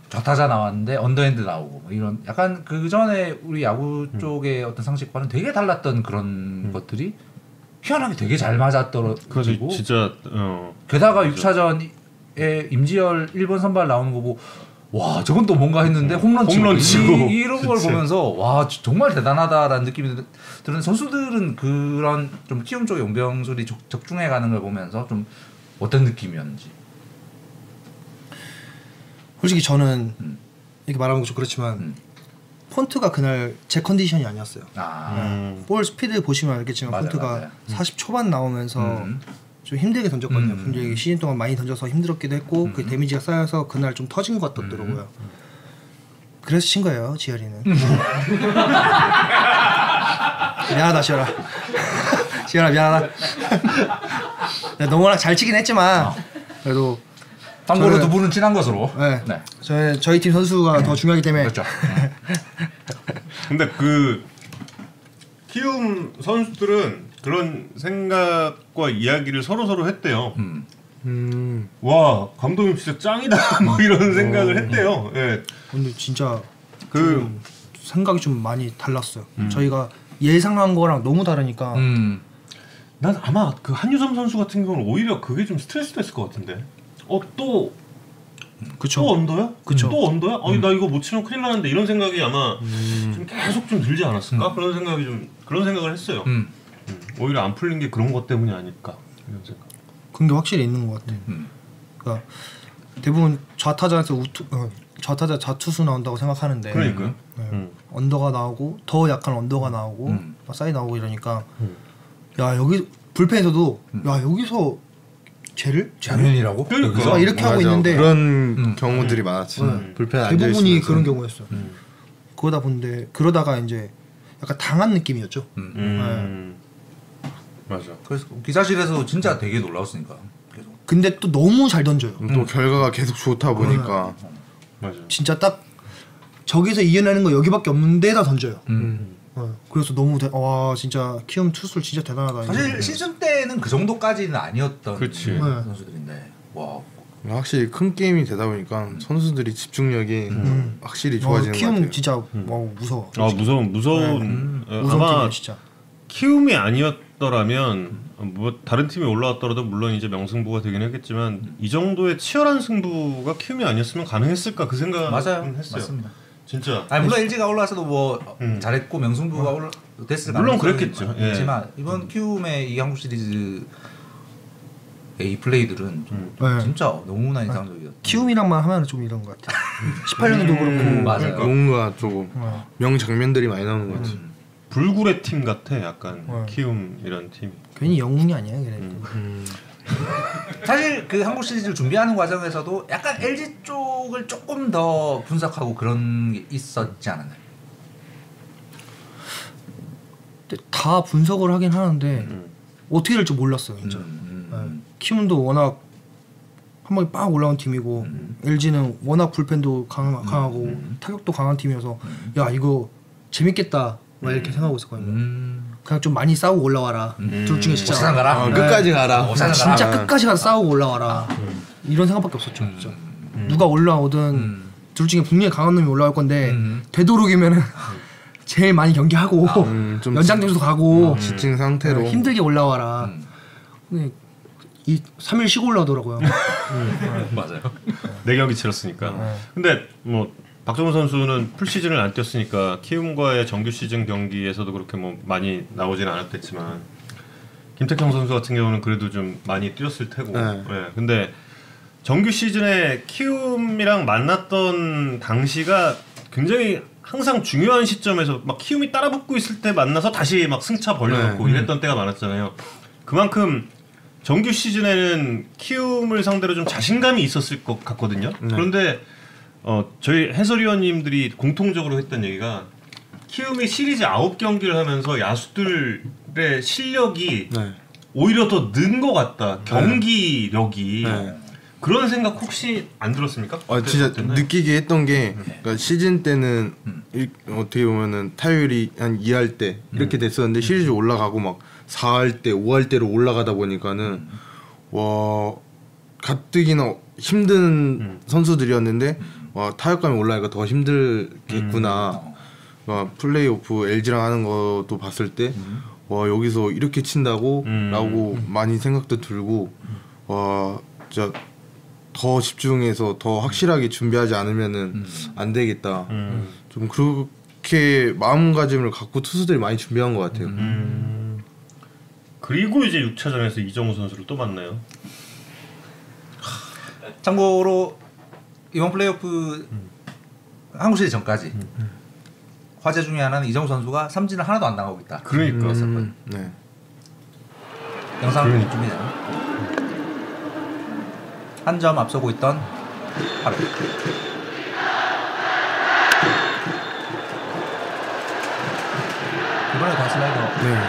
[SPEAKER 2] 좌타자 나왔는데 언더핸드 나오고 뭐 이런 약간 그 전에 우리 야구 쪽의 어떤 상식과는 되게 달랐던 그런 것들이 희한하게 되게 잘
[SPEAKER 1] 그래서 그렇죠.
[SPEAKER 2] 맞아떨어지고
[SPEAKER 1] 진짜 어,
[SPEAKER 2] 게다가 6차전에 임지열 1번 선발 나오는 거 보고 와 저건 또 뭔가 했는데 홈런 치고,
[SPEAKER 1] 홈런 치고.
[SPEAKER 2] 이, 런걸
[SPEAKER 1] 그치.
[SPEAKER 2] 보면서 와 저- 정말 대단하다라는 느낌이 드- 드는 선수들은 그런 좀 키움 쪽 용병술이 적, 적중해 가는 걸 보면서 좀 어떤 느낌이었는지
[SPEAKER 3] 솔직히 저는
[SPEAKER 2] 음.
[SPEAKER 3] 이렇게 말하는 건 좀 그렇지만
[SPEAKER 2] 음.
[SPEAKER 3] 폰트가 그날 제 컨디션이 아니었어요.
[SPEAKER 2] 아
[SPEAKER 3] 볼 스피드 보시면 알겠지만
[SPEAKER 2] 맞아요,
[SPEAKER 3] 폰트가
[SPEAKER 2] 맞아요.
[SPEAKER 3] 40 초반 나오면서
[SPEAKER 2] 음.
[SPEAKER 3] 좀 힘들게 던졌거든요.
[SPEAKER 2] 음.
[SPEAKER 3] 분명히 시즌 동안 많이 던져서 힘들었기도 했고 그 데미지가 쌓여서 그날 좀 터진 것 같더라고요.
[SPEAKER 2] 음.
[SPEAKER 3] 그래서 친 거예요, 지열이는. 미안하다, 지열아. 지열아 미안하다. 내가 너무 워낙 잘 치긴
[SPEAKER 2] 어.
[SPEAKER 3] 했지만 그래도
[SPEAKER 2] 참고로
[SPEAKER 3] 저는-
[SPEAKER 2] 두 분은 친한 것으로
[SPEAKER 3] 네. 저희, 저희 팀 선수가 더 중요하기 때문에
[SPEAKER 2] 그렇죠
[SPEAKER 1] 근데 그 키움 선수들은 그런 생각과 이야기를 서로 서로 했대요.
[SPEAKER 2] 음.
[SPEAKER 1] 와 감독님 진짜 짱이다 뭐 이런 생각을 했대요. 예.
[SPEAKER 3] 근데 진짜
[SPEAKER 1] 그
[SPEAKER 3] 좀 생각이 좀 많이 달랐어요. 저희가 예상한 거랑 너무 다르니까
[SPEAKER 2] 음.
[SPEAKER 1] 난 아마 그 한유섬 선수 같은 경우는 오히려 그게 좀 스트레스 됐을 것 같은데. 어또또
[SPEAKER 3] 그쵸.
[SPEAKER 1] 또 언더야?
[SPEAKER 3] 그쵸. 음.
[SPEAKER 1] 또 언더야? 아니 나 이거 못 치면 큰일 나는데 이런 생각이 아마 좀 계속 좀 들지 않았을까?
[SPEAKER 3] 음.
[SPEAKER 1] 그런 생각이 좀 그런 생각을 했어요.
[SPEAKER 2] 음.
[SPEAKER 1] 음. 오히려 안 풀린 게 그런 것 때문이 아닐까 이런 생각.
[SPEAKER 3] 음. 그런 게 확실히 있는 것 같아.
[SPEAKER 2] 음.
[SPEAKER 3] 그러니까 대부분 좌타자에서 우투 어, 좌타자 좌투수 나온다고 생각하는데
[SPEAKER 1] 그러니까요.
[SPEAKER 3] 네.
[SPEAKER 1] 음.
[SPEAKER 3] 언더가 나오고 더 약한 언더가 나오고
[SPEAKER 2] 음.
[SPEAKER 3] 막 사이 나오고 이러니까
[SPEAKER 1] 음.
[SPEAKER 3] 야 여기 불펜에서도 야 여기서 쟤를 쟤를
[SPEAKER 2] 장면이라고
[SPEAKER 1] 그러니까.
[SPEAKER 2] 여기서?
[SPEAKER 3] 막 이렇게 하고
[SPEAKER 4] 맞아.
[SPEAKER 3] 있는데
[SPEAKER 4] 그런
[SPEAKER 2] 음.
[SPEAKER 4] 경우들이 많았지.
[SPEAKER 3] 음.
[SPEAKER 4] 불펜 앉아
[SPEAKER 3] 대부분이
[SPEAKER 4] 있으면서.
[SPEAKER 3] 그런 경우였어.
[SPEAKER 1] 음.
[SPEAKER 3] 그러다 본데 그러다가 이제 약간 당한 느낌이었죠.
[SPEAKER 2] 음.
[SPEAKER 1] 음. 맞아.
[SPEAKER 2] 그래서 기자실에서 진짜 되게 놀라웠으니까 계속
[SPEAKER 3] 예. 근데 또 너무 잘 던져요.
[SPEAKER 4] 음. 또 결과가 계속 좋다 보니까
[SPEAKER 1] 맞아.
[SPEAKER 3] 진짜 딱 저기서 이겨내는 거 여기밖에 없는데다 던져요.
[SPEAKER 2] 음.
[SPEAKER 3] 어, 그래서 너무 대, 와 진짜 키움 투수 진짜 대단하다.
[SPEAKER 2] 사실 시즌 때는 그 정도까지는 아니었던
[SPEAKER 1] 그치.
[SPEAKER 2] 음. 네.
[SPEAKER 3] 네.
[SPEAKER 2] 선수들인데 와
[SPEAKER 4] 확실히 큰 게임이 되다 보니까 선수들이 집중력이 확실히
[SPEAKER 3] 어,
[SPEAKER 4] 좋아지는 것
[SPEAKER 3] 키움
[SPEAKER 4] 같아요. 음.
[SPEAKER 3] 진짜 와 무서워.
[SPEAKER 1] 아 무서운
[SPEAKER 2] 네. 음,
[SPEAKER 1] 무서운 어,
[SPEAKER 3] 무서운
[SPEAKER 1] 아마
[SPEAKER 3] 팀이야 진짜.
[SPEAKER 1] 키움이 아니었더라면 어, 뭐 다른 팀이 올라왔더라도 물론 이제 명승부가 되긴 했겠지만 이 정도의 치열한 승부가 키움이 아니었으면 가능했을까 그 생각은
[SPEAKER 2] 맞아요
[SPEAKER 1] 했어요.
[SPEAKER 2] 맞습니다. 네.
[SPEAKER 1] 진짜
[SPEAKER 2] 음, 아니 물론 LG가 올라왔어도 뭐
[SPEAKER 1] 음.
[SPEAKER 2] 잘했고 명승부가 올라 됐을
[SPEAKER 1] 물론
[SPEAKER 2] 가능성이
[SPEAKER 1] 그랬겠죠. 예.
[SPEAKER 2] 있지만 이번 키움의 이 한국 시리즈 이 플레이들은
[SPEAKER 1] 음.
[SPEAKER 2] 좀
[SPEAKER 3] 네.
[SPEAKER 2] 진짜 너무나
[SPEAKER 1] 아,
[SPEAKER 2] 인상적이었다.
[SPEAKER 3] 키움이랑만 하면 좀 이런 것 같아.
[SPEAKER 4] 음.
[SPEAKER 3] 18년에도 그렇고.
[SPEAKER 2] 맞아요.
[SPEAKER 1] 그러니까.
[SPEAKER 4] 뭔가 그러니까 조금
[SPEAKER 3] 어.
[SPEAKER 4] 명장면들이 많이 나오는 것
[SPEAKER 3] 음.
[SPEAKER 4] 같아요. 음.
[SPEAKER 1] 불굴의 팀 같아 약간
[SPEAKER 3] 어.
[SPEAKER 2] 네.
[SPEAKER 1] 키움 이런 팀.
[SPEAKER 3] 괜히 영웅이 아니야 걔네.
[SPEAKER 4] 음.
[SPEAKER 2] 사실 그 한국 시리즈를 준비하는 과정에서도
[SPEAKER 1] 음.
[SPEAKER 2] 약간 LG 쪽을 조금 더 분석하고 그런 게 있었지 않았나요?
[SPEAKER 3] 근데 다 분석을 하긴 하는데
[SPEAKER 1] 음.
[SPEAKER 3] 어떻게 될지 몰랐어요 진짜.
[SPEAKER 2] 음, 음.
[SPEAKER 3] 네. 키움도 워낙 한 방에 빡 올라온 팀이고
[SPEAKER 2] 음.
[SPEAKER 3] LG는 워낙 불펜도 강, 하고 타격도 강한 팀이어서 야 이거 재밌겠다 막 이렇게 생각하고 있었거든요.
[SPEAKER 2] 음.
[SPEAKER 3] 그냥 좀 많이 싸우고 올라와라. 둘 중에 진짜 네.
[SPEAKER 2] 오산 가라. 네.
[SPEAKER 4] 어, 끝까지 가라.
[SPEAKER 2] 오산 가라. 아.
[SPEAKER 3] 진짜 끝까지 가서 싸우고 올라와라. 이런 생각밖에 없었죠. 진짜.
[SPEAKER 2] 음.
[SPEAKER 3] 누가 올라오든 둘 중에 분명히 강한 놈이 올라올 건데
[SPEAKER 2] 음. 아,
[SPEAKER 3] 되도록이면은 제일 많이 경기하고
[SPEAKER 4] 음, 좀
[SPEAKER 3] 연장 점수
[SPEAKER 2] 음.
[SPEAKER 3] 가고
[SPEAKER 4] 지친 음. 상태로
[SPEAKER 3] 네, 음. 힘들게 올라와라. 근데 이 3일 쉬고 올라오더라고요.
[SPEAKER 2] 음. 맞아요.
[SPEAKER 1] 네 경기 치렀으니까. 근데 뭐 박정우 선수는 풀 시즌을 안 뛰었으니까 키움과의 정규 시즌 경기에서도 그렇게 뭐 많이 나오진 않았겠지만 김태형 선수 같은 경우는 그래도 좀 많이 뛰었을 테고.
[SPEAKER 4] 네.
[SPEAKER 1] 예, 근데 정규 시즌에 키움이랑 만났던 당시가 굉장히 항상 중요한 시점에서 막 키움이 따라붙고 있을 때 만나서 다시 막 승차 벌려놓고 이랬던 때가 많았잖아요. 그만큼 정규 시즌에는 키움을 상대로 좀 자신감이 있었을 것 같거든요. 그런데 어, 저희 해설위원님들이 공통적으로 했던 얘기가 키움이 시리즈 9경기를 하면서 야수들의 실력이
[SPEAKER 4] 네.
[SPEAKER 1] 오히려 더 는 것 같다. 경기력이.
[SPEAKER 4] 네.
[SPEAKER 1] 그런 생각 혹시 안 들었습니까?
[SPEAKER 4] 아
[SPEAKER 1] 그때
[SPEAKER 4] 진짜
[SPEAKER 1] 어땠나요?
[SPEAKER 4] 느끼게 했던 게
[SPEAKER 1] 음.
[SPEAKER 4] 그러니까 시즌 때는 일- 어떻게 보면은 타율이 한 2할 때
[SPEAKER 1] 음.
[SPEAKER 4] 이렇게 됐었는데 시리즈 올라가고 막 4할 때, 5할 때로 올라가다 보니까는
[SPEAKER 1] 음.
[SPEAKER 4] 와 가뜩이나 힘든
[SPEAKER 1] 음.
[SPEAKER 4] 선수들이었는데 와 타격감이 올라니까 더 힘들겠구나.
[SPEAKER 1] 음. 어.
[SPEAKER 4] 그러니까 플레이오프 LG랑 하는 것도 봤을 때 와 여기서 이렇게 친다고
[SPEAKER 1] 음.
[SPEAKER 4] 라고 많이 생각도 들고 와 진짜 더 집중해서 더 확실하게 준비하지 않으면은 안 되겠다.
[SPEAKER 1] 음.
[SPEAKER 4] 좀 그렇게 마음가짐을 갖고 투수들이 많이 준비한 것 같아요.
[SPEAKER 1] 음. 그리고 이제 6차전에서 이정우 선수를 또 만나요.
[SPEAKER 2] 참고로 이번 플레이오프 한국 시리즈 전까지 화제 중에 하나는 이정우 선수가 삼진을 하나도 안 당하고 있다.
[SPEAKER 1] 그러니까.
[SPEAKER 4] 음, 네.
[SPEAKER 2] 영상
[SPEAKER 1] 그러니까.
[SPEAKER 2] 준비되나? 한점 앞서고 있던 하루. 이번에 다 슬라이더.
[SPEAKER 4] 네.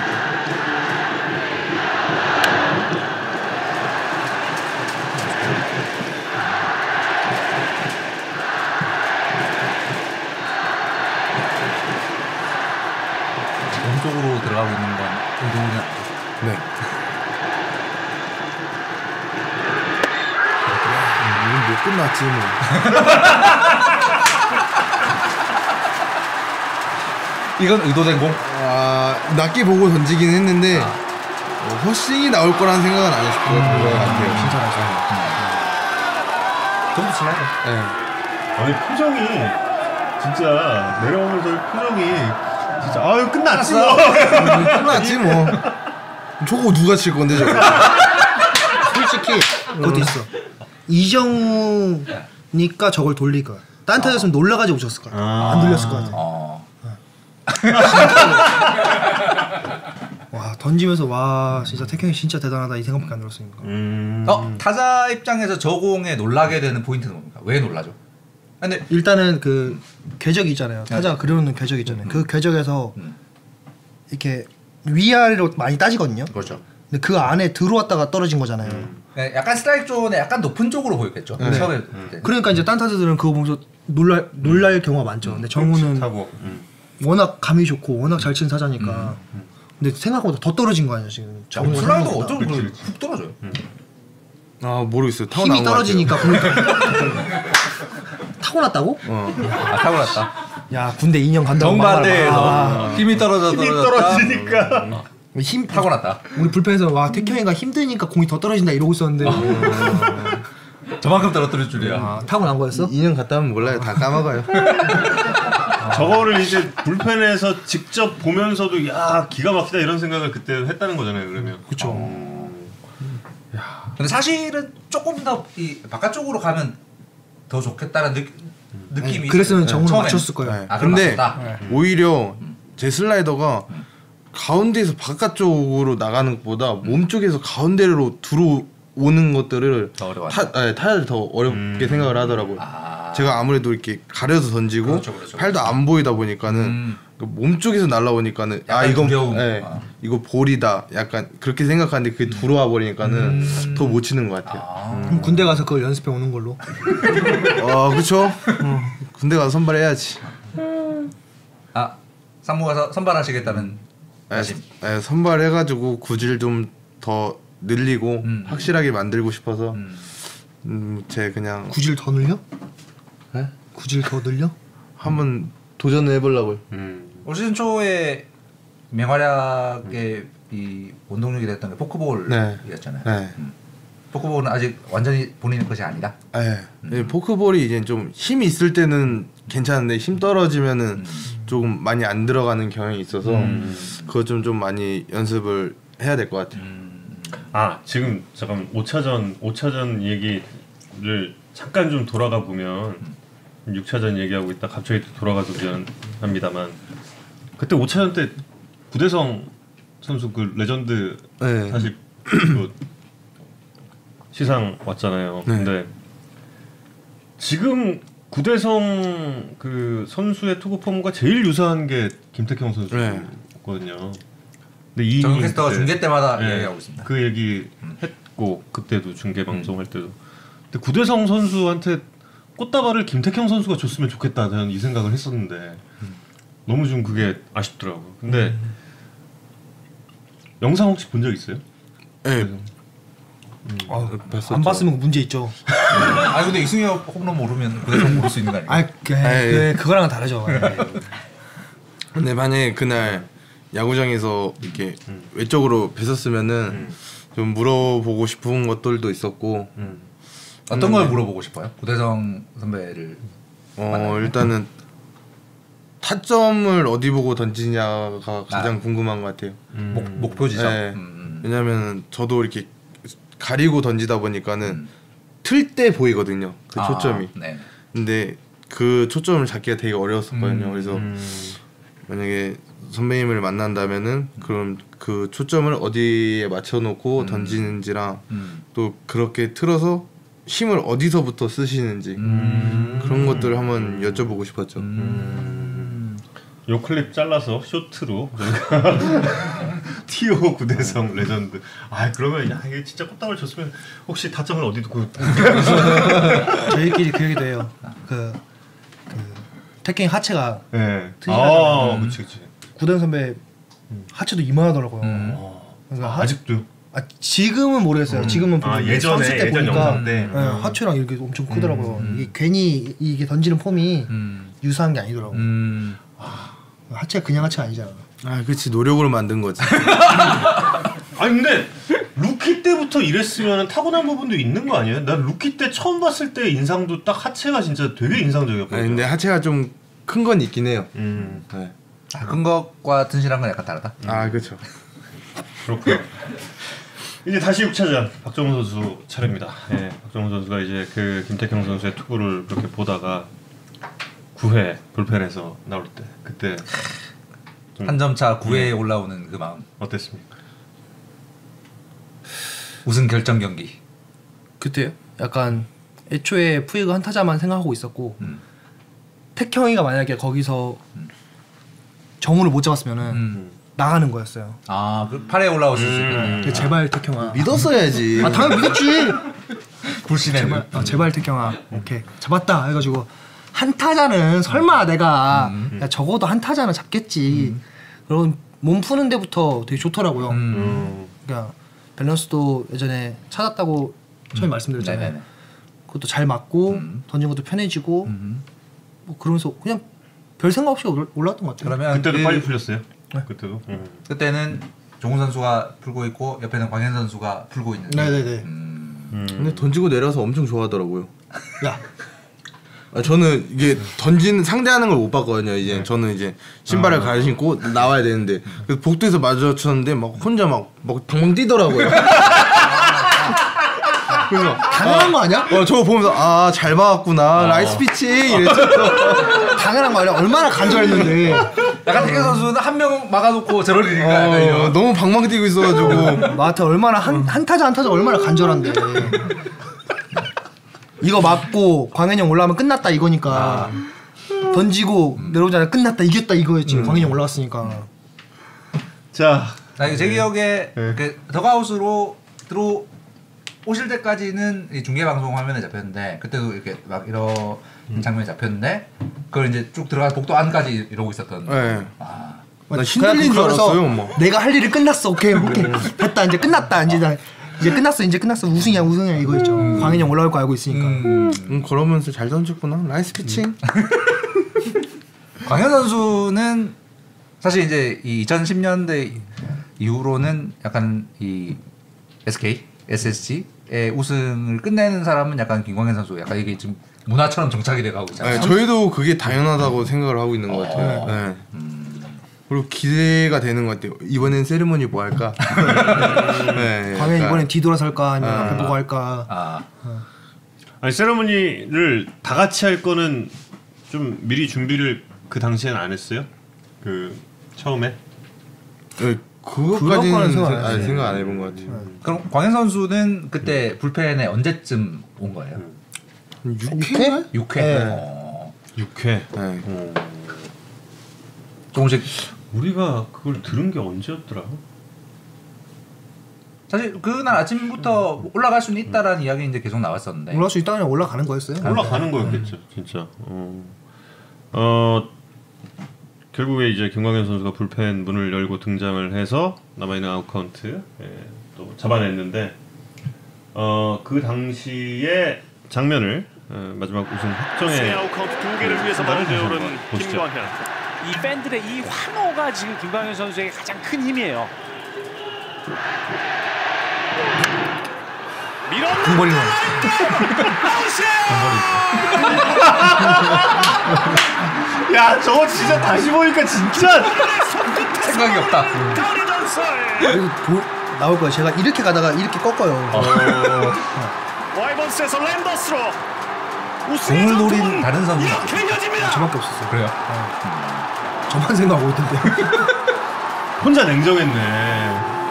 [SPEAKER 2] 왼쪽으로 들어가고 있는 건 운동이나
[SPEAKER 4] 네. 이건 뭐 끝났지 뭐.
[SPEAKER 2] 이건 의도된 공?
[SPEAKER 4] 아 낮게 보고 던지긴 했는데 어, 허싱이 나올 거라는 생각은 안 했을 것 같아요. 진짜
[SPEAKER 2] 전부 슬라이더
[SPEAKER 4] 네.
[SPEAKER 1] 아니 표정이 진짜 내려오면서 표정이 진짜 아유 끝났지 뭐.
[SPEAKER 4] 끝났지 뭐. 저거 누가 칠 건데 저거.
[SPEAKER 3] 솔직히 그것도 있어. 이정우니까 저걸 돌릴 거야. 딴 타였으면 놀라가지 오셨을 거야. 안 돌렸을 것 같아.
[SPEAKER 2] 어.
[SPEAKER 3] 와 던지면서 와 진짜 태경이 진짜 대단하다 이 생각밖에 안 들었으니까.
[SPEAKER 1] 음.
[SPEAKER 2] 어, 타자 입장에서 저 공에 놀라게 되는 포인트는 뭡니까? 왜 놀라죠? 근데
[SPEAKER 3] 일단은 그 궤적 있잖아요. 타자가 그려놓는 궤적 있잖아요. 그 궤적에서
[SPEAKER 2] 네. 음.
[SPEAKER 3] 이렇게 위아래로 많이 따지거든요.
[SPEAKER 2] 그렇죠. 음.
[SPEAKER 3] 근데 그 안에 들어왔다가 떨어진 거잖아요.
[SPEAKER 2] 네, 약간 스트라이크 존에 약간 높은 쪽으로 보였겠죠.
[SPEAKER 3] 네.
[SPEAKER 2] 네. 처음에 볼 때.
[SPEAKER 3] 그렇죠. 그러니까 이제 딴 타자들은 그거 보면서 놀랄 놀랄 경우가 많죠. 근데 정우는
[SPEAKER 1] 하고. 음.
[SPEAKER 3] 워낙 감이 좋고 워낙 잘 친 사자니까. 근데 생각보다 더 떨어진 거 아니야 지금?
[SPEAKER 2] 어,
[SPEAKER 3] 정말
[SPEAKER 2] 슬라이더
[SPEAKER 3] 생각보다.
[SPEAKER 2] 어쩜 그렇게
[SPEAKER 3] 그렇죠.
[SPEAKER 2] 훅 떨어져요?
[SPEAKER 3] 음.
[SPEAKER 4] 아 모르겠어요. 타고
[SPEAKER 3] 힘이
[SPEAKER 4] 나온 것 같아요.
[SPEAKER 3] 떨어지니까 그러니까. 타고났다고?
[SPEAKER 2] 아 타고났다.
[SPEAKER 3] 야 군대 2년 간다고 막말아.
[SPEAKER 2] 힘이 떨어져
[SPEAKER 1] 힘이 떨어지니까
[SPEAKER 3] 힘 타고
[SPEAKER 2] 타고났다.
[SPEAKER 3] 우리 불펜에서 와 태경이가 힘드니까 공이 더 떨어진다 이러고 있었는데
[SPEAKER 2] 저만큼 떨어뜨릴 줄이야.
[SPEAKER 3] 아, 타고난 거였어?
[SPEAKER 4] 2년 갔다 오면 몰라요. 다 까먹어요.
[SPEAKER 1] 저거를 이제 불펜에서 직접 보면서도 야 기가 막히다 이런 생각을 그때 했다는 거잖아요. 그러면 어.
[SPEAKER 3] 그렇죠.
[SPEAKER 2] 근데 사실은 조금 더 이 바깥쪽으로 가면 더 좋겠다는 느, 느낌이.
[SPEAKER 3] 음. 그랬으면
[SPEAKER 2] 있어요.
[SPEAKER 3] 정으로
[SPEAKER 2] 처음에는.
[SPEAKER 3] 맞췄을 거예요.
[SPEAKER 4] 네.
[SPEAKER 2] 아, 그럼
[SPEAKER 4] 근데
[SPEAKER 2] 맞췄다.
[SPEAKER 4] 오히려 제 슬라이더가 가운데에서 바깥쪽으로 나가는 것보다
[SPEAKER 2] 음.
[SPEAKER 4] 몸 쪽에서 가운데로 들어오는 것들을
[SPEAKER 2] 더 어려워한다.
[SPEAKER 4] 타, 네, 타야를 더 어렵게 생각을 하더라고요.
[SPEAKER 2] 아.
[SPEAKER 4] 제가 아무래도 이렇게 가려서 던지고
[SPEAKER 2] 그렇죠, 그렇죠,
[SPEAKER 4] 팔도 안 보이다 보니까는
[SPEAKER 2] 음.
[SPEAKER 4] 그몸 쪽에서 날라오니까는 아
[SPEAKER 2] 약간
[SPEAKER 4] 이건
[SPEAKER 2] 두려움.
[SPEAKER 4] 네,
[SPEAKER 2] 아. 음.
[SPEAKER 4] 이거 볼이다 약간 그렇게 생각하는데 그게 들어와 버리니까는 더 못 치는 것 같아요.
[SPEAKER 2] 아.
[SPEAKER 3] 그럼 군대 가서 그걸 연습해 오는 걸로.
[SPEAKER 4] 어 그렇죠. 군대 가서 선발해야지.
[SPEAKER 2] 아 상무가 서- 선발하시겠다는
[SPEAKER 4] 예,
[SPEAKER 2] 다시.
[SPEAKER 4] 예, 선발해가지고 구질 좀 더 늘리고
[SPEAKER 2] 음.
[SPEAKER 4] 확실하게 만들고 싶어서
[SPEAKER 2] 음.
[SPEAKER 4] 음, 제 그냥
[SPEAKER 3] 구질 더 늘려? 구질 더 늘려?
[SPEAKER 4] 한번 도전을 해보려고요.
[SPEAKER 2] 음. 올 시즌 초에 맹활약의 이 원동력이 됐던 게 포크볼이었잖아요.
[SPEAKER 4] 네.
[SPEAKER 2] 음. 포크볼은 아직 완전히 본인의 것이 아니다.
[SPEAKER 4] 예,
[SPEAKER 2] 음.
[SPEAKER 4] 예, 포크볼이 이제 좀 힘이 있을 때는 괜찮은데 힘 떨어지면은
[SPEAKER 2] 음.
[SPEAKER 4] 조금 많이 안 들어가는 경향이 있어서 그것 좀 좀 많이 연습을 해야 될 것
[SPEAKER 2] 음.
[SPEAKER 4] 같아요.
[SPEAKER 1] 아 지금 잠깐 5차전 5차전 얘기를 잠깐 좀 돌아가 보면 6차전 얘기하고 있다 갑자기 또 돌아가서 미안합니다만 그때 5차전 때 구대성 선수 그 레전드
[SPEAKER 4] 네.
[SPEAKER 1] 사실 그 시상 왔잖아요.
[SPEAKER 4] 네.
[SPEAKER 1] 근데 지금 구대성 그 선수의 투구 폼과 제일 유사한 게 김태형 선수거든요.
[SPEAKER 4] 네.
[SPEAKER 1] 근데 이
[SPEAKER 2] 정윤 캐스터가
[SPEAKER 1] 그때-
[SPEAKER 2] 중계 때마다
[SPEAKER 1] 예,
[SPEAKER 2] 아, 이야기하고 있습니다.
[SPEAKER 1] 그 얘기 했고 그때도 중계 방송 할 때도. 근데 구대성 선수한테 꽃다발을 김태형 선수가 줬으면 좋겠다 저는 이 생각을 했었는데 너무 좀 그게 아쉽더라고. 근데 영상 혹시 본 적 있어요?
[SPEAKER 4] 예,
[SPEAKER 3] 아,
[SPEAKER 4] 봤었죠.
[SPEAKER 3] 안 봤으면 문제 있죠.
[SPEAKER 2] 아 근데 이승엽 홈런 모르면 그대로 모를 수 있는 거 아니에요?
[SPEAKER 3] 아, 그, 그, 그거랑은 다르죠. 예.
[SPEAKER 4] 근데 만약에 그날 야구장에서 이렇게
[SPEAKER 2] 음.
[SPEAKER 4] 외적으로 뵀었으면은 좀 물어보고 싶은 것들도 있었고
[SPEAKER 2] 어떤
[SPEAKER 4] 음.
[SPEAKER 2] 걸 물어보고 싶어요? 구대성 선배를
[SPEAKER 4] 어 일단은 타점을 어디 보고 던지냐가 가장
[SPEAKER 2] 아.
[SPEAKER 4] 궁금한 것 같아요.
[SPEAKER 1] 음.
[SPEAKER 2] 목, 목표 지점.
[SPEAKER 4] 네.
[SPEAKER 2] 음, 음.
[SPEAKER 4] 왜냐면 저도 이렇게 가리고 던지다 보니까는 틀 때 보이거든요. 그
[SPEAKER 2] 음. 아,
[SPEAKER 4] 초점이.
[SPEAKER 2] 네.
[SPEAKER 4] 근데 그 초점을 잡기가 되게
[SPEAKER 2] 음,
[SPEAKER 4] 어려웠었거든요. 그래서 만약에 선배님을 만난다면은 그럼 그 초점을 어디에 맞춰놓고 던지는지랑
[SPEAKER 2] 음.
[SPEAKER 4] 또 그렇게 틀어서 힘을 어디서부터 쓰시는지 그런 것들을 한번 여쭤보고 싶었죠.
[SPEAKER 1] 요 클립 잘라서 쇼트로 티오 구대성
[SPEAKER 2] 네.
[SPEAKER 1] 레전드. 아 그러면 야 이게 진짜 꽃다발 줬으면 혹시 타점을 어디 두고
[SPEAKER 3] 저희끼리 그 얘기도 해요. 그, 그 태킹 하체가
[SPEAKER 1] 예.
[SPEAKER 2] 네.
[SPEAKER 3] 특이하잖아요.
[SPEAKER 2] 음.
[SPEAKER 1] 아, 그치 그치.
[SPEAKER 3] 구단 선배 하체도 이만하더라고요. 그러니까 하,
[SPEAKER 1] 아직도
[SPEAKER 3] 아, 지금은 모르겠어요. 지금은
[SPEAKER 1] 아,
[SPEAKER 3] 모르겠는데
[SPEAKER 1] 예전에,
[SPEAKER 3] 선수 때
[SPEAKER 1] 예전
[SPEAKER 3] 보니까
[SPEAKER 1] 영상 때.
[SPEAKER 3] 예, 하체랑 이렇게 엄청 크더라고요. 이게 괜히 이게 던지는 폼이
[SPEAKER 2] 음.
[SPEAKER 3] 유사한 게 아니더라고. 요
[SPEAKER 2] 음.
[SPEAKER 3] 하체가 그냥 하체가 아니잖아.
[SPEAKER 4] 아, 그렇지 노력으로 만든 거지.
[SPEAKER 1] 아니 근데 루키 때부터 이랬으면 타고난 부분도 있는 거 아니에요? 난 루키 때 처음 봤을 때 인상도 딱 하체가 진짜 되게 인상적이었거든요.
[SPEAKER 4] 아니, 근데 하체가 좀 큰 건 있긴 해요.
[SPEAKER 1] 음
[SPEAKER 4] 네.
[SPEAKER 2] 아, 큰 것과 튼실한 건 약간 다르다.
[SPEAKER 4] 아, 그렇죠.
[SPEAKER 1] 그렇고요. 이제 다시 6차전 박정우 선수 차례입니다. 예, 박정우 선수가 이제 그 김태경 선수의 투구를 그렇게 보다가 9회 불펜에서 나올 때 그때 음.
[SPEAKER 2] 한 점 차 9회에 올라오는 그 마음.
[SPEAKER 1] 어땠습니까?
[SPEAKER 2] 우승 결정 경기.
[SPEAKER 3] 그때 약간 애초에 푸이그 한 타자만 생각하고 있었고
[SPEAKER 2] 음.
[SPEAKER 3] 태형이가 만약에 거기서 정우를 못 잡았으면은
[SPEAKER 2] 음.
[SPEAKER 3] 나가는 거였어요.
[SPEAKER 2] 아, 그 8회 올라오실
[SPEAKER 1] 음.
[SPEAKER 2] 수 있는
[SPEAKER 3] 근데 제발 태형아.
[SPEAKER 4] 믿었어야지.
[SPEAKER 3] 아 당연히 믿었지.
[SPEAKER 2] 음. 불신의 음.
[SPEAKER 3] 제발, 아, 제발 태경아 오케이 잡았다 해가지고 한
[SPEAKER 2] 음.
[SPEAKER 3] 타자는 설마 내가 야, 적어도 한 타자는 잡겠지.
[SPEAKER 2] 음.
[SPEAKER 3] 그런 몸 푸는 데부터 되게 좋더라고요.
[SPEAKER 2] 음.
[SPEAKER 3] 그러니까 밸런스도 예전에 찾았다고
[SPEAKER 9] 처음에 말씀드렸잖아요.
[SPEAKER 2] 네네네. 음.
[SPEAKER 3] 그것도 잘 맞고 던진 것도 편해지고 뭐 그러면서 그냥 별 생각 없이 올- 올라왔던 것 같아요.
[SPEAKER 2] 그러면
[SPEAKER 1] 그때도
[SPEAKER 2] 그-
[SPEAKER 1] 빨리 풀렸어요.
[SPEAKER 4] 네.
[SPEAKER 1] 그때도. 음.
[SPEAKER 2] 그때는 종훈 선수가 풀고 있고 옆에는 광현 선수가 풀고 있는. 음.
[SPEAKER 9] 네네네.
[SPEAKER 4] 근데 던지고 내려서 엄청 좋아하더라고요.
[SPEAKER 9] 야,
[SPEAKER 4] 아, 저는 이게 던지는 상대하는 걸 못 봤거든요. 이제
[SPEAKER 3] 네.
[SPEAKER 4] 저는 이제
[SPEAKER 3] 아.
[SPEAKER 4] 신발을 가 신고 나와야 되는데 그래서 복도에서 마주쳤는데 막 혼자 막, 막 방방 뛰더라고요. 아. 그래서
[SPEAKER 3] 당연한 거 아니야?
[SPEAKER 4] 어, 저거 보면서 아, 잘 막았구나. 라이스 피칭 이랬죠.
[SPEAKER 3] 당연한 거 아니야? 얼마나 간절했는데.
[SPEAKER 2] 약간 태경 선수는 한 명 막아놓고 저럴
[SPEAKER 3] 네,
[SPEAKER 2] 일인가. 네.
[SPEAKER 4] 어, 너무 방방 뛰고 있어 가지고
[SPEAKER 3] 마트 얼마나 한,
[SPEAKER 4] 어.
[SPEAKER 3] 한 타자 한 타자 얼마나 간절한데. 이거 맞고 광현이 형 올라오면 끝났다
[SPEAKER 4] 아.
[SPEAKER 3] 이거니까. 던지고 내려오잖아 끝났다 이겼다 이거였지
[SPEAKER 4] 음.
[SPEAKER 3] 광현이 형 올라왔으니까.
[SPEAKER 1] 자,
[SPEAKER 2] 나 이거 제 기억에
[SPEAKER 9] 네.
[SPEAKER 2] 그 더가웃으로 들어 오실 때까지는 이 중계 방송 화면에 잡혔는데 그때도 이렇게 막 이런
[SPEAKER 9] 음.
[SPEAKER 2] 장면이 잡혔는데 그걸 이제 쭉 들어가서 복도 안까지 이러고 있었던.
[SPEAKER 9] 네.
[SPEAKER 4] 예.
[SPEAKER 2] 아.
[SPEAKER 4] 나 흔들린 줄
[SPEAKER 3] 그래서
[SPEAKER 4] 알았어요, 네. 뭐.
[SPEAKER 3] 내가 할 일이 끝났어. 오케이 오케이 됐다 이제 끝났다 이제 나, 이제 끝났어 이제 끝났어 우승이야 우승이야 이거였죠. 광현이 형 올라올 거 알고 있으니까.
[SPEAKER 2] 음.
[SPEAKER 4] 음, 그러면서 잘 던졌구나. 라이스 피칭.
[SPEAKER 3] 음.
[SPEAKER 2] 광현 선수는 사실 이제 이 2010년대 이후로는 약간 이 SK, SSG의 우승을 끝내는 사람은 약간 김광현 선수. 약간 이게 지금 문화처럼 정착이 돼가고
[SPEAKER 4] 네,
[SPEAKER 2] 있잖아요.
[SPEAKER 4] 저희도 그게 당연하다고 생각을 하고 있는 것 같아요. 네. 그리고 기대가 되는 것 같아요. 이번엔 세리머니 뭐 할까? 네,
[SPEAKER 3] 광현이
[SPEAKER 4] 약간.
[SPEAKER 3] 이번엔 뒤돌아설까 아니면
[SPEAKER 4] 아.
[SPEAKER 3] 앞에 보고 할까.
[SPEAKER 2] 아,
[SPEAKER 1] 아니 세레머니를 다 같이 할 거는 좀 미리 준비를 그 당시엔 안 했어요? 그 처음에?
[SPEAKER 4] 네,
[SPEAKER 3] 그것과는 생각 안 음.
[SPEAKER 4] 그것까지는 생각, 아니,
[SPEAKER 3] 했어요.
[SPEAKER 4] 생각 안 해본 것 같아요.
[SPEAKER 2] 그럼 광현 선수는 그때 불펜에 언제쯤 온 거예요?
[SPEAKER 3] 네?
[SPEAKER 4] 6회?
[SPEAKER 2] 6회. 어,
[SPEAKER 1] 6회.
[SPEAKER 4] 네.
[SPEAKER 2] 조금씩
[SPEAKER 1] 우리가 그걸 들은 게 언제였더라?
[SPEAKER 2] 사실 그날 아침부터 올라갈 수는 있다라는 이야기 이제 계속 나왔었는데.
[SPEAKER 3] 올라올 수 있다면 올라가는 거였어요.
[SPEAKER 4] 네.
[SPEAKER 1] 올라가는 거였겠죠, 진짜. 어, 네. 음. 어, 결국에 이제 김광현 선수가 불펜 문을 열고 등장을 해서 남아있는 아웃 카운트 예, 또 잡아냈는데 어, 그 당시의 장면을 예, 마지막 우승 확정에
[SPEAKER 6] 스윙아웃 카운트 두 개를 위해서
[SPEAKER 1] 네,
[SPEAKER 6] 말을 내오른 김광현.
[SPEAKER 8] 이 팬들의 이 환호가 지금 김광현 선수에게 가장 큰 힘이에요.
[SPEAKER 6] 밀어
[SPEAKER 3] 공벌이
[SPEAKER 1] 야 저거 진짜 다시 보니까 진짜
[SPEAKER 2] 생각이 없다.
[SPEAKER 6] 다운이 던설.
[SPEAKER 3] 그리고 보, 나올 거예요. 제가 이렇게 가다가 이렇게 꺾어요.
[SPEAKER 6] 와이번스에서 랜더스로 우승의
[SPEAKER 2] 공을 노린
[SPEAKER 6] 전통은
[SPEAKER 2] 다른 선수.
[SPEAKER 6] 이렇게
[SPEAKER 1] 아,
[SPEAKER 6] 이어집니다.
[SPEAKER 3] 아, 저밖에 없었어요. 네. 음.
[SPEAKER 2] 그래요?
[SPEAKER 3] 저만 생각하고 있던데.
[SPEAKER 1] 혼자 냉정했네.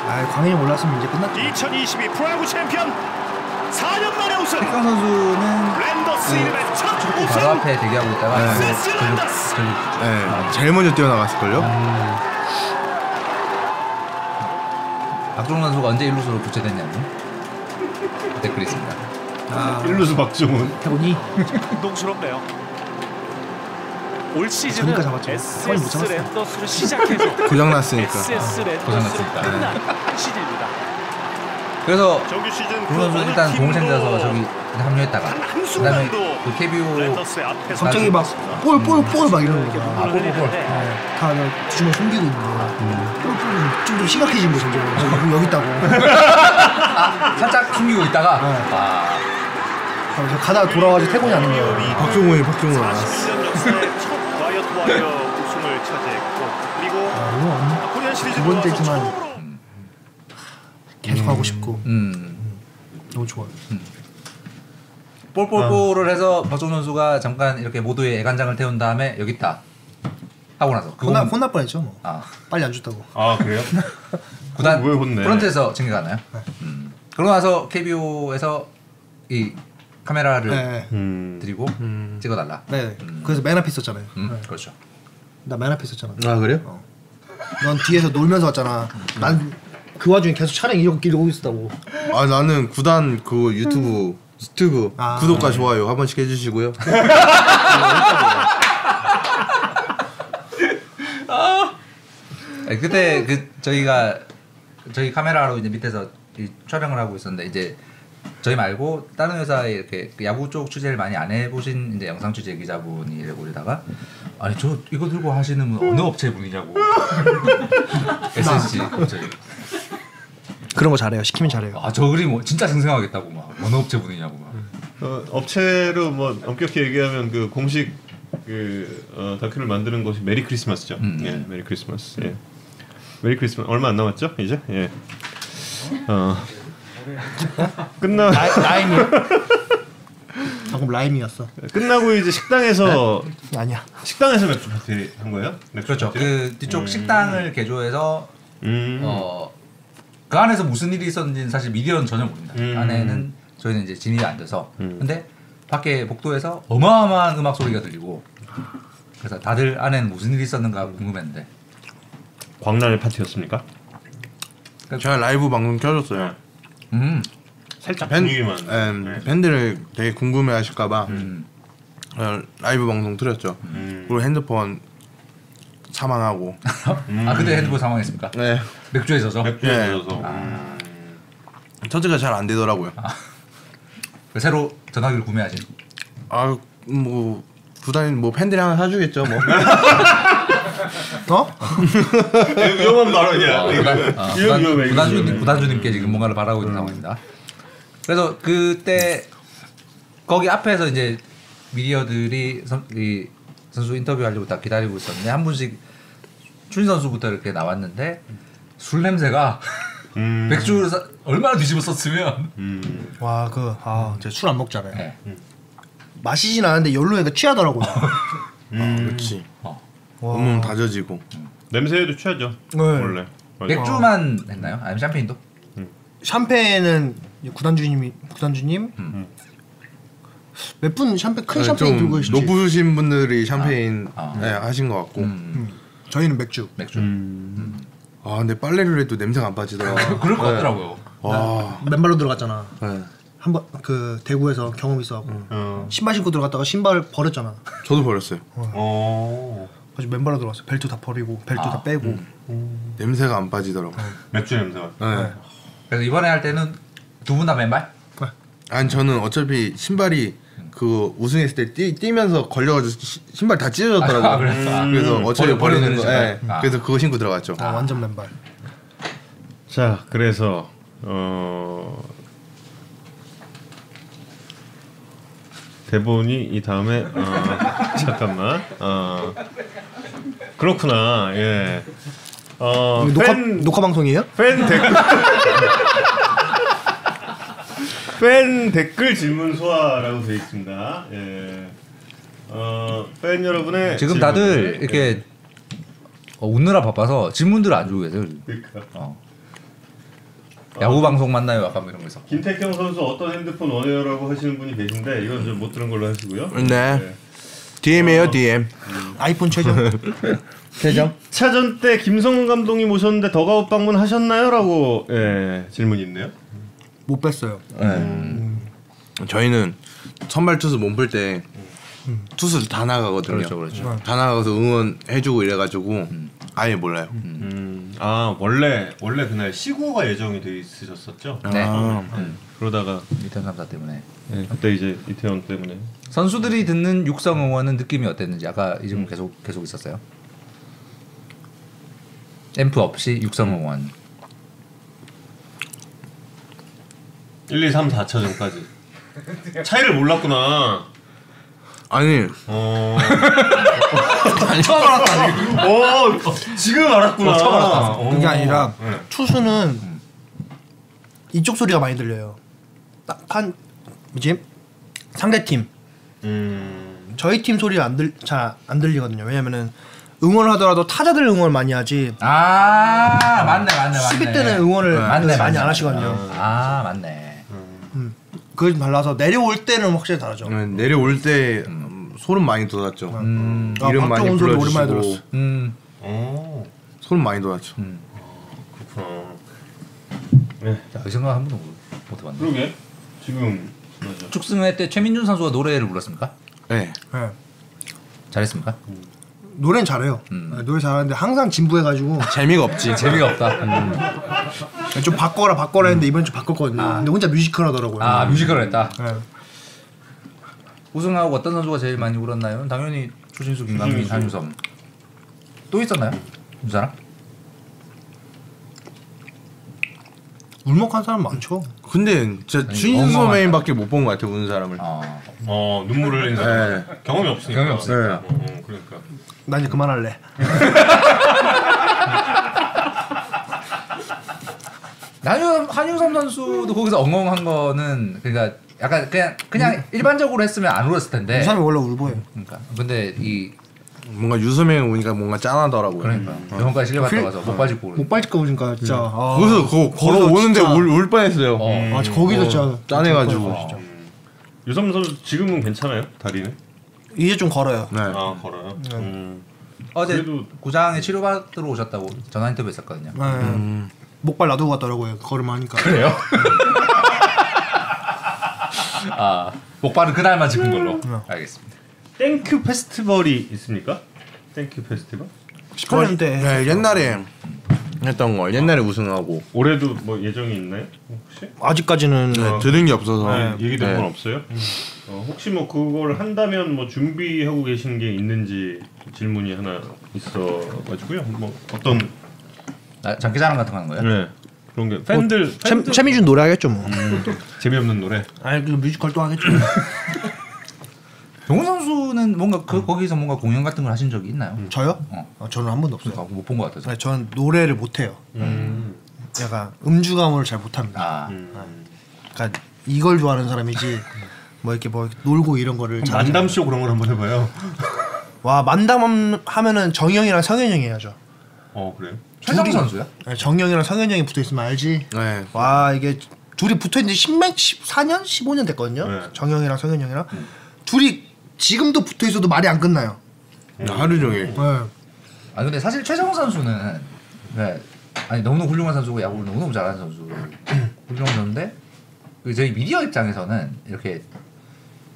[SPEAKER 3] 아, 광현이 올랐으면 이제 끝났죠.
[SPEAKER 6] 2022 프로야구 챔피언 4년 만에 우승.
[SPEAKER 2] 태경 선수는
[SPEAKER 6] 랜더스 이름의 첫
[SPEAKER 2] 축구 바로
[SPEAKER 6] 우승.
[SPEAKER 2] 앞에 대기하고 있다가 그
[SPEAKER 6] 네.
[SPEAKER 2] 저기-
[SPEAKER 3] 그
[SPEAKER 2] 저기-
[SPEAKER 4] 네. 제일 먼저 뛰어나갔을걸요?
[SPEAKER 2] 박종훈 선수가 언제 일루수로 교체됐냐고 댓글 있습니다.
[SPEAKER 1] 일루수 박종훈.
[SPEAKER 3] 태곤이
[SPEAKER 8] 감동스럽네요. 올 시즌은
[SPEAKER 3] 저니까 아, 그러니까 잡았죠. 태권이 못
[SPEAKER 8] SS
[SPEAKER 3] 잡았어요. 그러니까. 아,
[SPEAKER 8] 랜더스로 시작해서
[SPEAKER 4] 고장났으니까.
[SPEAKER 8] SS 랜더스로
[SPEAKER 2] 고생했습니다.
[SPEAKER 8] 끝난 시즌입니다.
[SPEAKER 2] 그래서
[SPEAKER 6] 정규 시즌
[SPEAKER 2] 박종훈 선수 일단 공을 챙겨서 저기 합류했다가 그다음에 그 KBO
[SPEAKER 6] 랜더스 앞에서
[SPEAKER 3] 갑자기 뭐, 막 볼 볼 볼 막 이러는 거야.
[SPEAKER 8] 아, 볼, 볼, 볼.
[SPEAKER 3] 다 그냥 뒤집어 숨기고 있는 거야. 볼 좀더 심각해진 거야, 점점. 아, 여기, 여기 있다고.
[SPEAKER 2] 아, 살짝 숨기고 있다가
[SPEAKER 3] 네.
[SPEAKER 2] 아,
[SPEAKER 3] 그래서 가다가 돌아와서 태곤이 아닌 거야.
[SPEAKER 4] 박종훈이 박종훈. 아,
[SPEAKER 6] 41년 역사의 첫 와이어트 와이어 우승을 차지했고 그리고
[SPEAKER 3] 아,
[SPEAKER 6] 코리안 시리즈
[SPEAKER 3] 두 번째지만
[SPEAKER 6] 들어와서 처음으로
[SPEAKER 3] 계속 하고 싶고.
[SPEAKER 2] 음.
[SPEAKER 3] 너무 좋아요.
[SPEAKER 2] 볼볼볼을 해서 박종훈 선수가 잠깐 이렇게 모두의 애간장을 태운 다음에 여기 있다 하고 나서 그
[SPEAKER 3] 혼나,
[SPEAKER 2] 공은-
[SPEAKER 3] 혼날 뻔했죠, 뭐.
[SPEAKER 2] 아,
[SPEAKER 3] 빨리 안 줬다고.
[SPEAKER 1] 아 그래요?
[SPEAKER 2] 구단
[SPEAKER 1] 왜 혼내?
[SPEAKER 2] 프런트에서 챙겨가나요?
[SPEAKER 3] 네.
[SPEAKER 2] 음. 그러고 나서 KBO에서 이 카메라를
[SPEAKER 3] 네. 네.
[SPEAKER 1] 음.
[SPEAKER 2] 드리고 찍어달라.
[SPEAKER 3] 네. 그래서 맨 앞에 있었잖아요.
[SPEAKER 2] 음, 그렇죠.
[SPEAKER 3] 나 맨 앞에 있었잖아.
[SPEAKER 4] 아, 그래요?
[SPEAKER 3] 넌 뒤에서 놀면서 왔잖아. 난 그 와중에 계속 촬영 이러고 이러고 있었다고. 음.
[SPEAKER 4] 아, 나는 구단 그거 유튜브 스튜브
[SPEAKER 9] 아.
[SPEAKER 4] 구독과 좋아요 한 번씩 해주시고요.
[SPEAKER 2] 아니, 그때 그 저희가 저희 카메라로 이제 밑에서 이 촬영을 하고 있었는데 이제 저희 말고 다른 회사에 이렇게 그 야구 쪽 취재를 많이 안 해보신 이제 영상 취재 기자분이 이래 보려다가 아니 저 이거 들고 하시는 분 어느 업체 분이냐고 SSG 갑자기
[SPEAKER 9] 그런 거 잘해요. 시키면 잘해요.
[SPEAKER 2] 아저 그림 뭐 진짜 생생하겠다고 막 어느 업체 분이냐고 막
[SPEAKER 1] 어, 업체로 뭐 엄격히 얘기하면 그 공식 그 어, 다큐를 만드는 것이 메리 크리스마스죠.
[SPEAKER 2] 음.
[SPEAKER 1] 예, 메리 크리스마스. 예. 메리 크리스마스 얼마 안 남았죠? 이제 예. 어. 끝나
[SPEAKER 9] 라- 라임이. 방금 아, 라임이었어.
[SPEAKER 1] 끝나고 이제 식당에서
[SPEAKER 9] 아니야.
[SPEAKER 1] 식당에서 맥주 파티 한 거예요? 맥주
[SPEAKER 2] 그렇죠
[SPEAKER 1] 파티를?
[SPEAKER 2] 그 뒤쪽 식당을 개조해서
[SPEAKER 1] 음.
[SPEAKER 2] 어, 그 안에서 무슨 일이 있었는지는 사실 미디어는 전혀 모릅니다.
[SPEAKER 1] 음.
[SPEAKER 2] 안에는 저희는 이제 진입이 안 돼서.
[SPEAKER 1] 음.
[SPEAKER 2] 근데 밖에 복도에서 어마어마한 음악 소리가 들리고 그래서 다들 안에는 무슨 일이 있었는가 궁금했는데
[SPEAKER 1] 광란의 파티였습니까?
[SPEAKER 4] 제가 라이브 방송 켜줬어요.
[SPEAKER 2] 음,
[SPEAKER 1] 살짝
[SPEAKER 4] 밴-
[SPEAKER 1] 분위기만.
[SPEAKER 4] 음,
[SPEAKER 1] 네.
[SPEAKER 4] 팬들이 되게 궁금해하실까봐
[SPEAKER 2] 음,
[SPEAKER 4] 어, 라이브 방송 틀었죠.
[SPEAKER 1] 음.
[SPEAKER 4] 그리고 핸드폰 사망하고.
[SPEAKER 2] 아 그때 핸드폰 상황했습니까?
[SPEAKER 4] 네.
[SPEAKER 2] 맥주에 져서
[SPEAKER 1] 음. 맥주에
[SPEAKER 4] 예.
[SPEAKER 1] 넣어서. 음.
[SPEAKER 4] 터치가 잘 안 되더라고요.
[SPEAKER 9] 아.
[SPEAKER 2] 새로 전화기를 구매하신
[SPEAKER 4] 아 뭐 부단히 뭐 팬들이 하나 사주겠죠 뭐.
[SPEAKER 9] 음. 어?
[SPEAKER 1] 아, 위험한 발언이야.
[SPEAKER 2] 아,
[SPEAKER 1] 이거 위험해. 이거
[SPEAKER 2] 부단주님,
[SPEAKER 1] 위험해. 음.
[SPEAKER 2] 부단주님께 지금 뭔가를 바라고 있는 상황입니다. 그래서 그때 거기 앞에서 이제 미디어들이 선, 이 선수 인터뷰하려고 다 기다리고 있었는데 한 분씩 춘 선수부터 이렇게 나왔는데 술 냄새가
[SPEAKER 1] 음.
[SPEAKER 2] 맥주를 사- 얼마나 뒤집어 썼으면
[SPEAKER 1] 음.
[SPEAKER 9] 와, 그, 아, 제가 술 안 먹잖아요.
[SPEAKER 2] 네.
[SPEAKER 9] 마시진 않는데 연로에가 취하더라고요.
[SPEAKER 4] 그렇지.
[SPEAKER 9] 와.
[SPEAKER 4] 몸은 다져지고.
[SPEAKER 1] 냄새에도 취하죠.
[SPEAKER 9] 네.
[SPEAKER 1] 원래. 맞아.
[SPEAKER 2] 맥주만 했나요? 아니면 샴페인도?
[SPEAKER 9] 샴페인은 이제 구단주님이 구단주님 몇 분 샴페인 큰
[SPEAKER 4] 네,
[SPEAKER 9] 샴페인
[SPEAKER 4] 좀
[SPEAKER 9] 들고 계시지.
[SPEAKER 4] 높으신 분들이 샴페인
[SPEAKER 2] 아.
[SPEAKER 4] 네, 하신 것 같고.
[SPEAKER 2] 음,
[SPEAKER 9] 저희는 맥주.
[SPEAKER 2] 맥주.
[SPEAKER 1] 음.
[SPEAKER 4] 아 근데 빨래를 해도 냄새가 안 빠지더라고.
[SPEAKER 1] 어.
[SPEAKER 2] 그럴
[SPEAKER 1] 네.
[SPEAKER 2] 것 같더라고요.
[SPEAKER 4] 와.
[SPEAKER 9] 맨발로 들어갔잖아.
[SPEAKER 4] 네.
[SPEAKER 9] 한 번 그 대구에서 경험 있어갖고 음.
[SPEAKER 1] 어.
[SPEAKER 9] 신발 신고 들어갔다가 신발 버렸잖아.
[SPEAKER 4] 저도 버렸어요.
[SPEAKER 9] 음.
[SPEAKER 1] 어.
[SPEAKER 9] 아주 맨발로 들어갔어. 벨트 다 버리고 벨트
[SPEAKER 2] 아,
[SPEAKER 9] 다 빼고. 음.
[SPEAKER 4] 냄새가 안 빠지더라고.
[SPEAKER 1] 맥주 냄새가.
[SPEAKER 4] 네.
[SPEAKER 2] 그래서 이번에 할 때는 두 분 다 맨발?
[SPEAKER 4] 아니 저는 어차피 신발이 그 우승했을 때 뛰, 뛰면서 걸려가지고 시- 신발 다 찢어졌더라고요. 음.
[SPEAKER 2] 아, 그래서. 아.
[SPEAKER 4] 그래서
[SPEAKER 9] 음.
[SPEAKER 4] 어차피
[SPEAKER 2] 버려- 버려야
[SPEAKER 4] 버리는
[SPEAKER 2] 되는
[SPEAKER 4] 거.
[SPEAKER 2] 신발.
[SPEAKER 4] 예.
[SPEAKER 2] 아.
[SPEAKER 4] 그래서 그거 신고 들어갔죠.
[SPEAKER 9] 아, 완전 맨발.
[SPEAKER 1] 자, 그래서 어 대본이 이 다음에 어, 잠깐만. 어 그렇구나. 예. 어
[SPEAKER 9] 녹화
[SPEAKER 1] 팬-
[SPEAKER 9] 녹화 방송이에요?
[SPEAKER 1] 팬 댓글 팬 댓글 질문 소화라고 되어 있습니다. 예. 어팬 여러분의 예.
[SPEAKER 2] 지금 네.
[SPEAKER 1] 질문을-
[SPEAKER 2] 다들 이렇게 어, 웃느라 바빠서 질문들을 안 주고 계세요. 지금.
[SPEAKER 1] 그러니까.
[SPEAKER 2] 어. 야구 방송 만나요 아까 뭐 이런 거서
[SPEAKER 1] 김태경 선수 어떤 핸드폰 원해요라고 하시는 분이 계신데 이건 좀 못 들은 걸로 하시고요.
[SPEAKER 4] 네. DM이에요 DM.
[SPEAKER 9] 아이폰 최종.
[SPEAKER 4] 대장.
[SPEAKER 1] 차전 때 김성훈 감독이 모셨는데 더가웃 방문 하셨나요?라고 예, 질문이 있네요.
[SPEAKER 9] 못 뺐어요.
[SPEAKER 2] 네.
[SPEAKER 9] 음.
[SPEAKER 4] 저희는 선발 투수 몸풀 때 투수 다 나가거든요. 음.
[SPEAKER 2] 그렇죠, 그렇죠.
[SPEAKER 4] 다 나가서 응원해주고 이래가지고 아예 몰라요.
[SPEAKER 1] 음, 아 원래 원래 그날 시구가 예정이 돼 있으셨었죠.
[SPEAKER 2] 네.
[SPEAKER 4] 아.
[SPEAKER 1] 음. 그러다가
[SPEAKER 2] 이태원 삼사 때문에
[SPEAKER 1] 예, 그때 이제 이태원 때문에
[SPEAKER 2] 선수들이 듣는 육성 응원은 느낌이 어땠는지 아까 이
[SPEAKER 9] 음.
[SPEAKER 2] 질문 계속 계속 있었어요. 앰프 없이 육성 응원.
[SPEAKER 1] 1, 2, 3, 4차전까지 차이를 몰랐구나.
[SPEAKER 4] 아니
[SPEAKER 1] 어. 처음 알았다. 어, 지금 알았구나. 처음 알았다.
[SPEAKER 4] 어.
[SPEAKER 9] 그게 아니라
[SPEAKER 4] 네.
[SPEAKER 9] 투수는 이쪽 소리가 많이 들려요. 딱한 이제 상대 팀
[SPEAKER 1] 음.
[SPEAKER 9] 저희 팀 소리가 안들잘안 들리거든요. 왜냐면은 응원을 하더라도 타자들 응원을 많이 하지
[SPEAKER 2] 아 맞네 맞네 맞네.
[SPEAKER 9] 수비 때는 응원을 많이
[SPEAKER 2] 맞네, 맞네.
[SPEAKER 9] 안 하시거든요.
[SPEAKER 2] 아 맞네.
[SPEAKER 9] 그게 좀 달라서 내려올 때는 확실히 다르죠.
[SPEAKER 4] 네. 내려올 때 음, 소름 많이 돋았죠. 음.
[SPEAKER 9] 아,
[SPEAKER 4] 이름
[SPEAKER 9] 박정훈
[SPEAKER 4] 많이
[SPEAKER 9] 소리 오랜만에
[SPEAKER 4] 불러주시고
[SPEAKER 9] 들었어.
[SPEAKER 2] 음
[SPEAKER 1] 어.
[SPEAKER 4] 소름 많이 돋았죠.
[SPEAKER 1] 그렇구나.
[SPEAKER 2] 야, 이 생각 한 번도 못- 못 해봤네.
[SPEAKER 1] 그러게 지금
[SPEAKER 2] 축승회 때 최민준 선수가 노래를 불렀습니까?
[SPEAKER 4] 네.
[SPEAKER 3] 네.
[SPEAKER 2] 잘했습니까?
[SPEAKER 3] 노래는 잘해요.
[SPEAKER 4] 음.
[SPEAKER 3] 네, 노래 잘하는데 항상 진부해가지고 네,
[SPEAKER 4] 재미가 없지.
[SPEAKER 2] 재미가 없다. 음.
[SPEAKER 3] 좀 바꿔라 바꿔라 했는데 이번엔 좀 바꿨거든요.
[SPEAKER 4] 아.
[SPEAKER 3] 근데 혼자 뮤지컬 하더라고요.
[SPEAKER 2] 아 뮤지컬을 했다.
[SPEAKER 3] 네.
[SPEAKER 2] 우승하고 어떤 선수가 제일 많이 울었나요? 당연히 추신수, 김강민, 한유섬. 또 있었나요? 이 사람?
[SPEAKER 3] 울먹한 사람 많죠.
[SPEAKER 4] 근데 진짜
[SPEAKER 2] 아니,
[SPEAKER 4] 주인
[SPEAKER 2] 엉망하다.
[SPEAKER 4] 선배님밖에 못 본 것 같아요 우는 사람을.
[SPEAKER 2] 아
[SPEAKER 1] 어 눈물을 흘린 사람 경험이 없으니까.
[SPEAKER 2] 경험이 없으니까.
[SPEAKER 1] 어, 어, 그러니까.
[SPEAKER 3] 나 이제 그만할래.
[SPEAKER 2] 한유섬 한유섬 선수도 거기서 엉엉한 거는 그러니까 약간 그냥 그냥 일반적으로 했으면 안 울었을 텐데.
[SPEAKER 10] 이 사람이
[SPEAKER 4] 네.
[SPEAKER 10] 원래 울보예요.
[SPEAKER 2] 그러니까 근데 이
[SPEAKER 4] 뭔가 유소명 오니까 뭔가 짠하더라고요.
[SPEAKER 2] 그러니까 병원까지 실려갔다 와서 못 빠지고
[SPEAKER 3] 못 빠질 거 보니까 진짜. 아,
[SPEAKER 4] 거기서 그거 걸어 오는데 울, 울 뻔했어요. 음.
[SPEAKER 2] 어.
[SPEAKER 3] 아, 거기서 진짜
[SPEAKER 4] 짠해가지고.
[SPEAKER 1] 유섬 선수 지금은 괜찮아요? 다리는?
[SPEAKER 3] 이제 좀 걸어요.
[SPEAKER 4] 네.
[SPEAKER 1] 아 걸어요. 음.
[SPEAKER 2] 어제
[SPEAKER 1] 그래도-
[SPEAKER 2] 구장에 치료받으러 오셨다고 전화 인터뷰 했었거든요.
[SPEAKER 3] 네. 목발 놔두고 갔더라고요. 걸음 하니까.
[SPEAKER 2] 그래요? 아 목발은 그날만 짚은 걸로 알겠습니다.
[SPEAKER 1] 땡큐 페스티벌이 있습니까? 땡큐 페스티벌?
[SPEAKER 3] 18년 때
[SPEAKER 4] 네, 옛날에 했던 걸 옛날에 우승하고
[SPEAKER 1] 올해도 뭐 예정이 있나요? 혹시?
[SPEAKER 3] 아직까지는
[SPEAKER 4] 네, 들은 게 없어서
[SPEAKER 1] 네, 얘기 들은
[SPEAKER 4] 네.
[SPEAKER 1] 건 없어요. 어, 혹시 뭐 그걸 한다면 뭐 준비하고 계신 게 있는지 질문이 하나 있어가지고요. 뭐 어떤
[SPEAKER 2] 아, 장기자랑 같은 거 하는 거예요?
[SPEAKER 1] 네, 그런 게 팬들
[SPEAKER 3] 최, 최민준 노래 하겠죠 뭐.
[SPEAKER 1] 재미없는 노래.
[SPEAKER 3] 네. 아니 그 뮤지컬 또 하겠죠.
[SPEAKER 2] 동훈 선수는 뭔가 그 거기서 뭔가 공연 같은 걸 하신 적이 있나요?
[SPEAKER 3] 저요?
[SPEAKER 2] 어.
[SPEAKER 3] 어, 저는 한 번도 없어요.
[SPEAKER 2] 그러니까 못 본 것 같아서.
[SPEAKER 3] 네, 전 노래를 못해요. 약간 음주감을 잘 못합니다.
[SPEAKER 2] 아
[SPEAKER 3] 그러니까 이걸 좋아하는 사람이지 뭐 이렇게 뭐 놀고 이런 거를 잘-
[SPEAKER 1] 만담 쇼 그런 걸 한번 해봐요.
[SPEAKER 3] 와 만담하면은 정영이랑 성현이 해야죠.
[SPEAKER 1] 어 그래요?
[SPEAKER 2] 최정 선수야?
[SPEAKER 3] 네, 정영이랑 성현이 붙어 있으면 알지.
[SPEAKER 4] 네.
[SPEAKER 3] 와 이게 둘이 붙어 있는 지 10만 14년 15년 됐거든요.
[SPEAKER 1] 네.
[SPEAKER 3] 정영이랑 성현이랑 둘이 지금도 붙어 있어도 말이 안 끝나요.
[SPEAKER 4] 하루 종일
[SPEAKER 3] 네.
[SPEAKER 2] 아 근데 사실 최정 선수는 네. 아니 너무너무 훌륭한 선수고 야구를 너무너무 잘하는 선수 훌륭한 선수인데 그 저희 미디어 입장에서는 이렇게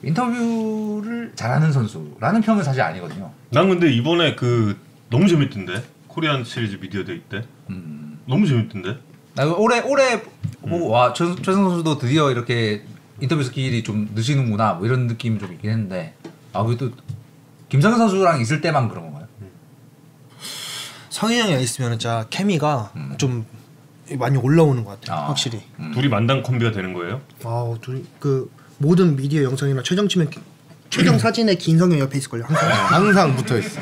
[SPEAKER 2] 인터뷰를 잘하는 선수라는 평은 사실 아니거든요.
[SPEAKER 1] 난 근데 이번에 그 너무 재밌던데 코리안 시리즈 미디어 데이 때
[SPEAKER 2] 음.
[SPEAKER 1] 너무 재밌던데.
[SPEAKER 2] 나 이거 아, 그 올해 올해
[SPEAKER 3] 음.
[SPEAKER 2] 보고 와 최, 최성 선수도 드디어 이렇게 인터뷰 스킬이 좀 느시는구나 뭐 이런 느낌이 좀 있긴 했는데 아 그게 또 김상현 선수랑 있을 때만 그런 건가요?
[SPEAKER 3] 성현이랑 있으면 진짜 케미가
[SPEAKER 4] 음.
[SPEAKER 3] 좀 많이 올라오는 것 같아요.
[SPEAKER 2] 아.
[SPEAKER 3] 확실히.
[SPEAKER 1] 둘이 만담 콤비가 되는 거예요?
[SPEAKER 3] 아우 둘이 그 모든 미디어 영상이나 최정 치면 기- 최정 사진에 김성현 옆에 있을 걸요. 항상
[SPEAKER 4] 네, 항상 붙어 있어.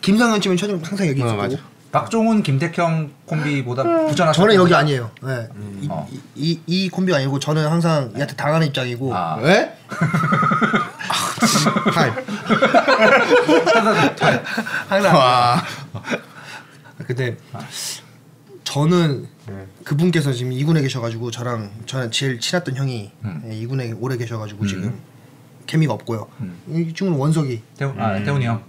[SPEAKER 3] 김성현 치면 최정 항상 여기
[SPEAKER 4] 어,
[SPEAKER 3] 있을 거고.
[SPEAKER 4] 맞아.
[SPEAKER 2] 박종훈 김태형 콤비보다 부천하
[SPEAKER 3] 음. 저는 여기 아니에요. 네. 이,
[SPEAKER 2] 어.
[SPEAKER 3] 이, 이, 이 콤비가 아니고 저는 항상 얘한테 당하는 입장이고 네? 아,
[SPEAKER 2] 아
[SPEAKER 4] 왜? 타임.
[SPEAKER 3] 항상
[SPEAKER 4] 와.
[SPEAKER 3] 아, 근데 저는 그분께서 지금 이군에 계셔가지고 저랑 저랑 제일 친했던 형이 네,
[SPEAKER 2] 음.
[SPEAKER 3] 이군에 오래 계셔가지고 지금 케미가 없고요. 이 친구는 원석이
[SPEAKER 2] 태우, 아, 태훈이 형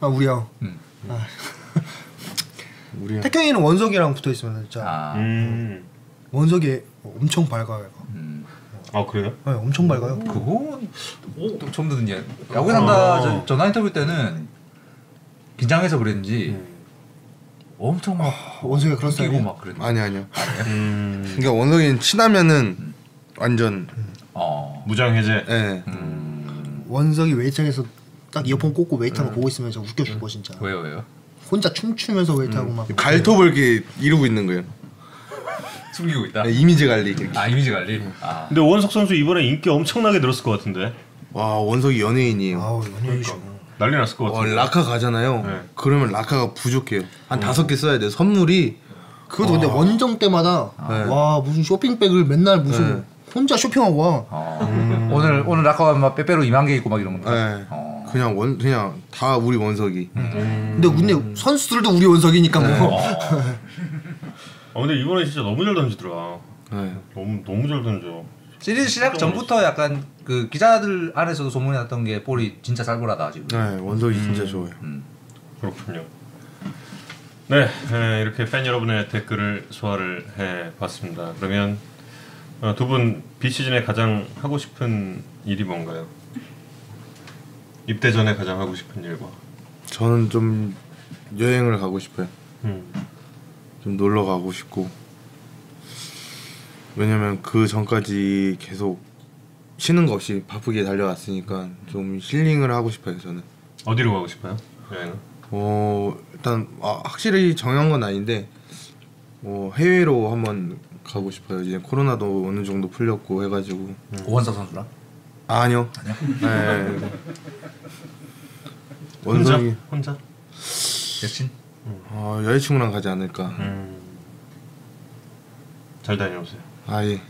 [SPEAKER 3] 아, 우리 형.
[SPEAKER 2] 음.
[SPEAKER 3] 아.
[SPEAKER 4] 우리 형.
[SPEAKER 3] 태경이는 원석이랑 붙어 있으면 진짜
[SPEAKER 2] 아,
[SPEAKER 1] 음.
[SPEAKER 3] 원석이 엄청 밝아요.
[SPEAKER 2] 음.
[SPEAKER 1] 아 그래요?
[SPEAKER 3] 네, 엄청 밝아요.
[SPEAKER 2] 그건 뭐
[SPEAKER 3] 어.
[SPEAKER 2] 또 처음 듣는 얘 야구 산다 저- 전화 인터뷰 때는 긴장해서 그랬는지 엄청 막
[SPEAKER 3] 음. 아, 원석이
[SPEAKER 2] 웃기고
[SPEAKER 3] 그런 스타일이에요.
[SPEAKER 2] 막 그랬는데
[SPEAKER 4] 아니 아니요.
[SPEAKER 2] 음.
[SPEAKER 1] 음.
[SPEAKER 4] 그러니까 원석이는 친하면은 완전
[SPEAKER 2] 어 음.
[SPEAKER 1] 무장 해제.
[SPEAKER 4] 예.
[SPEAKER 3] 음. 원석이 웨이트에서 딱 이어폰 꽂고 웨이트하는 거 보고 있으면 진짜 웃겨 죽어 진짜.
[SPEAKER 2] 왜요 음. 왜요
[SPEAKER 3] 혼자 춤추면서 웨이트하고 막
[SPEAKER 4] 갈톱을 이렇게 이루고 있는 거예요.
[SPEAKER 2] 숨기고 있다
[SPEAKER 4] 네, 이미지 관리. 이렇게.
[SPEAKER 2] 아 이미지 관리
[SPEAKER 3] 음.
[SPEAKER 2] 아
[SPEAKER 1] 근데 원석 선수 이번에 인기 엄청나게 늘었을 것 같은데
[SPEAKER 4] 와 원석이 연예인이에요.
[SPEAKER 3] 아우 연예인이죠.
[SPEAKER 1] 난리 났을 것
[SPEAKER 4] 어,
[SPEAKER 1] 같은데.
[SPEAKER 4] 라카 가잖아요.
[SPEAKER 1] 네.
[SPEAKER 4] 그러면 라카가 부족해요. 한 다섯 개 써야 돼. 요 선물이
[SPEAKER 3] 그것도 근데 원정 때마다
[SPEAKER 2] 네.
[SPEAKER 3] 와 무슨 쇼핑백을 맨날 무슨 혼자 쇼핑하고 와.
[SPEAKER 2] 어.
[SPEAKER 3] 음.
[SPEAKER 2] 오늘 오늘 라카가 막 빼빼로 2만 개 있고 막 이런 건가?
[SPEAKER 3] 네.
[SPEAKER 4] 예.
[SPEAKER 2] 어.
[SPEAKER 4] 그냥 원 그냥 다 우리 원석이.
[SPEAKER 3] 근데 근데 선수들도 우리 원석이니까
[SPEAKER 2] 네.
[SPEAKER 3] 뭐.
[SPEAKER 1] 아 근데 이번에 진짜 너무 잘 던지더라.
[SPEAKER 4] 네.
[SPEAKER 1] 너무 너무 잘 던져.
[SPEAKER 2] 시리즈 시작 전부터 약간 그 기자들 안에서도 소문이 났던 게 볼이 진짜 살벌하다 지금.
[SPEAKER 4] 네, 원석이 진짜 좋아요.
[SPEAKER 1] 그렇군요. 네, 에, 이렇게 팬 여러분의 댓글을 소화를 해봤습니다. 그러면 어, 두분 비시즌에 가장 하고 싶은 일이 뭔가요? 입대 전에 가장 하고 싶은 일과
[SPEAKER 4] 저는 좀 여행을 가고 싶어요.
[SPEAKER 1] 음.
[SPEAKER 4] 좀 놀러 가고 싶고 왜냐면 그 전까지 계속 쉬는 거 없이 바쁘게 달려왔으니까 좀 힐링을 하고 싶어요 저는.
[SPEAKER 1] 어디로 가고 싶어요? 여행은?
[SPEAKER 4] 어 일단 아, 확실히 정한 건 아닌데 어, 해외로 한번 가고 싶어요. 이제 코로나도 어느 정도 풀렸고 해가지고
[SPEAKER 3] 네.
[SPEAKER 2] 오원석 선수랑
[SPEAKER 4] 아, 아니요.
[SPEAKER 2] 아니요?
[SPEAKER 4] 네.
[SPEAKER 1] 혼자?
[SPEAKER 4] 원석이
[SPEAKER 1] 혼자?
[SPEAKER 2] 여친
[SPEAKER 4] 어, 여자친구랑 가지 않을까.
[SPEAKER 1] 음. 잘 다녀오세요.
[SPEAKER 4] 아 예.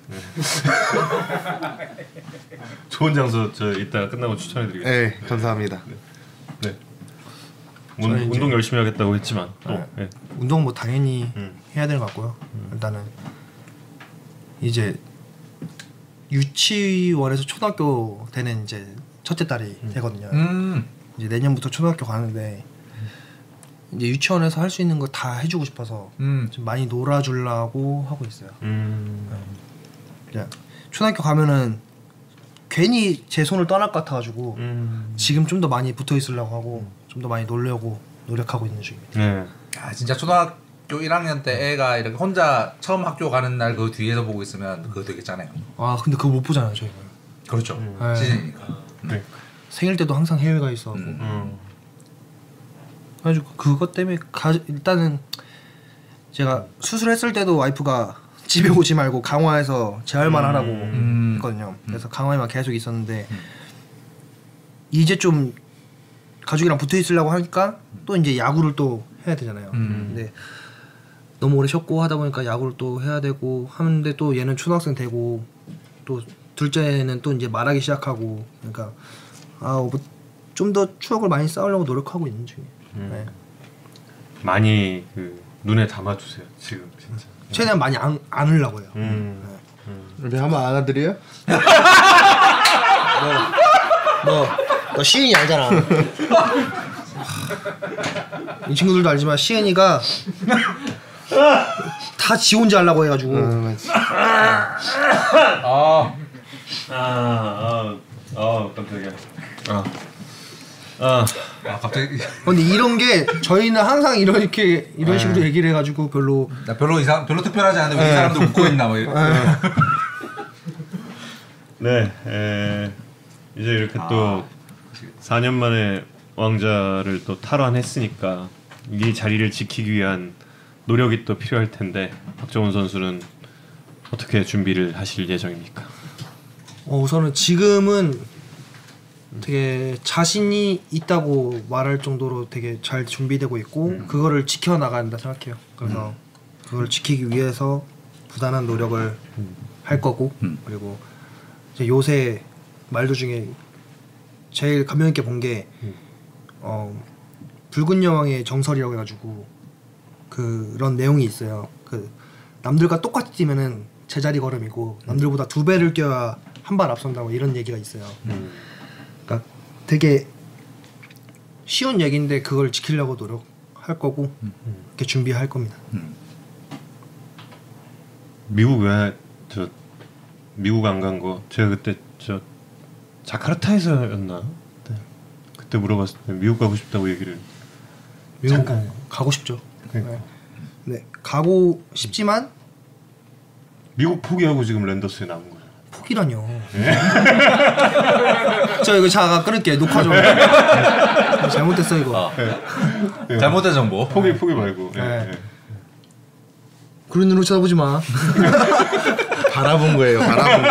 [SPEAKER 1] 좋은 장소 저 이따 끝나고 추천해드리겠습니다.
[SPEAKER 4] 예 감사합니다.
[SPEAKER 1] 네. 운,
[SPEAKER 3] 저는 이제-
[SPEAKER 1] 운동 열심히 하겠다고 했지만 또
[SPEAKER 3] 네.
[SPEAKER 1] 예.
[SPEAKER 3] 운동 뭐 당연히
[SPEAKER 1] 음.
[SPEAKER 3] 해야 될 것 같고요. 일단은 이제 유치원에서 초등학교 되는 이제 첫째 딸이 되거든요.
[SPEAKER 2] 음
[SPEAKER 3] 이제 내년부터 초등학교 가는데 이제 유치원에서 할 수 있는 거 다 해주고 싶어서
[SPEAKER 2] 음.
[SPEAKER 3] 좀 많이 놀아주려고 하고 있어요.
[SPEAKER 1] 음.
[SPEAKER 3] 그냥 초등학교 가면은 괜히 제 손을 떠날 것 같아가지고
[SPEAKER 1] 음.
[SPEAKER 3] 지금 좀 더 많이 붙어 있으려고 하고 좀 더 많이 놀려고 노력하고 있는 중입니다.
[SPEAKER 1] 네.
[SPEAKER 2] 아 진짜 초등학교 1학년 때 애가 이렇게 혼자 처음 학교 가는 날 그 뒤에서 보고 있으면 그거 되게 짠해요.
[SPEAKER 3] 아 근데 그거 못 보잖아요 저희가.
[SPEAKER 2] 그렇죠.
[SPEAKER 3] 네.
[SPEAKER 2] 시즌이니까.
[SPEAKER 3] 생일 때도 항상 해외가 있어.
[SPEAKER 2] 음.
[SPEAKER 1] 음.
[SPEAKER 3] 그래가지고 그것 때문에 가, 일단은 제가 수술했을 때도 와이프가 집에 오지 말고 강화에서 재활만 하라고
[SPEAKER 2] 음.
[SPEAKER 3] 했거든요. 그래서 강화에만 계속 있었는데 이제 좀 가족이랑 붙어 있으려고 하니까 또 이제 야구를 또 해야 되잖아요.
[SPEAKER 2] 음.
[SPEAKER 3] 근데 너무 오래 쉬었고 하다 보니까 야구를 또 해야 되고 하는데 또 얘는 초등학생 되고 또 둘째는 또 이제 말하기 시작하고 그러니까 아좀더 추억을 많이 쌓으려고 노력하고 있는 중이에요. 네.
[SPEAKER 1] 많이 그 눈에 담아주세요 지금 진짜.
[SPEAKER 3] 최대한 많이 안 안으려고 해요.
[SPEAKER 1] 음.
[SPEAKER 4] 왜 한번 안아드려요?
[SPEAKER 3] 뭐, 너너 시은이 알잖아. 이 친구들도 알지만 시은이가 다 지 혼자 하려고 해가지고
[SPEAKER 4] 음,
[SPEAKER 2] 아
[SPEAKER 1] 아, 아, 아 깜짝이야. 아, 아,
[SPEAKER 2] 아, 갑자기
[SPEAKER 3] 근데 이런 게 저희는 항상 이런 이렇게 이런
[SPEAKER 4] 네.
[SPEAKER 3] 식으로 얘기를 해가지고 별로
[SPEAKER 2] 나 별로 이상 별로 특별하지 않은데 왜이 사람도 웃고 있나 뭐 이런.
[SPEAKER 1] 네. 에, 이제 이렇게 또 4년 만에 왕자를 또 탈환했으니까 이 자리를 지키기 위한 노력이 또 필요할 텐데 박정훈 선수는 어떻게 준비를 하실 예정입니까?
[SPEAKER 3] 어, 우선은 지금은 되게 자신이 있다고 말할 정도로 되게 잘 준비되고 있고 그거를 지켜 나간다 생각해요. 그래서 그걸 지키기 위해서 부단한 노력을 할 거고 그리고 이제 요새 말도 중에 제일 감명 있게 본 게 어, 붉은 여왕의 정설이라고 해가지고 그런 내용이 있어요. 그 남들과 똑같이 뛰면은 제자리 걸음이고 남들보다 두 배를 뛰어야 한 발 앞선다고 이런 얘기가 있어요.
[SPEAKER 1] 음.
[SPEAKER 3] 그러니까 되게 쉬운 얘기인데 그걸 지키려고 노력할 거고
[SPEAKER 1] 음.
[SPEAKER 3] 이렇게 준비할 겁니다.
[SPEAKER 1] 미국 왜 저 미국 안 간 거 제가 그때 저 자카르타에서였나? 네. 그때 물어봤을 때 미국 가고 싶다고 얘기를
[SPEAKER 3] 미국 가고 싶죠.
[SPEAKER 1] 그러니까.
[SPEAKER 3] 네, 가고 싶지만
[SPEAKER 1] 미국 포기하고 지금 랜더스에 남은 거죠.
[SPEAKER 3] 포기라뇨.
[SPEAKER 1] 네.
[SPEAKER 3] 저 이거 자가 끊을게 녹화 좀. 잘못됐어 이거.
[SPEAKER 1] 예.
[SPEAKER 2] 네. 잘못된 정보.
[SPEAKER 1] 포기 포기 말고. 예,
[SPEAKER 3] 네.
[SPEAKER 1] 예.
[SPEAKER 3] 그런 눈으로 쳐다보지 마.
[SPEAKER 4] 바라본 거예요. 바라본 거.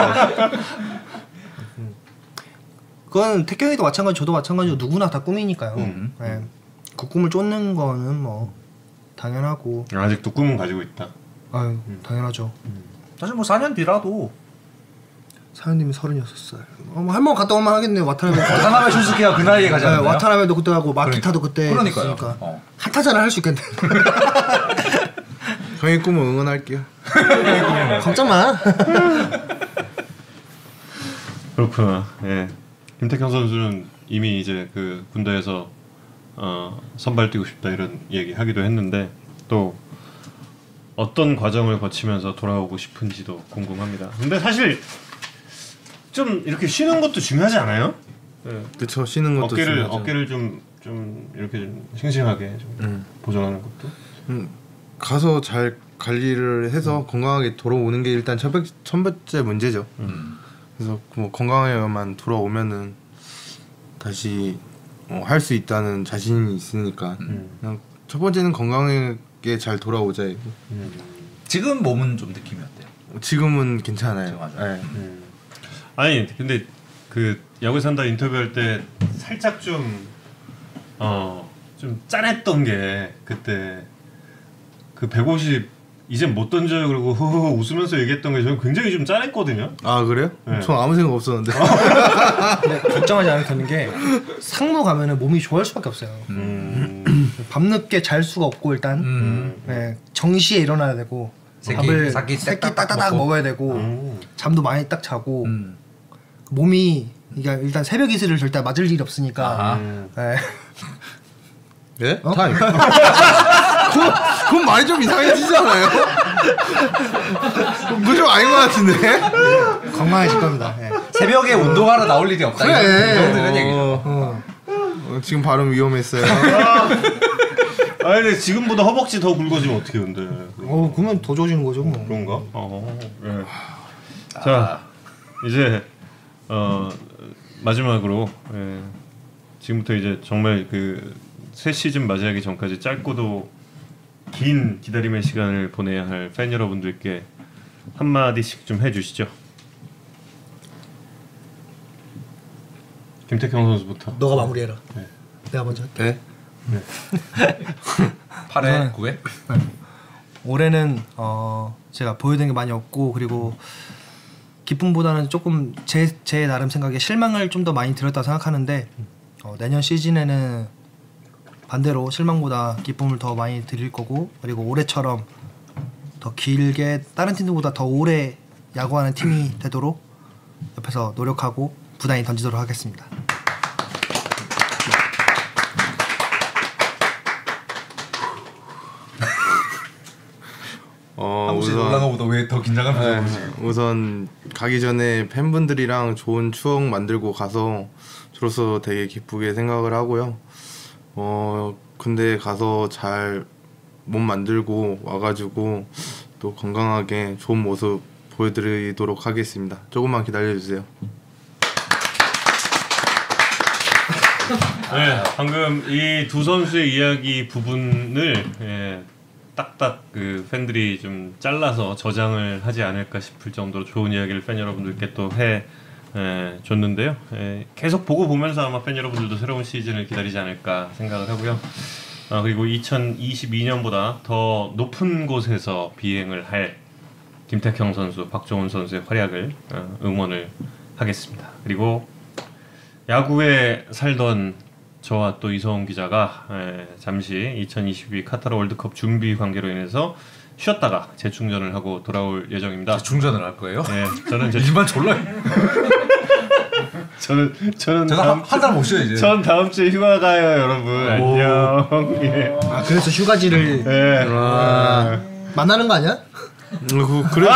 [SPEAKER 3] 그건 태경이도 마찬가지, 저도 마찬가지고 누구나 다 꿈이니까요.
[SPEAKER 1] 음.
[SPEAKER 3] 예. 그 꿈을 쫓는 거는 뭐 당연하고,
[SPEAKER 1] 아직도 꿈은 가지고 있다.
[SPEAKER 3] 아유
[SPEAKER 2] 음.
[SPEAKER 3] 당연하죠.
[SPEAKER 2] 사실 뭐 4년 뒤라도
[SPEAKER 3] 사연님이 서른여섯 살. 어뭐 할머 갔다 올만 하겠네. 와타나베.
[SPEAKER 2] 가나메 쇼스케가 그 나이에 가지
[SPEAKER 3] 네,
[SPEAKER 2] 않나요?
[SPEAKER 3] 와타나베도 그때 하고 마키타도 네, 그때
[SPEAKER 2] 그러니까요.
[SPEAKER 3] 했으니까.
[SPEAKER 2] 어.
[SPEAKER 3] 한타전을 할 수 있겠네.
[SPEAKER 4] 형의 꿈을 응원할게요.
[SPEAKER 2] 네.
[SPEAKER 3] 걱정 마.
[SPEAKER 1] 그렇구나. 예. 김태형 선수는 이미 이제 그 군대에서 어, 선발 뛰고 싶다 이런 얘기 하기도 했는데 또 어떤 과정을 거치면서 돌아오고 싶은지도 궁금합니다. 근데 사실 좀 이렇게 쉬는 것도 중요하지 않아요?
[SPEAKER 4] 그쵸 쉬는 것도
[SPEAKER 1] 어깨를
[SPEAKER 4] 중요하죠.
[SPEAKER 1] 어깨를 좀 좀 이렇게 좀 싱싱하게 좀 보존하는 것도.
[SPEAKER 4] 음, 가서 잘 관리를 해서 건강하게 돌아오는 게 일단 첫, 번- 첫 번째 문제죠.
[SPEAKER 2] 음.
[SPEAKER 4] 그래서 뭐 건강하게만 돌아오면은 다시 어, 할 수 있다는 자신이 있으니까 그냥 첫 번째는 건강하게 잘 돌아오자 이거.
[SPEAKER 2] 지금 몸은 좀 느낌이 어때요?
[SPEAKER 4] 지금은 괜찮아요. 네.
[SPEAKER 2] 음.
[SPEAKER 1] 아니 근데 그 야구에 산다 인터뷰할 때 살짝 좀 어 좀 짠했던 게 그때 그 150 이제 못 던져요 그러고 허허허 웃으면서 얘기했던 게 저는 굉장히 좀 짠했거든요.
[SPEAKER 4] 아 그래요?
[SPEAKER 1] 네.
[SPEAKER 4] 전 아무 생각 없었는데.
[SPEAKER 2] 어.
[SPEAKER 3] 근데 걱정하지 않아도 되는 게 상무 가면은 몸이 좋아할 수밖에 없어요.
[SPEAKER 2] 음.
[SPEAKER 1] 음.
[SPEAKER 3] 밤늦게 잘 수가 없고 일단 네, 정시에 일어나야 되고
[SPEAKER 2] 새끼,
[SPEAKER 3] 밥을
[SPEAKER 2] 새끼
[SPEAKER 3] 새끼
[SPEAKER 2] 딱딱딱
[SPEAKER 3] 딱딱딱
[SPEAKER 2] 먹고.
[SPEAKER 3] 먹어야 되고
[SPEAKER 1] 음.
[SPEAKER 3] 잠도 많이 딱
[SPEAKER 2] 음.
[SPEAKER 3] 자고 몸이 이게 일단 새벽 이슬을 절대 맞을 일이
[SPEAKER 2] 아,
[SPEAKER 3] 없으니까 네.
[SPEAKER 4] 예?
[SPEAKER 2] 어?
[SPEAKER 4] 타임. 그건, 그건 말이 좀 이상해지지 않아요? 그건 좀 아닌 것 같은데?
[SPEAKER 2] 네.
[SPEAKER 3] 건강해질 겁니다. 네.
[SPEAKER 2] 새벽에 운동하러 나올 일이 없다.
[SPEAKER 4] 그래.
[SPEAKER 2] 이런- 이런 들은 얘기죠.
[SPEAKER 4] 어. 어, 지금 발음 위험했어요.
[SPEAKER 1] 아 근데 지금보다 허벅지 더 굵어지면 어떻게 근데
[SPEAKER 3] 어 그러면 더 좋아지는 거죠 뭐.
[SPEAKER 1] 그런가? 어. 예. 자 이제 어 마지막으로 예. 지금부터 이제 정말 그 새 시즌 맞이하기 전까지 짧고도 긴 기다림의 시간을 보내야 할 팬 여러분들께 한 마디씩 좀 해주시죠. 김태경 선수부터.
[SPEAKER 3] 너가 마무리해라.
[SPEAKER 1] 네.
[SPEAKER 3] 내가 먼저. 할게.
[SPEAKER 4] 네?
[SPEAKER 2] 네. 8회, 9회.
[SPEAKER 3] 올해는 어 제가 보여드린 게 많이 없고 그리고 기쁨보다는 조금 제 제 나름 생각에 실망을 좀 더 많이 드렸다 생각하는데 어, 내년 시즌에는 반대로 실망보다 기쁨을 더 많이 드릴 거고 그리고 올해처럼 더 길게 다른 팀들보다 더 오래 야구하는 팀이 되도록 옆에서 노력하고 부단히 던지도록 하겠습니다.
[SPEAKER 4] 어,
[SPEAKER 2] 한국시 올라가
[SPEAKER 4] 우선,
[SPEAKER 2] 보다 왜 더 긴장한 표정을 지금.
[SPEAKER 4] 네, 우선 가기 전에 팬분들이랑 좋은 추억 만들고 가서 저로서 되게 기쁘게 생각을 하고요. 어, 근데 가서 잘 몸 만들고 와가지고 또 건강하게 좋은 모습 보여드리도록 하겠습니다. 조금만 기다려주세요.
[SPEAKER 1] 네, 방금 이 두 선수의 이야기 부분을 예, 딱딱 그 팬들이 좀 잘라서 저장을 하지 않을까 싶을 정도로 좋은 이야기를 팬 여러분들께 또 해 줬는데요. 예, 계속 보고 보면서 아마 팬 여러분들도 새로운 시즌을 기다리지 않을까 생각을 하고요. 아, 그리고 2022년보다 더 높은 곳에서 비행을 할 김태형 선수, 박종훈 선수의 활약을 어, 응원을 하겠습니다. 그리고 야구에 살던 저와 또 이성훈 기자가 에, 잠시 2022 카타르 월드컵 준비 관계로 인해서 쉬었다가 재충전을 하고 돌아올 예정입니다.
[SPEAKER 2] 중전을 할 거예요?
[SPEAKER 1] 예, 저는 제,
[SPEAKER 2] 일만 졸라.
[SPEAKER 1] 저는 저는
[SPEAKER 2] 제가
[SPEAKER 1] 다음
[SPEAKER 2] 한달못 쉬어 이제.
[SPEAKER 1] 전 다음 주에 휴가 가요, 여러분. 안녕. 예.
[SPEAKER 3] 아 그래서 휴가지를
[SPEAKER 4] 네.
[SPEAKER 1] 예.
[SPEAKER 3] 만나는 거 아니야?
[SPEAKER 4] 음, 그래.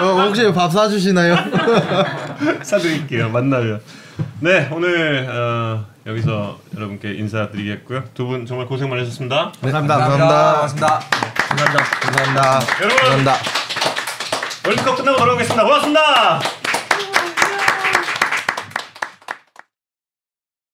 [SPEAKER 4] 어, 혹시 밥 사주시나요?
[SPEAKER 3] 네,
[SPEAKER 1] 사드릴게요. 만나면. 네, 오늘 어, 여기서 여러분께 인사드리겠고요. 두 분 정말 고생 많으셨습니다.
[SPEAKER 4] 감사합니다.
[SPEAKER 2] 반갑습니다.
[SPEAKER 4] 감사합니다. 감사합니다.
[SPEAKER 1] 여러분 월드컵 끝나고 돌아오겠습니다. 고맙습니다.